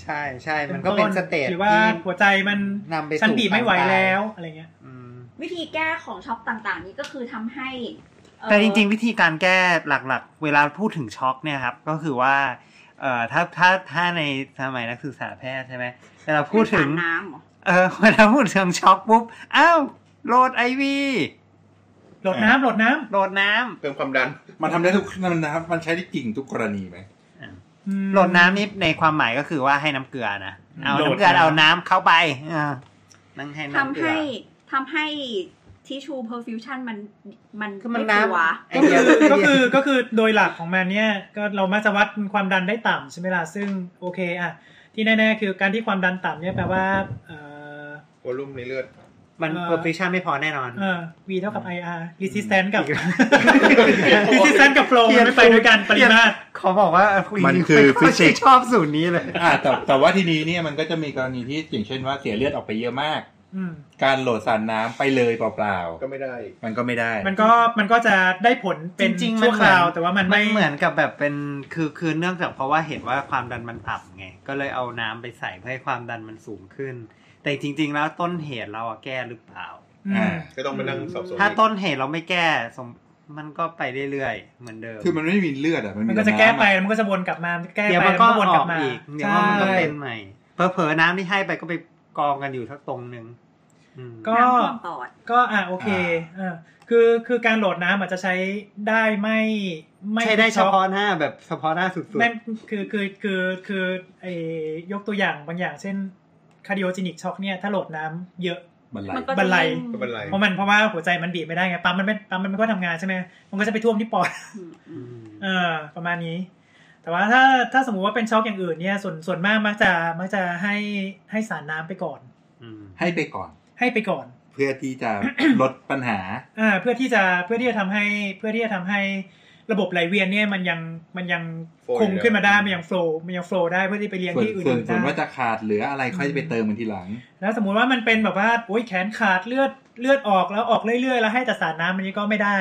ใช่ใช่มันก็เป็นสเตจ หรือว่า ที่ หัวใจมัน นำไปสู่ ฉันบีบไม่ไหว ความตาย แล้วอะไรเงี้ย อืม วิธีแก้ของช็อกต่างๆ นี้ก็คือทำให้เอ่อ แต่จริง ๆ วิธีการแก้หลักๆ เวลาพูดถึงช็อกเนี่ยครับก็คือว่าเอ่อถ้าถ้าถ้าในสมัยนักศึกษาแพทย์ใช่ไหมเวลาพูดถึง ให้สารน้ำเหรอ เออเวลาพูดถึงช็อกปุ๊บอ้าวโหลดไอวี โหลดน้ำโหลดน้ำ โหลดน้ำ เพิ่มความดัน มันทำได้ทุกมันนะครับมันใช้ได้จริงทุกกรณีไหม อืม หลดน้ำนี่ในความหมายก็คือว่าให้น้ำเกลือนะ เอา โหลด น้ำเกลือ น้ำ เอาน้ำเข้าไปอ่านั่งให้ ทำ น้ำเกลือ ให้ทำให้ทิชชู perfusion มันมัน คือมัน ไกลัว น้ำไอ ก็ เดี คื ย อก็คือ ไ ก็คือโดยหลักของมันเนี่ยก็เรามาจะวัดความดันได้ต่ำใช่ไหมล่ะซึ่งโอเคอะที่แน่ๆคือการที่ความดันต่ำเนี่ยแปลว่าเอ่อ วอลลุ่มในเลือด มัน เอ่อ เพอร์ฟิชั่นไม่พอแน่นอน เอ่อ v เท่ากับ IR resistance กับ อีกแล้ว resistance กับ flow มันไม่ไปด้วยกันปริมาตร เขาบอกว่าคุย มันคือฟิสิกส์ ชอบสูตรนี้เลย อ่าแต่แต่ว่าทีนี้เนี่ยมันก็จะมีกรณีที่อย่างเช่นว่าเสียเลือดออกไปเยอะมาก อืม การโหลดสารน้ำไปเลยเปล่า ก็ไม่ได้ ๆ มันก็ไม่ได้ มันก็มันก็จะได้ผลเป็น จริงๆมัน ชั่วคราว เหมือน แต่ว่ามัน มัน ไม่ เหมือนกับแบบเป็นคือคือเนื่องจากเพราะว่าเห็นว่าความดันมันต่ำไง ก็เลยเอาน้ำไปใส่เพื่อให้ความดันมันสูงขึ้น แต่จริง ๆ แล้วต้นเหตุเราอะแก้หรือเปล่า อืม ก็ต้องมานั่งสอบสวน ถ้าต้นเหตุเราไม่แก้สมมันก็ไปเรื่อยๆเหมือนเดิม คือมันไม่มีเลือดอ่ะ มันมีมัน แต่ ก็จะแก้ไป น้ำอ แล้วมันก็จะวนกลับมาแก้ เดี๋ยว ไป มัน แล้ว ก็ มันอกก็วนลั อบ ก มา อีก เดี๋ยวว่ามันก็ ใช่ เป็นใหม่ เผลอๆน้ำที่ให้ไปก็ไปกองกันอยู่ทักตรงหนึ่งอืม ก็ น้ำท่วมปอด ก็อ่ะโอเคเอ่าคือคือการโหลดน้ำอาจจะใช้ได้ไม่ไม่ ใช้ได้เฉ ทุกช็อ พาะ ต หน้าแบบเฉพาะหน้าสุด ไม่คือคือคือคือไอยกตัวอย่างบางอย่างเช่นคาร์ดิโอจินิกช็อกเนี่ยถ้าโหลดน้ำเยอะ มันไหล มันก็ บั จะ นไล ยิ่ง ก็เป็นไร เพราะมันเพราะว่าหัวใจมันบีบไม่ได้ไงปั๊มมันไม่ปั๊มมันไม่ค่อยทำงานใช่ไหมมันก็จะไปท่วมที่ปอดๆอืม อืม เออประมาณนี้ แต่ว่าถ้าถ้าสมมุติว่าเป็นช็อกอย่างอื่นเนี่ยส่วนส่วนมากมักจะมักจะให้ให้สารน้ำไปก่อน อืม ให้ไปก่อน ให้ไปก่อน เพื่อที่ จะ ลดปัญหา อ่าเพื่อที่จะเพื่อที่จะทำให้เพื่อที่จะทำให้ระบบไหลเวียนเนี่ยมันยังมันยัง Flow คงขึ้นมาได้ อยู่แล้ว มันยังโฟล์มันยังโฟล์ได้เพื่อที่ไปเลี้ยง ส่วน ที่อื่ ส่วน นๆ ส่วนว่า ได้ จะขาดเหลืออะไรค่อยไปเติมมันทีหลัง แล้วสมมุติว่ามันเป็นแบบว่าโอ้ยแขนขาดเลือดเลือดออกแล้วออกเรื่อยๆแล้วให้แต่สารน้ำมันนี้ก็ไม่ได้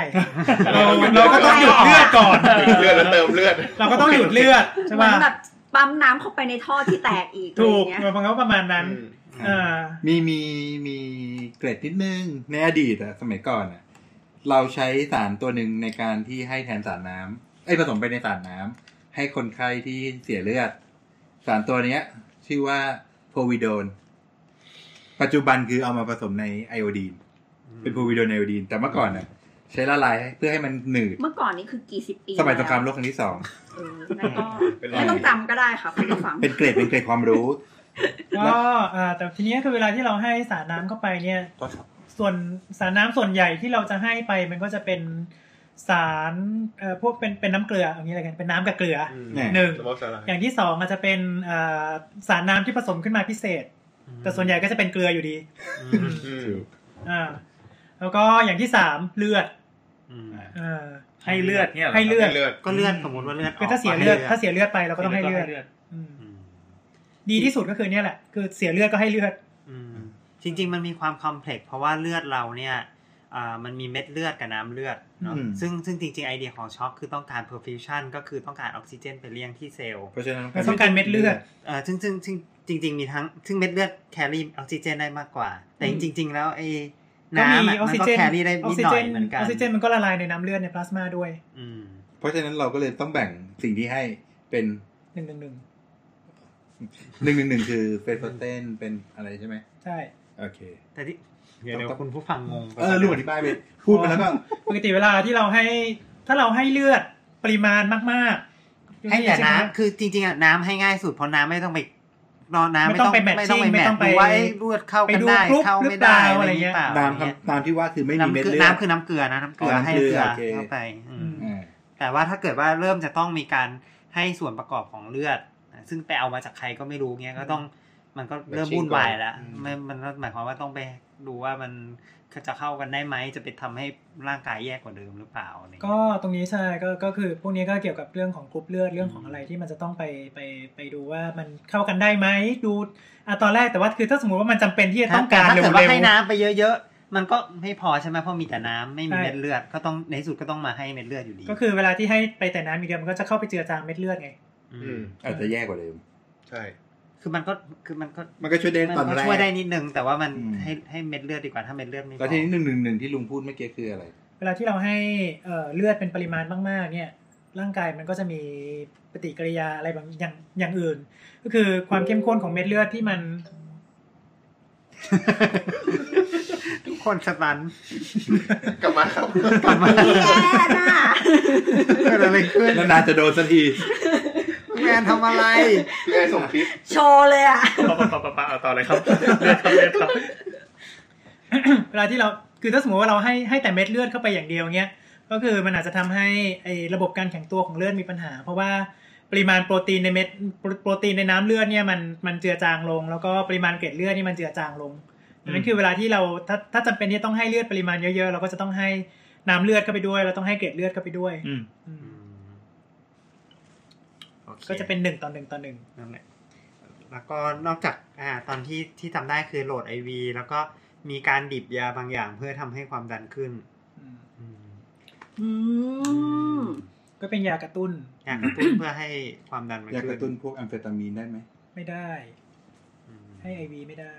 เราเราก็ต้องหยุดเลือดก่อน เลือดแล้วเติมเลือด เราก็ต้องหยุดเลือดใช่ เหมือ ป่ะ นแบบปั๊มน้ำเข้าไปในท่อที่แตกอีกอะไร ถู อก ย่างเงี้ย มันก็ประมาณนั้น ม อ่า มีมีมีเกรดนิดนึงในอดีตอะสมัยก่อนอะเราใช้สารตัวหนึ่งในการที่ให้แทนสารน้ำไอ้ยผสมไปในสารน้ำให้คนไข้ที่เสียเลือด สารตัวเนี้ย ชื่อว่าโพวิโดน ปัจจุบันคือเอามาผสมในไอโอดีน เป็นโพวิโดนไอโอดีน แต่เมื่อก่อนอะใช้ละลายเพื่อให้มันหนืด เมื่อก่อนนี่คือกี่สิบปี สมัยสงครามโล แล้ว กครั้งที่สอง เออนั่นก็ เป็นไร ไม่ต้องจำก็ได้ค่ะคุณผู้ฟัง เป็นเกรดเป็นเกรดความรู้ ก็อ่าแต่ทีเนี้ยคือเวลาที่เราให้สารน้ำเข้าไปเนี่ย ส่วนสารน้ำส่วนใหญ่ที่เราจะให้ไปมันก็จะเป็นสารเอ่อพวกเป็นเป็นน้ำเกลืออย่างนี้อะไรกันเป็นน้ำกับเกลืออ แน่ หนึ่ง สมองสลาย อย่างที่สองอาจจะเป็นเอ่อสารน้ำที่ผสมขึ้นมาพิเศษ แต่ส่วนใหญ่ก็จะเป็นเกลืออยู่ดี อืม อืม อ่าแล้วก็อย่างที่สามเลือด อืม เออ ให้เลือดเนี่ยร ให้เลือด เลือด ก็เลือดสมมติว่าเลือด คือถ้าเสียเลือดถ้าเสียเลือดไปเราก็ต้องให้เลือดอืม อืม ดีที่สุดก็คือเนี่ยแหละคือเสียเลือดก็ให้เลือด อืมจริง ๆ มันมีความคอมเพล็กซ์เพราะว่าเลือดเราเนี่ยอ่ามันมีเม็ดเลือดกับน้ำเลือดเนอะ อืม ซึ่งซึ่งจริง ๆ ไอเดียของช็อกคือต้องการเพอร์ฟิวชันก็คือต้องการออกซิเจนไปเลี้ยงที่เซลล์ เพราะฉะนั้น ต้องการเม็ดเลือด เอ่อซึ่งซึ่งซึ่งจริง ๆ มีทั้งซึ่งเม็ดเลือดแคลอรี่ออกซิเจนได้มากกว่า แต่ อื จ ม ริง ๆ แล้วไอ้ ก็มี น้ำ อ อะ อก มัน ซิ ก็ เจน แครี่ได้ ออ นิ ก ด ซิ หน่ เจ อย น เหมือน อ กัน อกซิเจนมันก็ละลายในน้ำเลือดในพลาสมาด้วย อืม เพราะฉะนั้นเราก็เลยต้องแบ่งสิ่งที่ให้เป็น หนึ่งหนึ่งหนึ่ง หนึ่งหนึ่งหนึ่งคือเป็นโปรตีนเป็นอะไรใช่ไหม ใช่ โอเค แต่ที่เดี๋ยวเดี๋ยวคุณผู้ฟังงงไป เออลูกอธิบายไปพูดมาแล้วก็ ปกติเวลาที่เราให้ถ้าเราให้เลือดปริมาณมากๆ ให้แต่ ช่ไม น้ำคือจริงๆอะน้ำให้ง่ายสุดเพราะน้ำไม่ต้องไปรอน้ำ ไม่ ไม่ ต้ ต้ อ อง ง ไป ไม่ต้องไป matching แม ไม่ ท ต้องไป ดูว่าเอ้ยลวดเข้า ไป กัน ดู ได้ กรุ๊ป เข้า หรือ ไม่ เป ได้ ล่า อะ อะไร ไร เงี้ เงี้ ย ย ตามคำตามที่ว่าคือไม่มีเม็น้ำดคือ เลือด น้ำคือน้ำเกลือนะน้ำเกลือ น้ำ ให้ เกลือ เกลือ โอเค เข้าไปอืม อ่า แต่ว่าถ้าเกิดว่าเริ่มจะต้องมีการให้ส่วนประกอบของเลือดนะซึ่งไปเอามาจากใครก็ไม่รู้เงี้ยก็ต้องมันก็เริ่มวุ่นวายแล้วไม่มันก็หมายความว่าต้องไปดูว่ามันจะเข้ากันได้ไหมจะไปทำให้ร่างกายแย่กว่าเดิมหรือเปล่าอะไรเงี้ย ก็ตรงนี้ใช่ก็ก็คือพวกนี้ก็เกี่ยวกับเรื่องของกรุ๊ปเลือดเรื่องของอะไรที่มันจะต้องไปไปไปดูว่ามันเข้ากันได้ไหมดูอ่ะตอนแรกแต่ว่าคือถ้าสมมติว่ามันจำเป็นที่จะต้องการ ถ้า เร็ เกิ ว ดว่า ๆ ให้น้ำไปเยอะๆ มันก็ไม่พอใช่ไหมเพราะมีแต่น้ำไม่มีเม็ดเลือดก็ต้องในที่สุดก็ต้องมาให้เม็ดเลือดอยู่ดี ก็คือเวลาที่ให้ไปแต่น้ำมีเดียวมันก็จะเข้าไปเจือจางเม็ดเลือดไง อืม อาจจะแย่กว่าเดิม ใช่ คือมันก็คือมันก็ มันก็ช่วยได้ตอน มัน แร ก็ ก ช่วยได้นิดนึงแต่ว่ามัน อืม ให้ให้เม็ดเลือดดีกว่าถ้าเม็ดเลือดไม่พ แล้ว อ ทีนี้หนึ่งหนึ่งหนึ่งที่ลุงพูดเมื่อกี้คืออะไร เวลาที่เราให้เอ่อเลือดเป็นปริมาณมากๆเนี่ยร่างกายมันก็จะมีปฏิกิริยาอะไรบางอย่างอย่างอื่น ก็คือความเข้มข้นของเม็ดเลือดที่มัน ทุกคนสตัน กลับมาครับ กลับมา พี่แอนน่ะ เกิดอะไรขึ้น นานๆจะโดนสักที แมนทำอะไร พี่แอนส่งคลิป โชว์เลยอ่ะ ปะปะปะปะปะเอาต่อเลยครับเลือดครับเลือดครับ เวลาที่เราคือถ้าสมมติว่าเราให้ให้แต่เม็ดเลือดเข้าไปอย่างเดียวเนี่ยก็คือมันอาจจะทำให้ไอ้ระบบการแข็งตัวของเลือดมีปัญหา เพราะว่าปริมาณโปรตีนในเม็ดโปรโปรตีนในน้ำเลือดเนี่ยมันมันเจือจางลง แล้วก็ปริมาณเกล็ดเลือดนี่มันเจือจางลงดังนั้นคือเวลาที่เราถ้าถ้าจำเป็นที่จะต้องให้เลือดปริมาณเยอะๆเราก็จะต้องให้น้ำเลือดเข้าไปด้วยเราต้องให้เกล็ดเลือดเข้าไปด้วย อืม ก็จะเป็นหนึ่งต่อหนึ่งต่อหนึ่ง นั่นแหละแล้วก็นอกจากอ่าตอนที่ที่ทำได้คือโหลดไอวีแล้วก็มีการดิบยาบางอย่างเพื่อทำให้ความดันขึ้น อืม ก็เป็นยากระตุ้น อยากกระตุ้นเพื่อให้ความดันมัน อยากก ขึ้ ระตุ้นพวกแอมเฟตามีนได้ไหม ไม่ได้ อืม ให้ไอวีไม่ได้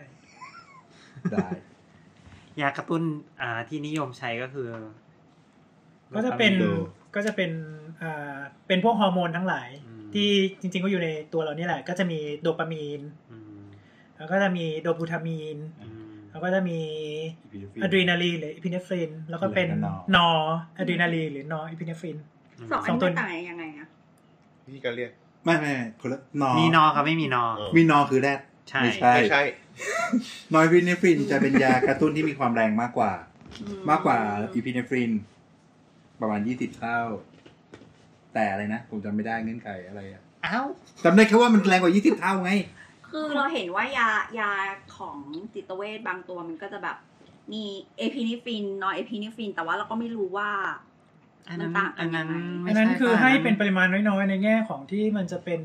ได้ ยากระตุ้นอ่าที่นิยมใช้ก็คือ ก็จะเป็น ลองดู ก็จะเป็นอ่าเป็นพวกฮอร์โมนทั้งหลาย อืม ที่จริง ๆ ก็อยู่ในตัวเรานี่แหละ ก็จะมีโดปามีน อืม แล้วก็จะมีโดบูทามีน อืม แล้วก็จะมีอะดรีนาลีนหรืออิพิเนฟริน แล้วก็เป็น แล้วก็นอ นออะดรีนาลีนหรือนออิพิเนฟริน สองอันนี้มันต่างกันยังไงอ่ะ นี่ก็เรียก ไม่ไม่ไม่คนละนอ มีนอกับไม่มีนอ เออ มีนอคือแรด ใช่ ไม่ใช่ ไม่ใช่ นอยพิเนฟรินจะเป็นยากระตุ้นที่มีความแรงมากกว่า มากกว่าอีพิเนฟริน ประมาณยี่สิบเท่า แต่อะไรนะ ผมจำไม่ได้เงื่อนไขอะไรอะ อ้าว จำได้แค่ว่ามันแรงกว่ายี่สิบเท่าไง คือเราเห็นว่ายายาของจิตเวชบางตัวมันก็จะแบบ มีเอพินิฟินนอเอพินิฟิน แต่ว่าเราก็ไม่รู้ว่า อันนั้น มันต่างกั อันนั้นไม่นยังไงอันนั้น ใช่ คือ ป่ะ ให้เป็นปริมาณน้อยๆ ในแง่ของที่มันจะเป็น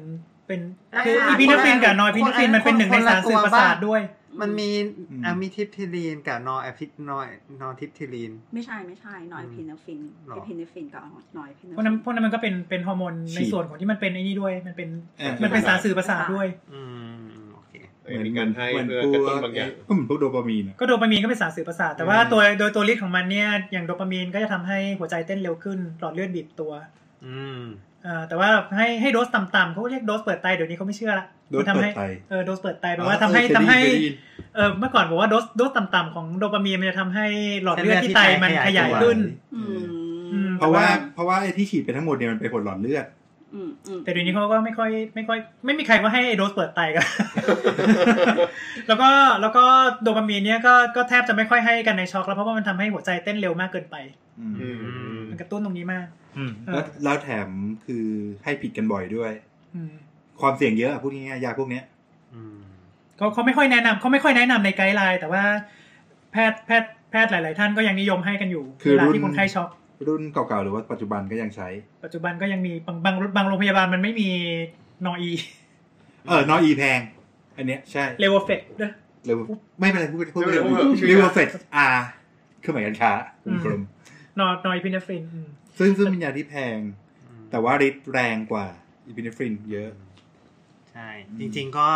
เป็น ราคา คืออิพิเนฟรินกับนออิพิเนฟรินมันเป็นหนึ่งในสารสื่อประสาทด้วย มันมี อืม อะมิทิปทิลีนกับนอแอพินอนอทิปทิลีน ไม่ใช่ไม่ใช่นอเอพินิฟิน หรอ เอพินิฟินกับนอเอพินิ พ ฟิ วก น นั้นพวกนั้นมันก็เป็นเป็นฮอร์โมนใน ฉีด ส่วนของที่มันเป็นไอ้นี่ด้วย มันเป็น เออ มันเป็นสารสื่อประสาทด้วย อืมโอเค เออมีการให้ เหมือน เพื่อ พกวระ ก ตุ้นบางอย่าง ก็เหมือนพวกโดปามีนอะ ก็โดปามีนก็เป็นสารสื่อประสาทแต่ว่า อืม ตัวโดยตัวฤทธิ์ของมันเนี่ยอย่างโดปามีนก็จะทำให้หัวใจเต้นเร็วขึ้นหลอดเลือดบีบตัว อืม อ่าแต่ว่าให้ให้โดสต่ำๆเขาเรียกโดสเปิดไตเดี๋ยวนี้เขาไม่เชื่อละ โด มัน นทำ เปิด ให้ ไต เออโดสเปิดไตแปลว่าทำให้ทำให้ เคยได้ยิน เออเมื่อก่อนบอกว่าโดสโดสต่ำๆของโดปามีนมันจะทำให้หลอดเลือดที่ เส้ ไต นเลือดที่ไต มันขยาย ขยาย ขึ้น อืม อืม เพราะว่าเพราะว่าไอ้ที่ฉีดไปทั้งหมดเนี่ยมันไปกดหลอดเลือด อืมอืม แต่เดี๋ยวนี้เขาก็ไม่ค่อยไม่ค่อย ไม่มีใครก็ให้ไอ้โดสเปิดไตกัน แล้วก็แล้วก็โดปามีนเนี่ยก็ก็แทบจะไม่ค่อยให้กันในช็อกแล้วเพราะว่ามันทำให้หัวใจเต้นเร็วมากเกินไป อืม มันกระตุ้นตรงนี้มาก อืม เอ แล้ว อ แล้วแถมคือให้ผิดกันบ่อยด้วย อืม ความเสี่ยงเยอะอะพูดง่ายๆยาพวกเนี้ย อืม เขาเขาไม่ค่อยแนะนำเขาไม่ค่อยแนะนำในไกด์ไลน์แต่ว่าแพทย์แพทย์แพทย์หลาย ๆ ท่านก็ยังนิยมให้กันอยู่ คือ เวลา รุ่น ที่คนไข้ช็อก รุ่นเก่าๆหรือว่าปัจจุบันก็ยังใช้ ปัจจุบันก็ยังมีบางบางบางโรงพยาบาลมันไม่มีนออี เออนออีแพง อันเนี้ยใช่ เลโวเฟตด้วย หรือไม่เป็นไรพูดพูด ไม่ ไม่ เป็ เป็ไรน นไร พูด ลิเวอร์เฟสอาร์เครื่องหมายการค้าเป็นกลม นอนออีพิเนฟรินอืม ซึ่งซึ่งเป็นยาที่แพง แต่ว่าฤทธิ์แรงกว่าอีพิเนฟรินเยอะ ใช่ อืม จริง ๆ ก็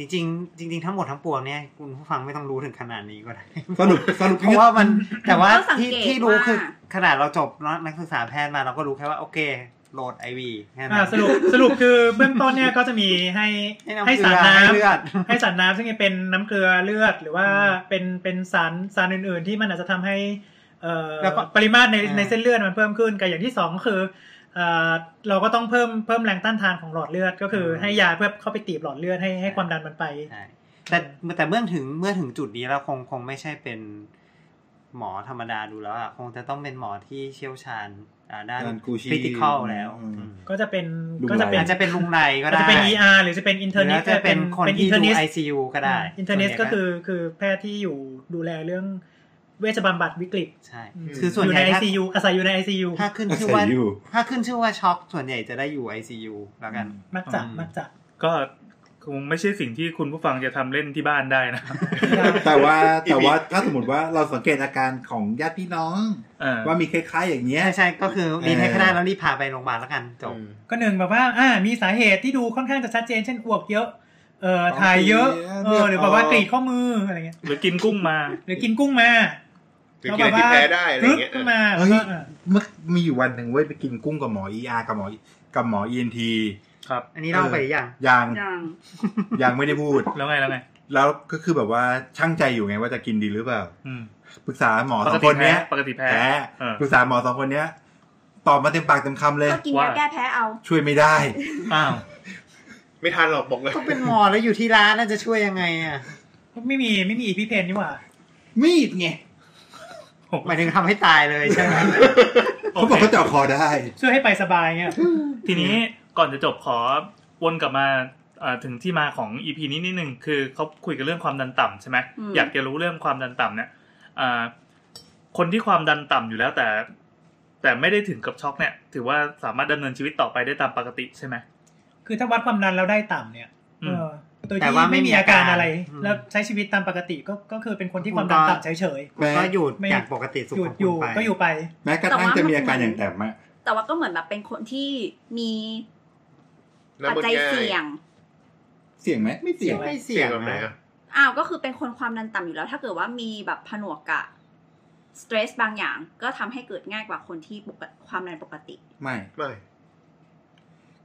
จ จริงๆจริง ๆ ทั้งหมดทั้งปวงเนี่ยคุณผู้ฟังไม่ต้องรู้ถึงขนาดนี้ก็ได้ สรุปสรุป เพราะว่ามันแต่ว่า ต้องสัง ที่ เกต ที่รู้ ว่า คือขนาดเราจบนักศึกษาแพทย์มาเราก็รู้แค่ว่าโอเคโหลดไอวีแค่นั้ อ่าน สรุปสรุปคือเบื้องต้นเนี่ยก็จะมีให้ ให้น้ำเกลือให้สารน้ ให้เลือด ำให้สารน้ำซึ่งเป็นน้ำเกลือเลือด หรือว่า อืม เป็นเป็นสารสารอื่น ๆ ที่มันอาจจะทำให้เอ่อ แล้วก็ ปริมาตรใน อ่า ในเส้นเลือดมันเพิ่มขึ้นกับอย่างที่สองก็คือเอ่อเราก็ต้องเพิ่มเพิ่มแรงต้านทานของหลอดเลือด ก็คือให้ยาเพื่อเข้าไปตีบหลอดเลือดให้ให้ความดันมันไป ใช่แต่แต่เมื่อถึงเมื่อถึงจุดนี้แล้วคงคงไม่ใช่เป็นหมอธรรมดาดูแล้วอะคงจะต้องเป็นหมอที่เชี่ยวชาญอ่าด้าน การกูชี c ริติคอลแล้ว อืม ก็จะเป็น ดู ก็จะเป็น อาจจะเป็นลุงไรก็ อาจ ได้ จะเป็น ER หรือจะเป็น หรือ internist จะเป็นคน เป็น ที่ดู internist ไอซียูก็ได้ อินเทอร์เน็ต ส่วใหญ่ ก็คือคือแพทย์ที่อยู่ดูแลเรื่องเวชบำบัดวิกฤต ใช่ อืม คือส่วน ยู่ ใหญ่ ใน ถ้า ICU อาศัยอยู่ใน ICU ถ้าขึ้นชื่อว่า อาศัยอยู่ ถ้าขึ้นชื่อว่าช็อกส่วนใหญ่จะได้อยู่ไอซียูแล้วกัน มักจะ อืม มักจะ ก็คงไม่ใช่สิ่งที่คุณผู้ฟังจะทำเล่นที่บ้านได้นะ แต่ว่าแต่ว่าถ้าสมมติว่าเราสังเกตอาการของญาติพี่น้อง เออ ว่ามีคล้ายๆอย่างเงี้ย ใช่ใช่ก็คือรีเทคก็ได้แล้วรีบพาไปโรงพยาบาลแล้วกันจบ อืม ก็หนึ่งแบบว่าอ่ามีสาเหตุที่ดูค่อนข้างจะชัดเจน เช่นอ้วกเยอะเอ่อ ท้อง ถ่ายเยอะ เสีย เออหรือ เลือดออก แบบว่ากรีดข้อมืออะไรเงี้ย หรือกินกุ้งมา หรือกินกุ้งมา หรือกินอะไรที่แพ้ได้อะไร รึบ เงี้ย ขึ้นมา เฮ้ย แล้วก็อ่ะ เมื่อมีอยู่วันหนึ่งเว้ยไปกินกุ้งกับหมอเออากับหมอกับหมอเอ็นที ครับ อันนี้เล่าไปหรือยัง ยัง อย่าง ยังไม่ได้พูด แล้วไงแล้วไง แล้วก็คือแบบว่าช่างใจอยู่ไงว่าจะกินดีหรือเปล่า อืม ปรึกษาหมอ ปกสอง ติ คน แพ้ เนี้ย ปกติแพ้ แพ้ เออ ปรึกษาหมอสองคนเนี้ยตอบมาเต็มปากเต็มคำเลย ก็กินยา ว่า แก้แพ้เอา ช่วยไม่ได้ อ้าว ไม่ทันหรอกบอกเลย ก็เป็นหมอแล้วอยู่ที่ร้านน่าจะช่วยยังไงอ่ะ ไม่มีไม่มีอีพิเพนนี่หว่า มีดไง หมายถึงทำให้ตายเลยใช่ไหม เขาบอกเขาเจาะคอได้ ช่วยให้ไปสบายเงี้ย ทีนี้ก่อนจะจบขอวนกลับมาเอ่อถึงที่มาของอีพีนี้นิดนึงคือเขาคุยกันเรื่องความดันต่ำใช่ไหม อืม อยากจะรู้เรื่องความดันต่ำเนี่ยอ่าคนที่ความดันต่ำอยู่แล้วแต่ แต่ไม่ได้ถึงกับช็อกเนี่ย ถือว่าสามารถดำเนินชีวิตต่อไปได้ตามปกติใช่ไหม คือถ้าวัดความดันเราได้ต่ำเนี่ย อื เอ ม อโดย แต่ ที่ ว่าไม่ ไม่ มี มีอาการ อาการ อะไร อืม แล้วใช้ชีวิตตามปกติก็ก็คือเป็นคนที่ความดันต่ำเฉยๆ แม่ ก็อยู่ ไม่ อย่างปกติสุข หยุ ข ด อง อ คุณไปยู่ก็อยู่ไป แม้กระทั่งจะมีอาการอย่างแต้มอะ แต่ว่าก็เหมือนแบบเป็นคนที่มีปัน้ำจมัน จัย ง่าย เสี่ยง เสี่ยงไหมไม่เสี่ยง ไม่เสี่ เสี่ ย ยง ง แบบไหน นะ อะ อ้าว ก็คือเป็นคนความดันต่ำอยู่แล้ว ถ้าเกิดว่ามีแบบผนวกกับสเตรสบางอย่าง ก็ทำให้เกิดง่ายกว่าคนที่ปกติความดันปกติ ไม่ ไม่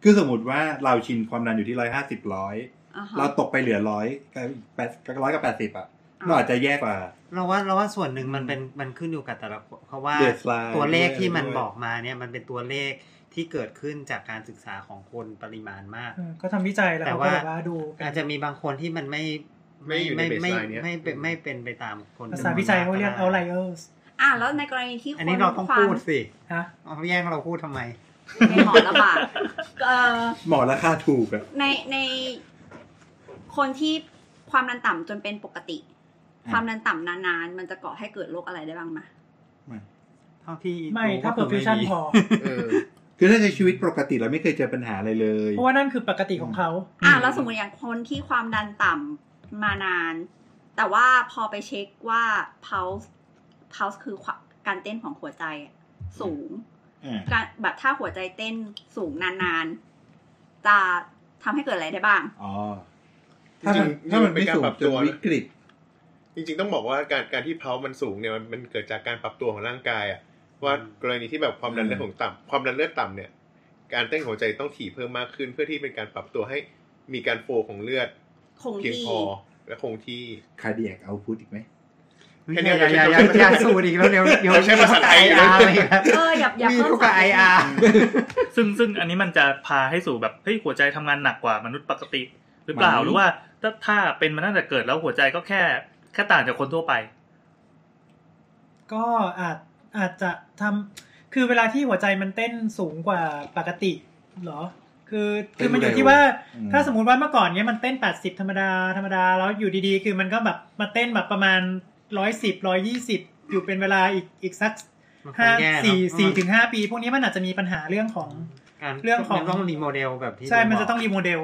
คือสมมติว่าเราชินความดันอยู่ที่ร้อยห้าสิบร้อย อ่าฮะ เราตกไปเหลือร้อยกับแปดร้อยกับแปดสิบอ่ะ อ่า เราอาจจะแย่กว่า เราว่าเราว่าส่วนหนึ่งมันเป็นมันขึ้นอยู่กับแต่ละคนเพราะว่า เดือดร้อน ตัวเลขที่มัน ด้วย บอกมาเนี่ยมันเป็นตัวเลขที่เกิดขึ้นจากการศึกษาของคนปริมาณมาก เออก็ทำวิจัยแล้ว แต่ เขาก็ ว่า แบบว่าดู อาจจะมีบางคนที่มันไม่ ไม่อยู่ใน ไม่ไม่ baseline เนี่ย ไม่เป็นไม่เป็นไปตามคน ภาษาวิจัยเขาเรียก จำนวนม outliers อ่าแล้วในกรณีที่ค อัน น นี้เราต้อง ความ พูดสิ ฮะ เอาแย่งเราพูดทำไม ในหมอระบาด เอ่อ หมอราคาถูกอ่ะ ในในคนที่ความดันต่ำจนเป็นปกติ อืม ความดันต่ำนานๆ มันจะก่อให้เกิดโรคอะไรได้บ้างไหม เท่าที่ ไม่ รู้ ถ้า ก็คือ perfusion ไม่มี พอ เออ คือถ้าในชีวิตปกติเราไม่เคยเจอปัญหาอะไรเลย เพราะว่านั่นคือปกติของเขา อ่ะแล้วสมมติอย่างคนที่ความดันต่ำมานาน แต่ว่าพอไปเช็คว่า pulse pulse คือความการเต้นของหัวใจอะสูง อ่า การแบบถ้าหัวใจเต้นสูงนานๆ จะทำให้เกิดอะไรได้บ้าง อ๋อถ้ามัน จริงๆ ถ้ามันไม่สู มันเป็นการปรั ง บ จ ตั น ว วิกฤต จริงๆต้องบอกว่าการการที่เพามันสูงเนี่ยมันมันเกิดจากการปรับตัวของร่างกายอะว่ากรณีที่แบบความดันเลือดของต่ำความดันเลือดต่ำเนี่ย การเต้นหัวใจต้องถี่เพิ่มมากขึ้น เพื่อที่เป็นการปรับตัวให้มีการโฟลว์ของเลือด คง เพียง ที่ พอและคงที่ คาเดียกเอาพุทอีกไหม อย่าอย่าอย่าอย่าอย่าสูดอีกแล้วเดี๋ยวเดี๋ยว เราใช้ภาษาไทย อาร์ไปอีกแล้ว เอออย่าอย่า มี เพิ่ม เขาก็ไออาร์ ซึ่งซึ่งอันนี้มันจะพาให้สู่แบบเฮ้ยหัวใจทำงานหนักกว่ามนุษย์ปกติ หรือเปล่า ไหม หรือว่าถ้าถ้าเป็นมาตั้งแต่เกิดแล้วหัวใจก็แค่แค่ต่างจากคนทั่วไป ก็อาจอาจจะทำคือเวลาที่หัวใจมันเต้นสูงกว่าปกติเหรอ คือคือมันอยู่ที่ว่า อืม ถ้าสมมติว่าเมื่อก่อนเนี้ยมันเต้น 80 ธรรมดาธรรมดาแล้วอยู่ดีๆ คือมันก็แบบมาเต้นแบบประมาณ 110 120 อยู่เป็นเวลาอีกอีกสัก มันค ห้าง แย่เนอะ สี่สี่ มัน ถึงห้าปี พวกนี้มันอาจจะมีปัญหาเรื่องของ การ เรื่องของ มันต้องรีโมเดลแบบที่ ใช่ คุณ มัน บ จะ ก ต้องมีโมเดล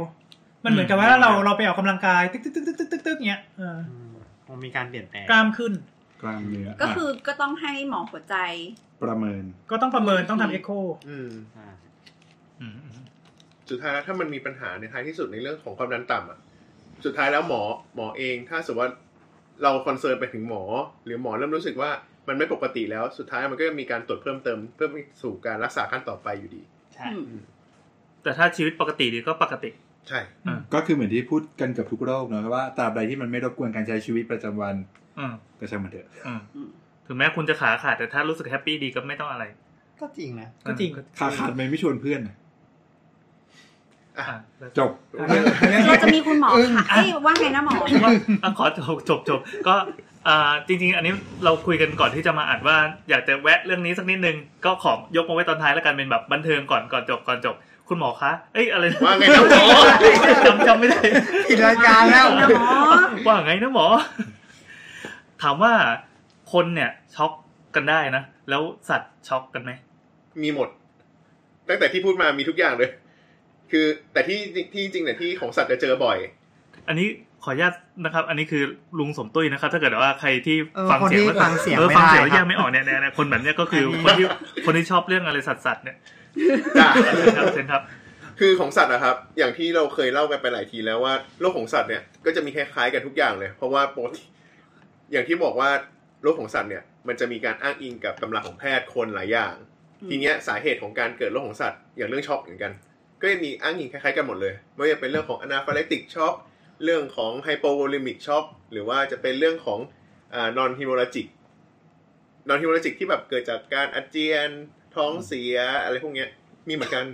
มันเหมือนกับว่าเราเราไปออกกำลังกายตึ๊กตึ๊กตึ๊กตึ๊กตึ๊กตึ๊กเนี้ยเออ อืมคงมีการเปลี่ยนแปลง กล้ามขึ้น กล้ามเนื้อ ก็คือก็ต้องให้หมอหัวใจ ประเมิน ก็ต้องประเมินต้องทำเอ็กโค อืม อ่า อืมอืม สุดท้ายแล้วถ้ามันมีปัญหาในท้ายที่สุดในเรื่องของความดันต่ำอ่ะ สุดท้ายแล้วหมอหมอเองถ้าสมมติว่าเราคอนเซิร์นไปถึงหมอ หรือหมอเริ่มรู้สึกว่ามันไม่ปกติแล้วสุดท้ายมันก็จะมีการตรวจเพิ่มเติม เพื่อไปสู่การรักษาขั้นต่อไปอยู่ดี ใช่ แต่ถ้าชีวิตปกติดีก็ปกติ ใช่ ก็คือเหมือนที่พูดกันกับทุกโรคเนอะว่าตราบใดที่มันไม่รบกวนการใช้ชีวิตประจำวัน อืม ก็ช่างมันเถอะ อืม อืม ถึงแม้คุณจะขาขาดแต่ถ้ารู้สึกแฮปปี้ดีก็ไม่ต้องอะไร ก็จริงนะ ก็จริง ขาขาดไปไม่ชวนเพื่อนน่ะ อ่ะ จบ เราจะมีคุณหมอค่ะเอ้ยว่าไงนะหมอ ก็อ่ะขอจบจบจบก็อ่าจริง ๆ อันนี้เราคุยกันก่อนที่จะมาอัดว่า อยากจะแวะเรื่องนี้สักนิดนึง ก็ขอยกมาไว้ตอนท้ายแล้วกันเป็นแบบบันเทิงก่อนก่อนจบก่อนจบ คุณหมอคะเอ้ยอะไร ว่าไงนะหมอ จำจำไม่ได้ ผิดรายการแล้ว หมอ ว่าไงนะหมอ ถามว่าคนเนี่ยช็อกกันได้นะ แล้วสัตว์ช็อกกันไหม มีหมด ตั้งแต่ที่พูดมามีทุกอย่างเลย คือแต่ที่ที่จริงเนี่ยที่ของสัตว์จะเจอบ่อย อันนี้ขออนุญาตนะครับ อันนี้คือลุงสมตุ้ยนะครับ ถ้าเกิดว่าใครที่ เออ ฟังเสียคงนที่ฟังเสียง เออ ไม่ ฟังเสียง ได้ แล้ว ครับ แยกไม่ออกเนี่ยเนี่ยเนี่ยคนแบบเนี้ยก็คืออ ม คนที่คนที่ชอบเรื่องอะไรสัตว์สัตว์เนี่ย จ้ะ เชิญครับเชิญครับ คือของสัตว์นะครับ อย่างที่เราเคยเล่ากันไปหลายทีแล้วว่าโรคของสัตว์เนี่ยก็จะมีคล้ายๆกันทุกอย่างเลย เพราะว่าปกติอย่างที่บอกว่าโรคของสัตว์เนี่ย มันจะมีการอ้างอิงกับตำราของแพทย์คนหลายอย่าง อืม ทีเนี้ยสาเหตุของการเกิดโรคของสัตว์ อย่างเรื่องช็อกเหมือนกัน ก็จะมีอ้างอิงคล้ายๆกันหมดเลยไม่ว่าจะเป็นเรื่องของอนาฟาเลติกช็อกเรื่องของไฮโปโวลิมิกช็อกหรือว่าจะเป็นเรื่องของนอนฮิโมลจิกนอนฮิโมลจิกที่แบบเกิดจากการอาเจียนท้องเสียอะไรพวกเนี้ยมีเหมือนกัน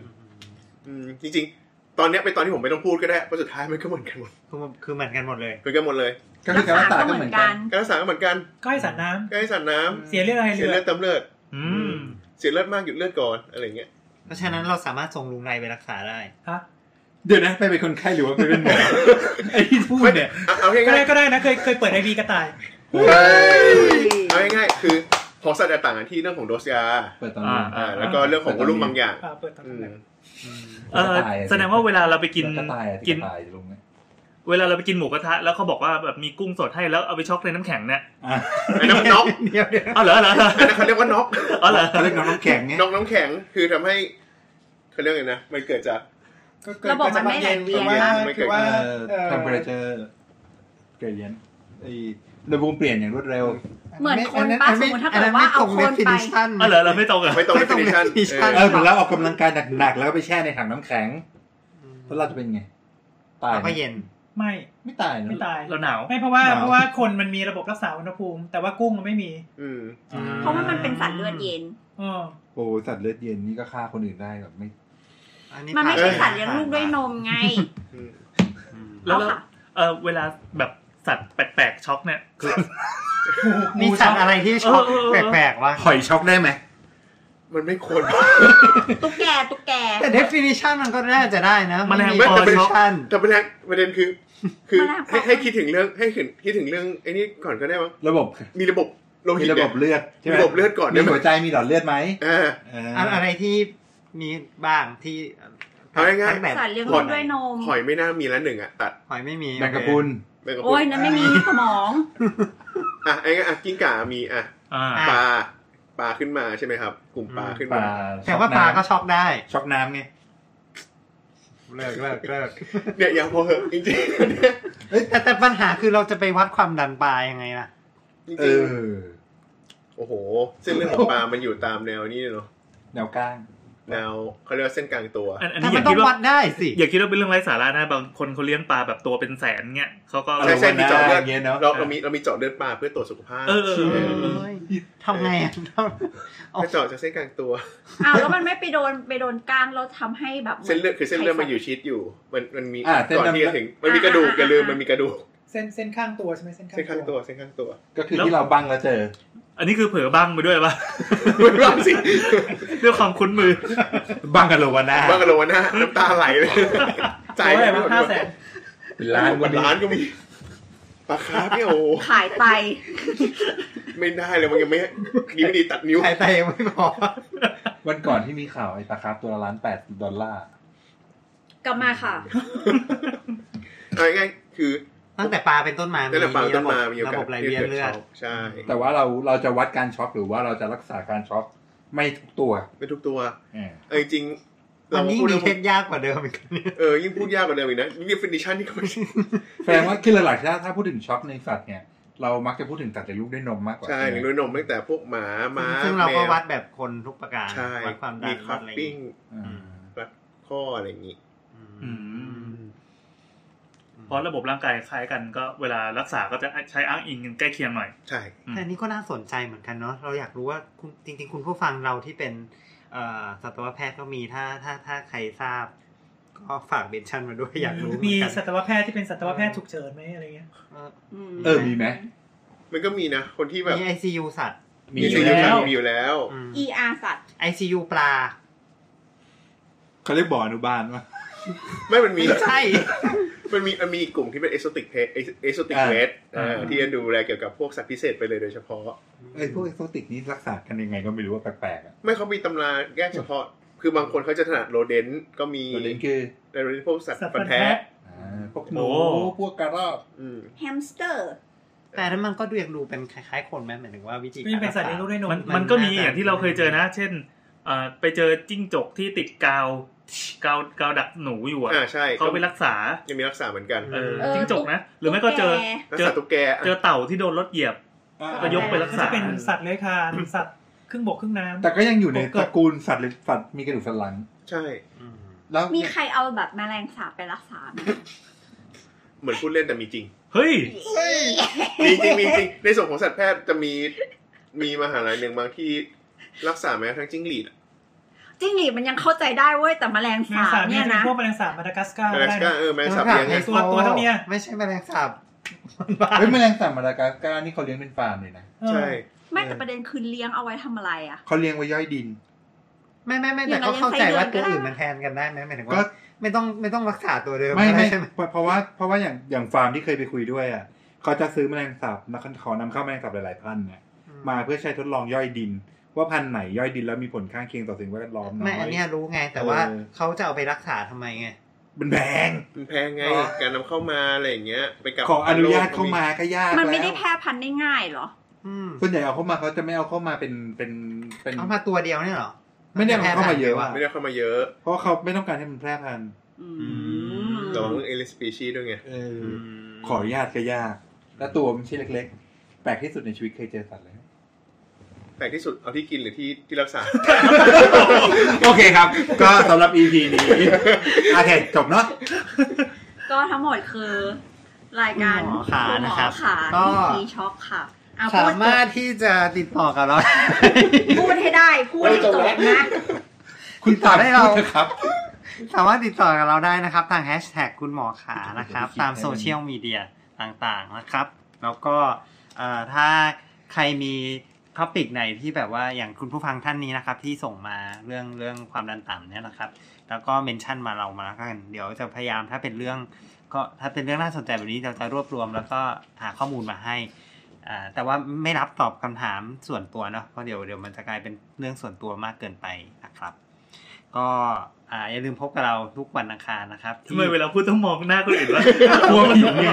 อืมจริงๆ ตอนเนี้ยเป็นตอนที่ผมไม่ต้องพูดก็ได้เพราะสุดท้ายมันก็เหมือนกันหมด คือคือเหมือนกันหมดเลย เหมือนกันหมดเลย ก็คือการรักษาก็เหมือนกัน การรักษาก็เหมือนกัน ก้อยสัตว์น้ำ การให้สัตว์น้ำ เสียเรื่องอะไร เสีย เรื เลื อ อดเติมเลือด อืม เสียเลือดมากหยุดเลือดก่อนอะไรเงี้ย เพราะฉะนั้นเราสามารถส่งลุงไรไปรักษาได้ ฮะ เดี๋ยวนะไปเป็นคนไข้หรือว่าไปเป็นหมอไอ้ที่พูดเนี่ย เอาเอา ก็ ง่า ได้ ย ก็ได้นะเคยเคยเปิดไอวีกระต่าย ๆเอาง่ายๆคือของสัตว์จะต่างกันที่เรื่องของโดสยา เปิดตอนนี้ อ่า อ่าแล้วก็เรื่องของวอลลุ่มบางอย่าง อ่าเปิดตอน อื นั้น ม แหละ เออแสดงว่าเวลาเราไปกิน ก็ตาย กิ กิ น นตายลงเนี่ย เวลาเราไปกินหมูกระทะแล้วเขาบอกว่าแบบมีกุ้งสดให้แล้วเอาไปช็อกในน้ำแข็งเนี่ย อ่ะ ไอ้น้ำน็อก เดี๋ยวเดี๋ยว อ๋อเหรอเหรอเหรอ อันนั้นเขาเรียกว่าน็อก อ๋อเหรอ เขาเรียกน้องน้ำแข็งเนี่ย น็อกน้ำแข็งคือทำให้เขาเรียกไงนะมันเกิดจาก ระบบมันไม่ไหลเวียน มาก คือว่าเอ่อ เทมเปอเรเจอร์เกรเดียนไอ้อุณหภูมิเปลี่ยนอย่างรวดเร็ว เหมือนคนปะสมมุติถ้าเกิดว่าเอาคนไป อ๋อเหรอเราไม่ตรงเหรอ ไม่ตรง ไม่ตรง definition definition เออเหมือนเราออกกำลังกายหนักๆแล้วก็ไปแช่ในถังน้ำแข็งแล้วเราจะเป็นไง ตาย แล้ว ไหม ก็เย็น ไม่ ไม่ตายนะ ไม่ตาย เราหนาว ไม่เพราะว่า หนาว เพราะว่าคนมันมีระบบรักษาอุณหภูมิ แต่ว่ากุ้งมันไม่มี อืม อืม เพราะว่ามันเป็นสัตว์เลือดเย็น เออ โอ้สัตว์เลือดเย็นนี่ก็ฆ่าคนอื่นได้แบบไม่ อันี้ มันผ่าไม่ใช่สัตว์เลี้ยงลูกด้วยนม ไง อืม อืม แล้ว เอาค่ะ เออเวลาแบบสัตว์แปลกๆช็อกเนี่ยคือ มีสัตว์อะไรที่ช็อก เออเออเออ แปลกๆวะ หอยช็อกได้ไหม มันไม่ควร ตุ๊กแกตุ๊กแก แต่ definition มันก็น่าจะได้นะ มันแรง มี ไม่แต่เป็น definition แต่ประเด็นประเด็นคือ คือ มาแล้ว ให้ ค่ะ ให้คิดถึงเรื่องให้คิดคิดถึงเรื่องไอ้นี่ก่อนก็ได้มั้ง ระบบ มีระบบโล มี หิต ระบ เนี่ย บเลือดใช่ไหม ระบบเลือดก่อนได้ มี ไหม หัวใจมีหลอดเลือดไหม อ่า เอออ อะอะไรที่มีบ้างที่ เอาง่ายๆ ทั้แบบ สัตว์เลี้ยงลูกด้วยนม หอยไม่น่ามีแล้วหนึ่งอ่ะตัด หอยไม่มี แมงกะพรุน แมงกะพรุ โอ้ย น นั่นไม่มีสมอง อ่ะไอ้ก็อ่ะกิ้งก่ามีอ่ะ อ่า ปลาปลาขึ้นมาใช่ไหมครับ กลุ่มปลาขึ้น ป มา ลา แต่ว่าปลาก็ ช็อกช็อกน้ได้ ำช็อกน้ำไงเลิกเลิกเลิก เนี่ยอย่าพอเหอะจริงๆ เอ้ยแต่แต่ปัญหาคือเราจะไปวัดความดันปลายังไงล่ะ จริง เออ ๆโอ้โหเส้นเรื่องของปลามันอยู่ตามแนวนี้เนาะ แนวก้าง แนวเขาเรียกว่าเส้นกลางตัว อันอัน แต่มันี้อย่าน ต้อ คิ ง ดว่า วัดได้สิ อย่าคิดว่าเป็นเรื่องไร้สาระนะบางคนเขาเลี้ยงปลาแบบตัวเป็นแสนเงี้ยเขาก็ ใช่ใช่มีเจาะเลือด ย่างเงี้ยเนาะ เราเรามีเรามีเจาะเลือดปลาเพื่อตรวจสุขภาพ เออเออเออ เออ ทำไงอ่ะ ถ้าเจาะจากเส้นกลางตัว อ้าวแล้วมันไม่ไปโดนไปโดนกลางเราทำให้แบบ เส้นเลือดคือเส้นเลือดมันอยู่ชิดอยู่ มันมันมี อ่าเส้น ก่อน ดำ ที่จะถึงมันมีกระดูกอย่าลืมมันมีกระดูก เส้นเส้นข้างตัวใช่ไหมเส้นข้าง เส้นข้าง ตั ตัว วเส้นข้างตัว ก็คือที่เราบังแล้วเจอ อันนี้คือเผลอบ้างไปด้วยป่ะ ไม่ร้องสิ ด้วยความคุ้นมือ บังกันโลวานา บ้างกันเลยวะหน้าน้ำตาไหลเลยใจ ตัวอะไรวะห้าแสน เป็นร้าน วันล้านก็มีปลาคาร์ฟเนี่ยโอ้ ขายไต ไม่ได้เลยมันยังไม่ดีไม่ดีตัดนิ้ว หายใจยังไม่พอ วันก่อนที่มีข่าวไอ้ปลาคาร์ฟตัวละล้านแปดดอลลาร์ กลับมาค่ะ เอาง่ายๆคือ ตั้งแต่ปลาเป็นต้นมา ตั้งแต่ฟังต้นมามี มี โอ ระ กา บ ส บไหลเวียนเลือด ใช่ แต่ว่าเราเราจะวัดการช็อกหรือว่าเราจะรักษาการช็อกไม่ทุกตัว เป็นทุกตัว เออ เอาจริง มั เรา นยิ่ง พูด ดี เรื่อง เทคยากกว่าเดิมอีกเนี่ย เออยิ่งพูดยากกว่าเดิมอีกนะยิ่ง definition นี่ก็ไม่ แสดงว่าคือหลักๆถ้าถ้าพูดถึงช็อกในสัตว์เนี่ย เรามักจะพูดถึงสัตว์เลี้ยงลูกด้วยนมมากกว่า ใช่ ไหม เลี้ยงด้วยนมตั้งแต่พวกหมาม้า ซึ่งเราก็ แม วัดแบบคนทุกประการ ใช่ วัดความดั มี น ค วั รับดอะไร ปิ้ง อ่า รัดข้ออะไรอย่างนี้ อืม เพราะระบบร่างกายคล้ายกันก็เวลารักษาก็จะใช้อ้างอิงกันใกล้เคียงหน่อย ใช่ แต่อันนี้ก็น่าสนใจเหมือนกันเนาะเราอยากรู้ว่าคุณจริง ๆ คุณผู้ฟังเราที่เป็นเอ่อสัตวแพทย์ก็มีถ้าถ้าถ้าใครทราบ ก็ฝากเบนชั่นมาด้วยอยากรู้เหมื มี อนกัน สัตวแพทย์ที่เป็นสัตวแพทย์ฉุกเฉินไหมอะไรเงี้ย เออ ม เออมีไหม มันก็มีนะ คนที่แบบ มี ICU สัตว์ มี มี อ อยู่ ยู่ แล้ แล้ว วมีอยู่แล้ว อืม อีอาสัตว์ ICU ปลา เขาเรียกบ่ออนุบาลว่า ไม่มันมี ไม่ ใช่ มันมีมันมีอีกกลุ่มที่เป็นเอ o โ i ติกเพสเอโซติก อ่า เพส อ่า ที่จะดูแลเกี่ยวกับพวกสัตว์พิเศษไปเลยโดยเฉพาะ ไอ้พวกเอ็กโซติกนี้รักษากันยังไงก็ไม่รู้ว่าแปลกๆอ่ะ ไม่เขามีตำราแยกเฉพาะ คือบางคนเขาจะถนัดโรเดนต์ก็มี ตัวเล่นคือ แต่โรเดนต์พวกสัตว์ สัตว์ฟั ฟั น น แท้ แท้ อ่าพวกหมู โอ้ พวกกระรอก อืม แฮมสเตอร์ แต่นั้นมันก็ดูอยากดูเป็นคล้ายๆคนไหมหมายถึงว่าวิธี ไม่เป็นสัตว์เลี้ยงลูกด้วยนม มันมันก็มีอย่างที่เราเคยเจอนะ เช่นเอ่อไปเจอจิ้งจกที่ติดกาวกาวกาวดักหนูอยู่อ่ะ อ่าใช่ เขาไปรักษา ยังมีรักษาเหมือนกัน เออ เออ จิ้งจกนะ หรือไม่ก็เจอ ตุ๊ รัก เจอ ษาตุ๊กแก เจอเต่าที่โดนรถเหยียบ อ่า ก็ยกไปรัก มัน ษา จะเป็นสัตว์เลื้อยคลาน สัตว์ครึ่งบกครึ่งน้ำ แต่ก็ยังอยู่ใน ผมตเกิด ระกูลสัตว์เลี้ยงสัตว์มีกระดูกสันหลัง ใช่ อืม แล้ว มีใครเอาแบบแมลงสาบไปรักษาไหม เหมือนพูดเล่นแต่มีจริง เฮ้ย มีจริงมีจริงในส่วนของสัตวแพทย์จะมีมีมหาลัยหนึ่งบางที่รักษาแม้กระทั่งจิ้งหรีดอะ จิ้งหรีดมันยังเข้าใจได้เว้ยแต่แมลง แมล สางบ สาบเนี่ เนี่ย ย นะ นะ พวกแมลงสาบมาดากัสการ์ แมลง ได้ สาบ นะ เออแมลงสาบเลี้ยงอะ ตัวตัวเท่าเนี้ย ไม่ใช่แมลงสาบบ้า เฮ้ยแมลงสาบมาดากัสการ์นี่เขาเลี้ยงเป็นฟาร์มเลยนะ เออ ใช่ ไม่แต่ประเด็นคือเลี้ยงเอาไว้ทำอะไรอ่ะ เขาเลี้ยงไว้ย่อยดิน ไม่ไม่ไม่ อ แต่ ย่างนั้น ก็เข้าใจว่า ยังตัวใช้เดินก็ได้ อื่นมันแทนกันได้ไหมหมายถึง ก็ ว่าไม่ต้องไม่ต้องรักษาตัวเดิม ไม่ไม่ ใช่ไหม เพราะเพราะว่าเพราะว่าอย่างอย่างฟาร์มที่เคยไปคุยด้วยอ่ะเขาจะซื้อแมลงสาบนะเขานำเข้าแมลงสาบหลายๆพันธุ์เนี่ยมาเพื่อใช้ทดลองย่อยดิน ว่าพันธุ์ไหนย่อยดินแล้วมีผลข้างเคียงต่อสิ่งแวดล้อมน้อย ไม่อันเนี้ยรู้ไงแต่ว่า เออ เขาจะเอาไปรักษาทำไมไง มันแพง มันแพงไงการนำเข้ามาอะไรอย่างเงี้ยไปกับ ขออนุญาตเข้ามาก็ยาก มันไม่ได้ แล้ว แพร่พันธุ์ได้ง่ายเหรอ อืม ส่วนใหญ่เอาเข้ามาเขาจะไม่เอาเข้ามาเป็นเป็นเป็น เอามาตัวเดียวเนี่ยเหรอ ไม่ได้เอาเข้ามาเยอะ ไม่ได้เข้ามาเยอะ เพราะว่าเขาไม่ต้องการให้มันแพร่พันธุ์ อืม ระวังเอลิสปีชีด้วยไง อืม ขออนุญาตก็ยาก และตัวมันไม่ใช่เล็ก ๆ แปลกที่สุดในชีวิตเคยเจอสัตว์เลย แปลกที่สุดเอาที่กินหรือที่ที่รักษา โอเคครับ ก็สำหรับ EP นี้ โอเค จบเนาะ ก็ทั้งหมดคือรายการ หมอขานะครับ หมอขา ก็ ทีช็อกค่ะอ่ะ สามารถที่จะติดต่อกับเรา พูดพูดให้ได้พูดให้จบนะ คุณ ต่อ ตาม ได้เรา พูดเถอะครับ สามารถติดต่อกับเราได้นะครับ ทางแฮชแท็กคุณหมอขานะครับ โอ้โห ตามโซเชียลมีเดียต่างๆนะครับ แล้วก็เอ่อถ้าใครมีท็อปิกไหนที่แบบว่าอย่างคุณผู้ฟังท่านนี้นะครับ ที่ส่งมาเรื่องเรื่องความดันต่ำเนี่ยนะครับ แล้วก็เมนชั่นมาเรามาแล้วกัน เดี๋ยวจะพยายามถ้าเป็นเรื่อง ก็ถ้าเป็นเรื่องน่าสนใจแบบนี้เราจะรวบรวมแล้วก็หาข้อมูลมาให้อ่าแต่ว่าไม่รับตอบคำถามส่วนตัวเนาะเพราะเดี๋ยวเดี๋ยวมันจะกลายเป็นเรื่องส่วนตัวมากเกินไปนะครับ ก็อ่าอย่าลืมพบกับเราทุกวันอังคารนะครับ ทำไมเวลาพูดต้องมองหน้าคนอื่นวะ กลัวผีไง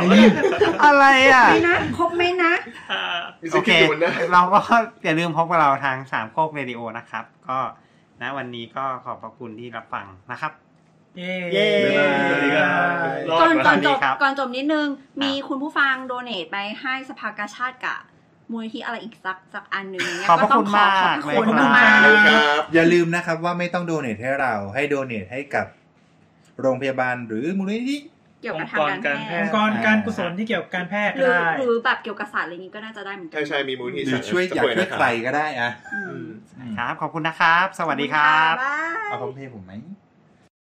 อะไรอ่ะ ไม่นะครบไหมนะ อ่า Insecure โอเค บนหน้า เราก็อย่าลืมพบกับเราทางสามโคกเรดิโอนะครับ ก็นะวันนี้ก็ขอบพระคุณที่รับฟังนะครับ เย้ เย้ สวัสดีครับรอ ก่อ ด น มา ก่อน ดี จบ ครับ ก่อนจบนิดนึง มีคุณผู้ฟังโดเนทไปให้สภากาชาติกะมูลนิธิอะไรอีกสักสักอันหนึ่งเนี่ย ขอบพ ก็ ระ ต้อ คุ ง ณ ขอ มา ขอกบพระคุณ เลย มาก ครับ ครับ อย่าลืมนะครับว่าไม่ต้องโดเนทให้เรา ให้โดเนทให้กับโรงพยาบาลหรือมูลนิธิ เกี่ยวกับทางการแพ อง ท ค์ ย์ กรการกุศลที่เกี่ยวกับการแพทย์ ห ก็ รือ ได้ หรือแบบเกี่ยวกับศาสตร์อะไรนี้ก็น่าจะได้เหมือนกั ใช่ใช่มีมูลที่ หรือช่วยอยากช่วยใครก็ได้อะ อืม ครับ ขอบคุณนะครับ สวัสดีครับ บ๊ายบาย เอาพร้อมเพย์ผมไหม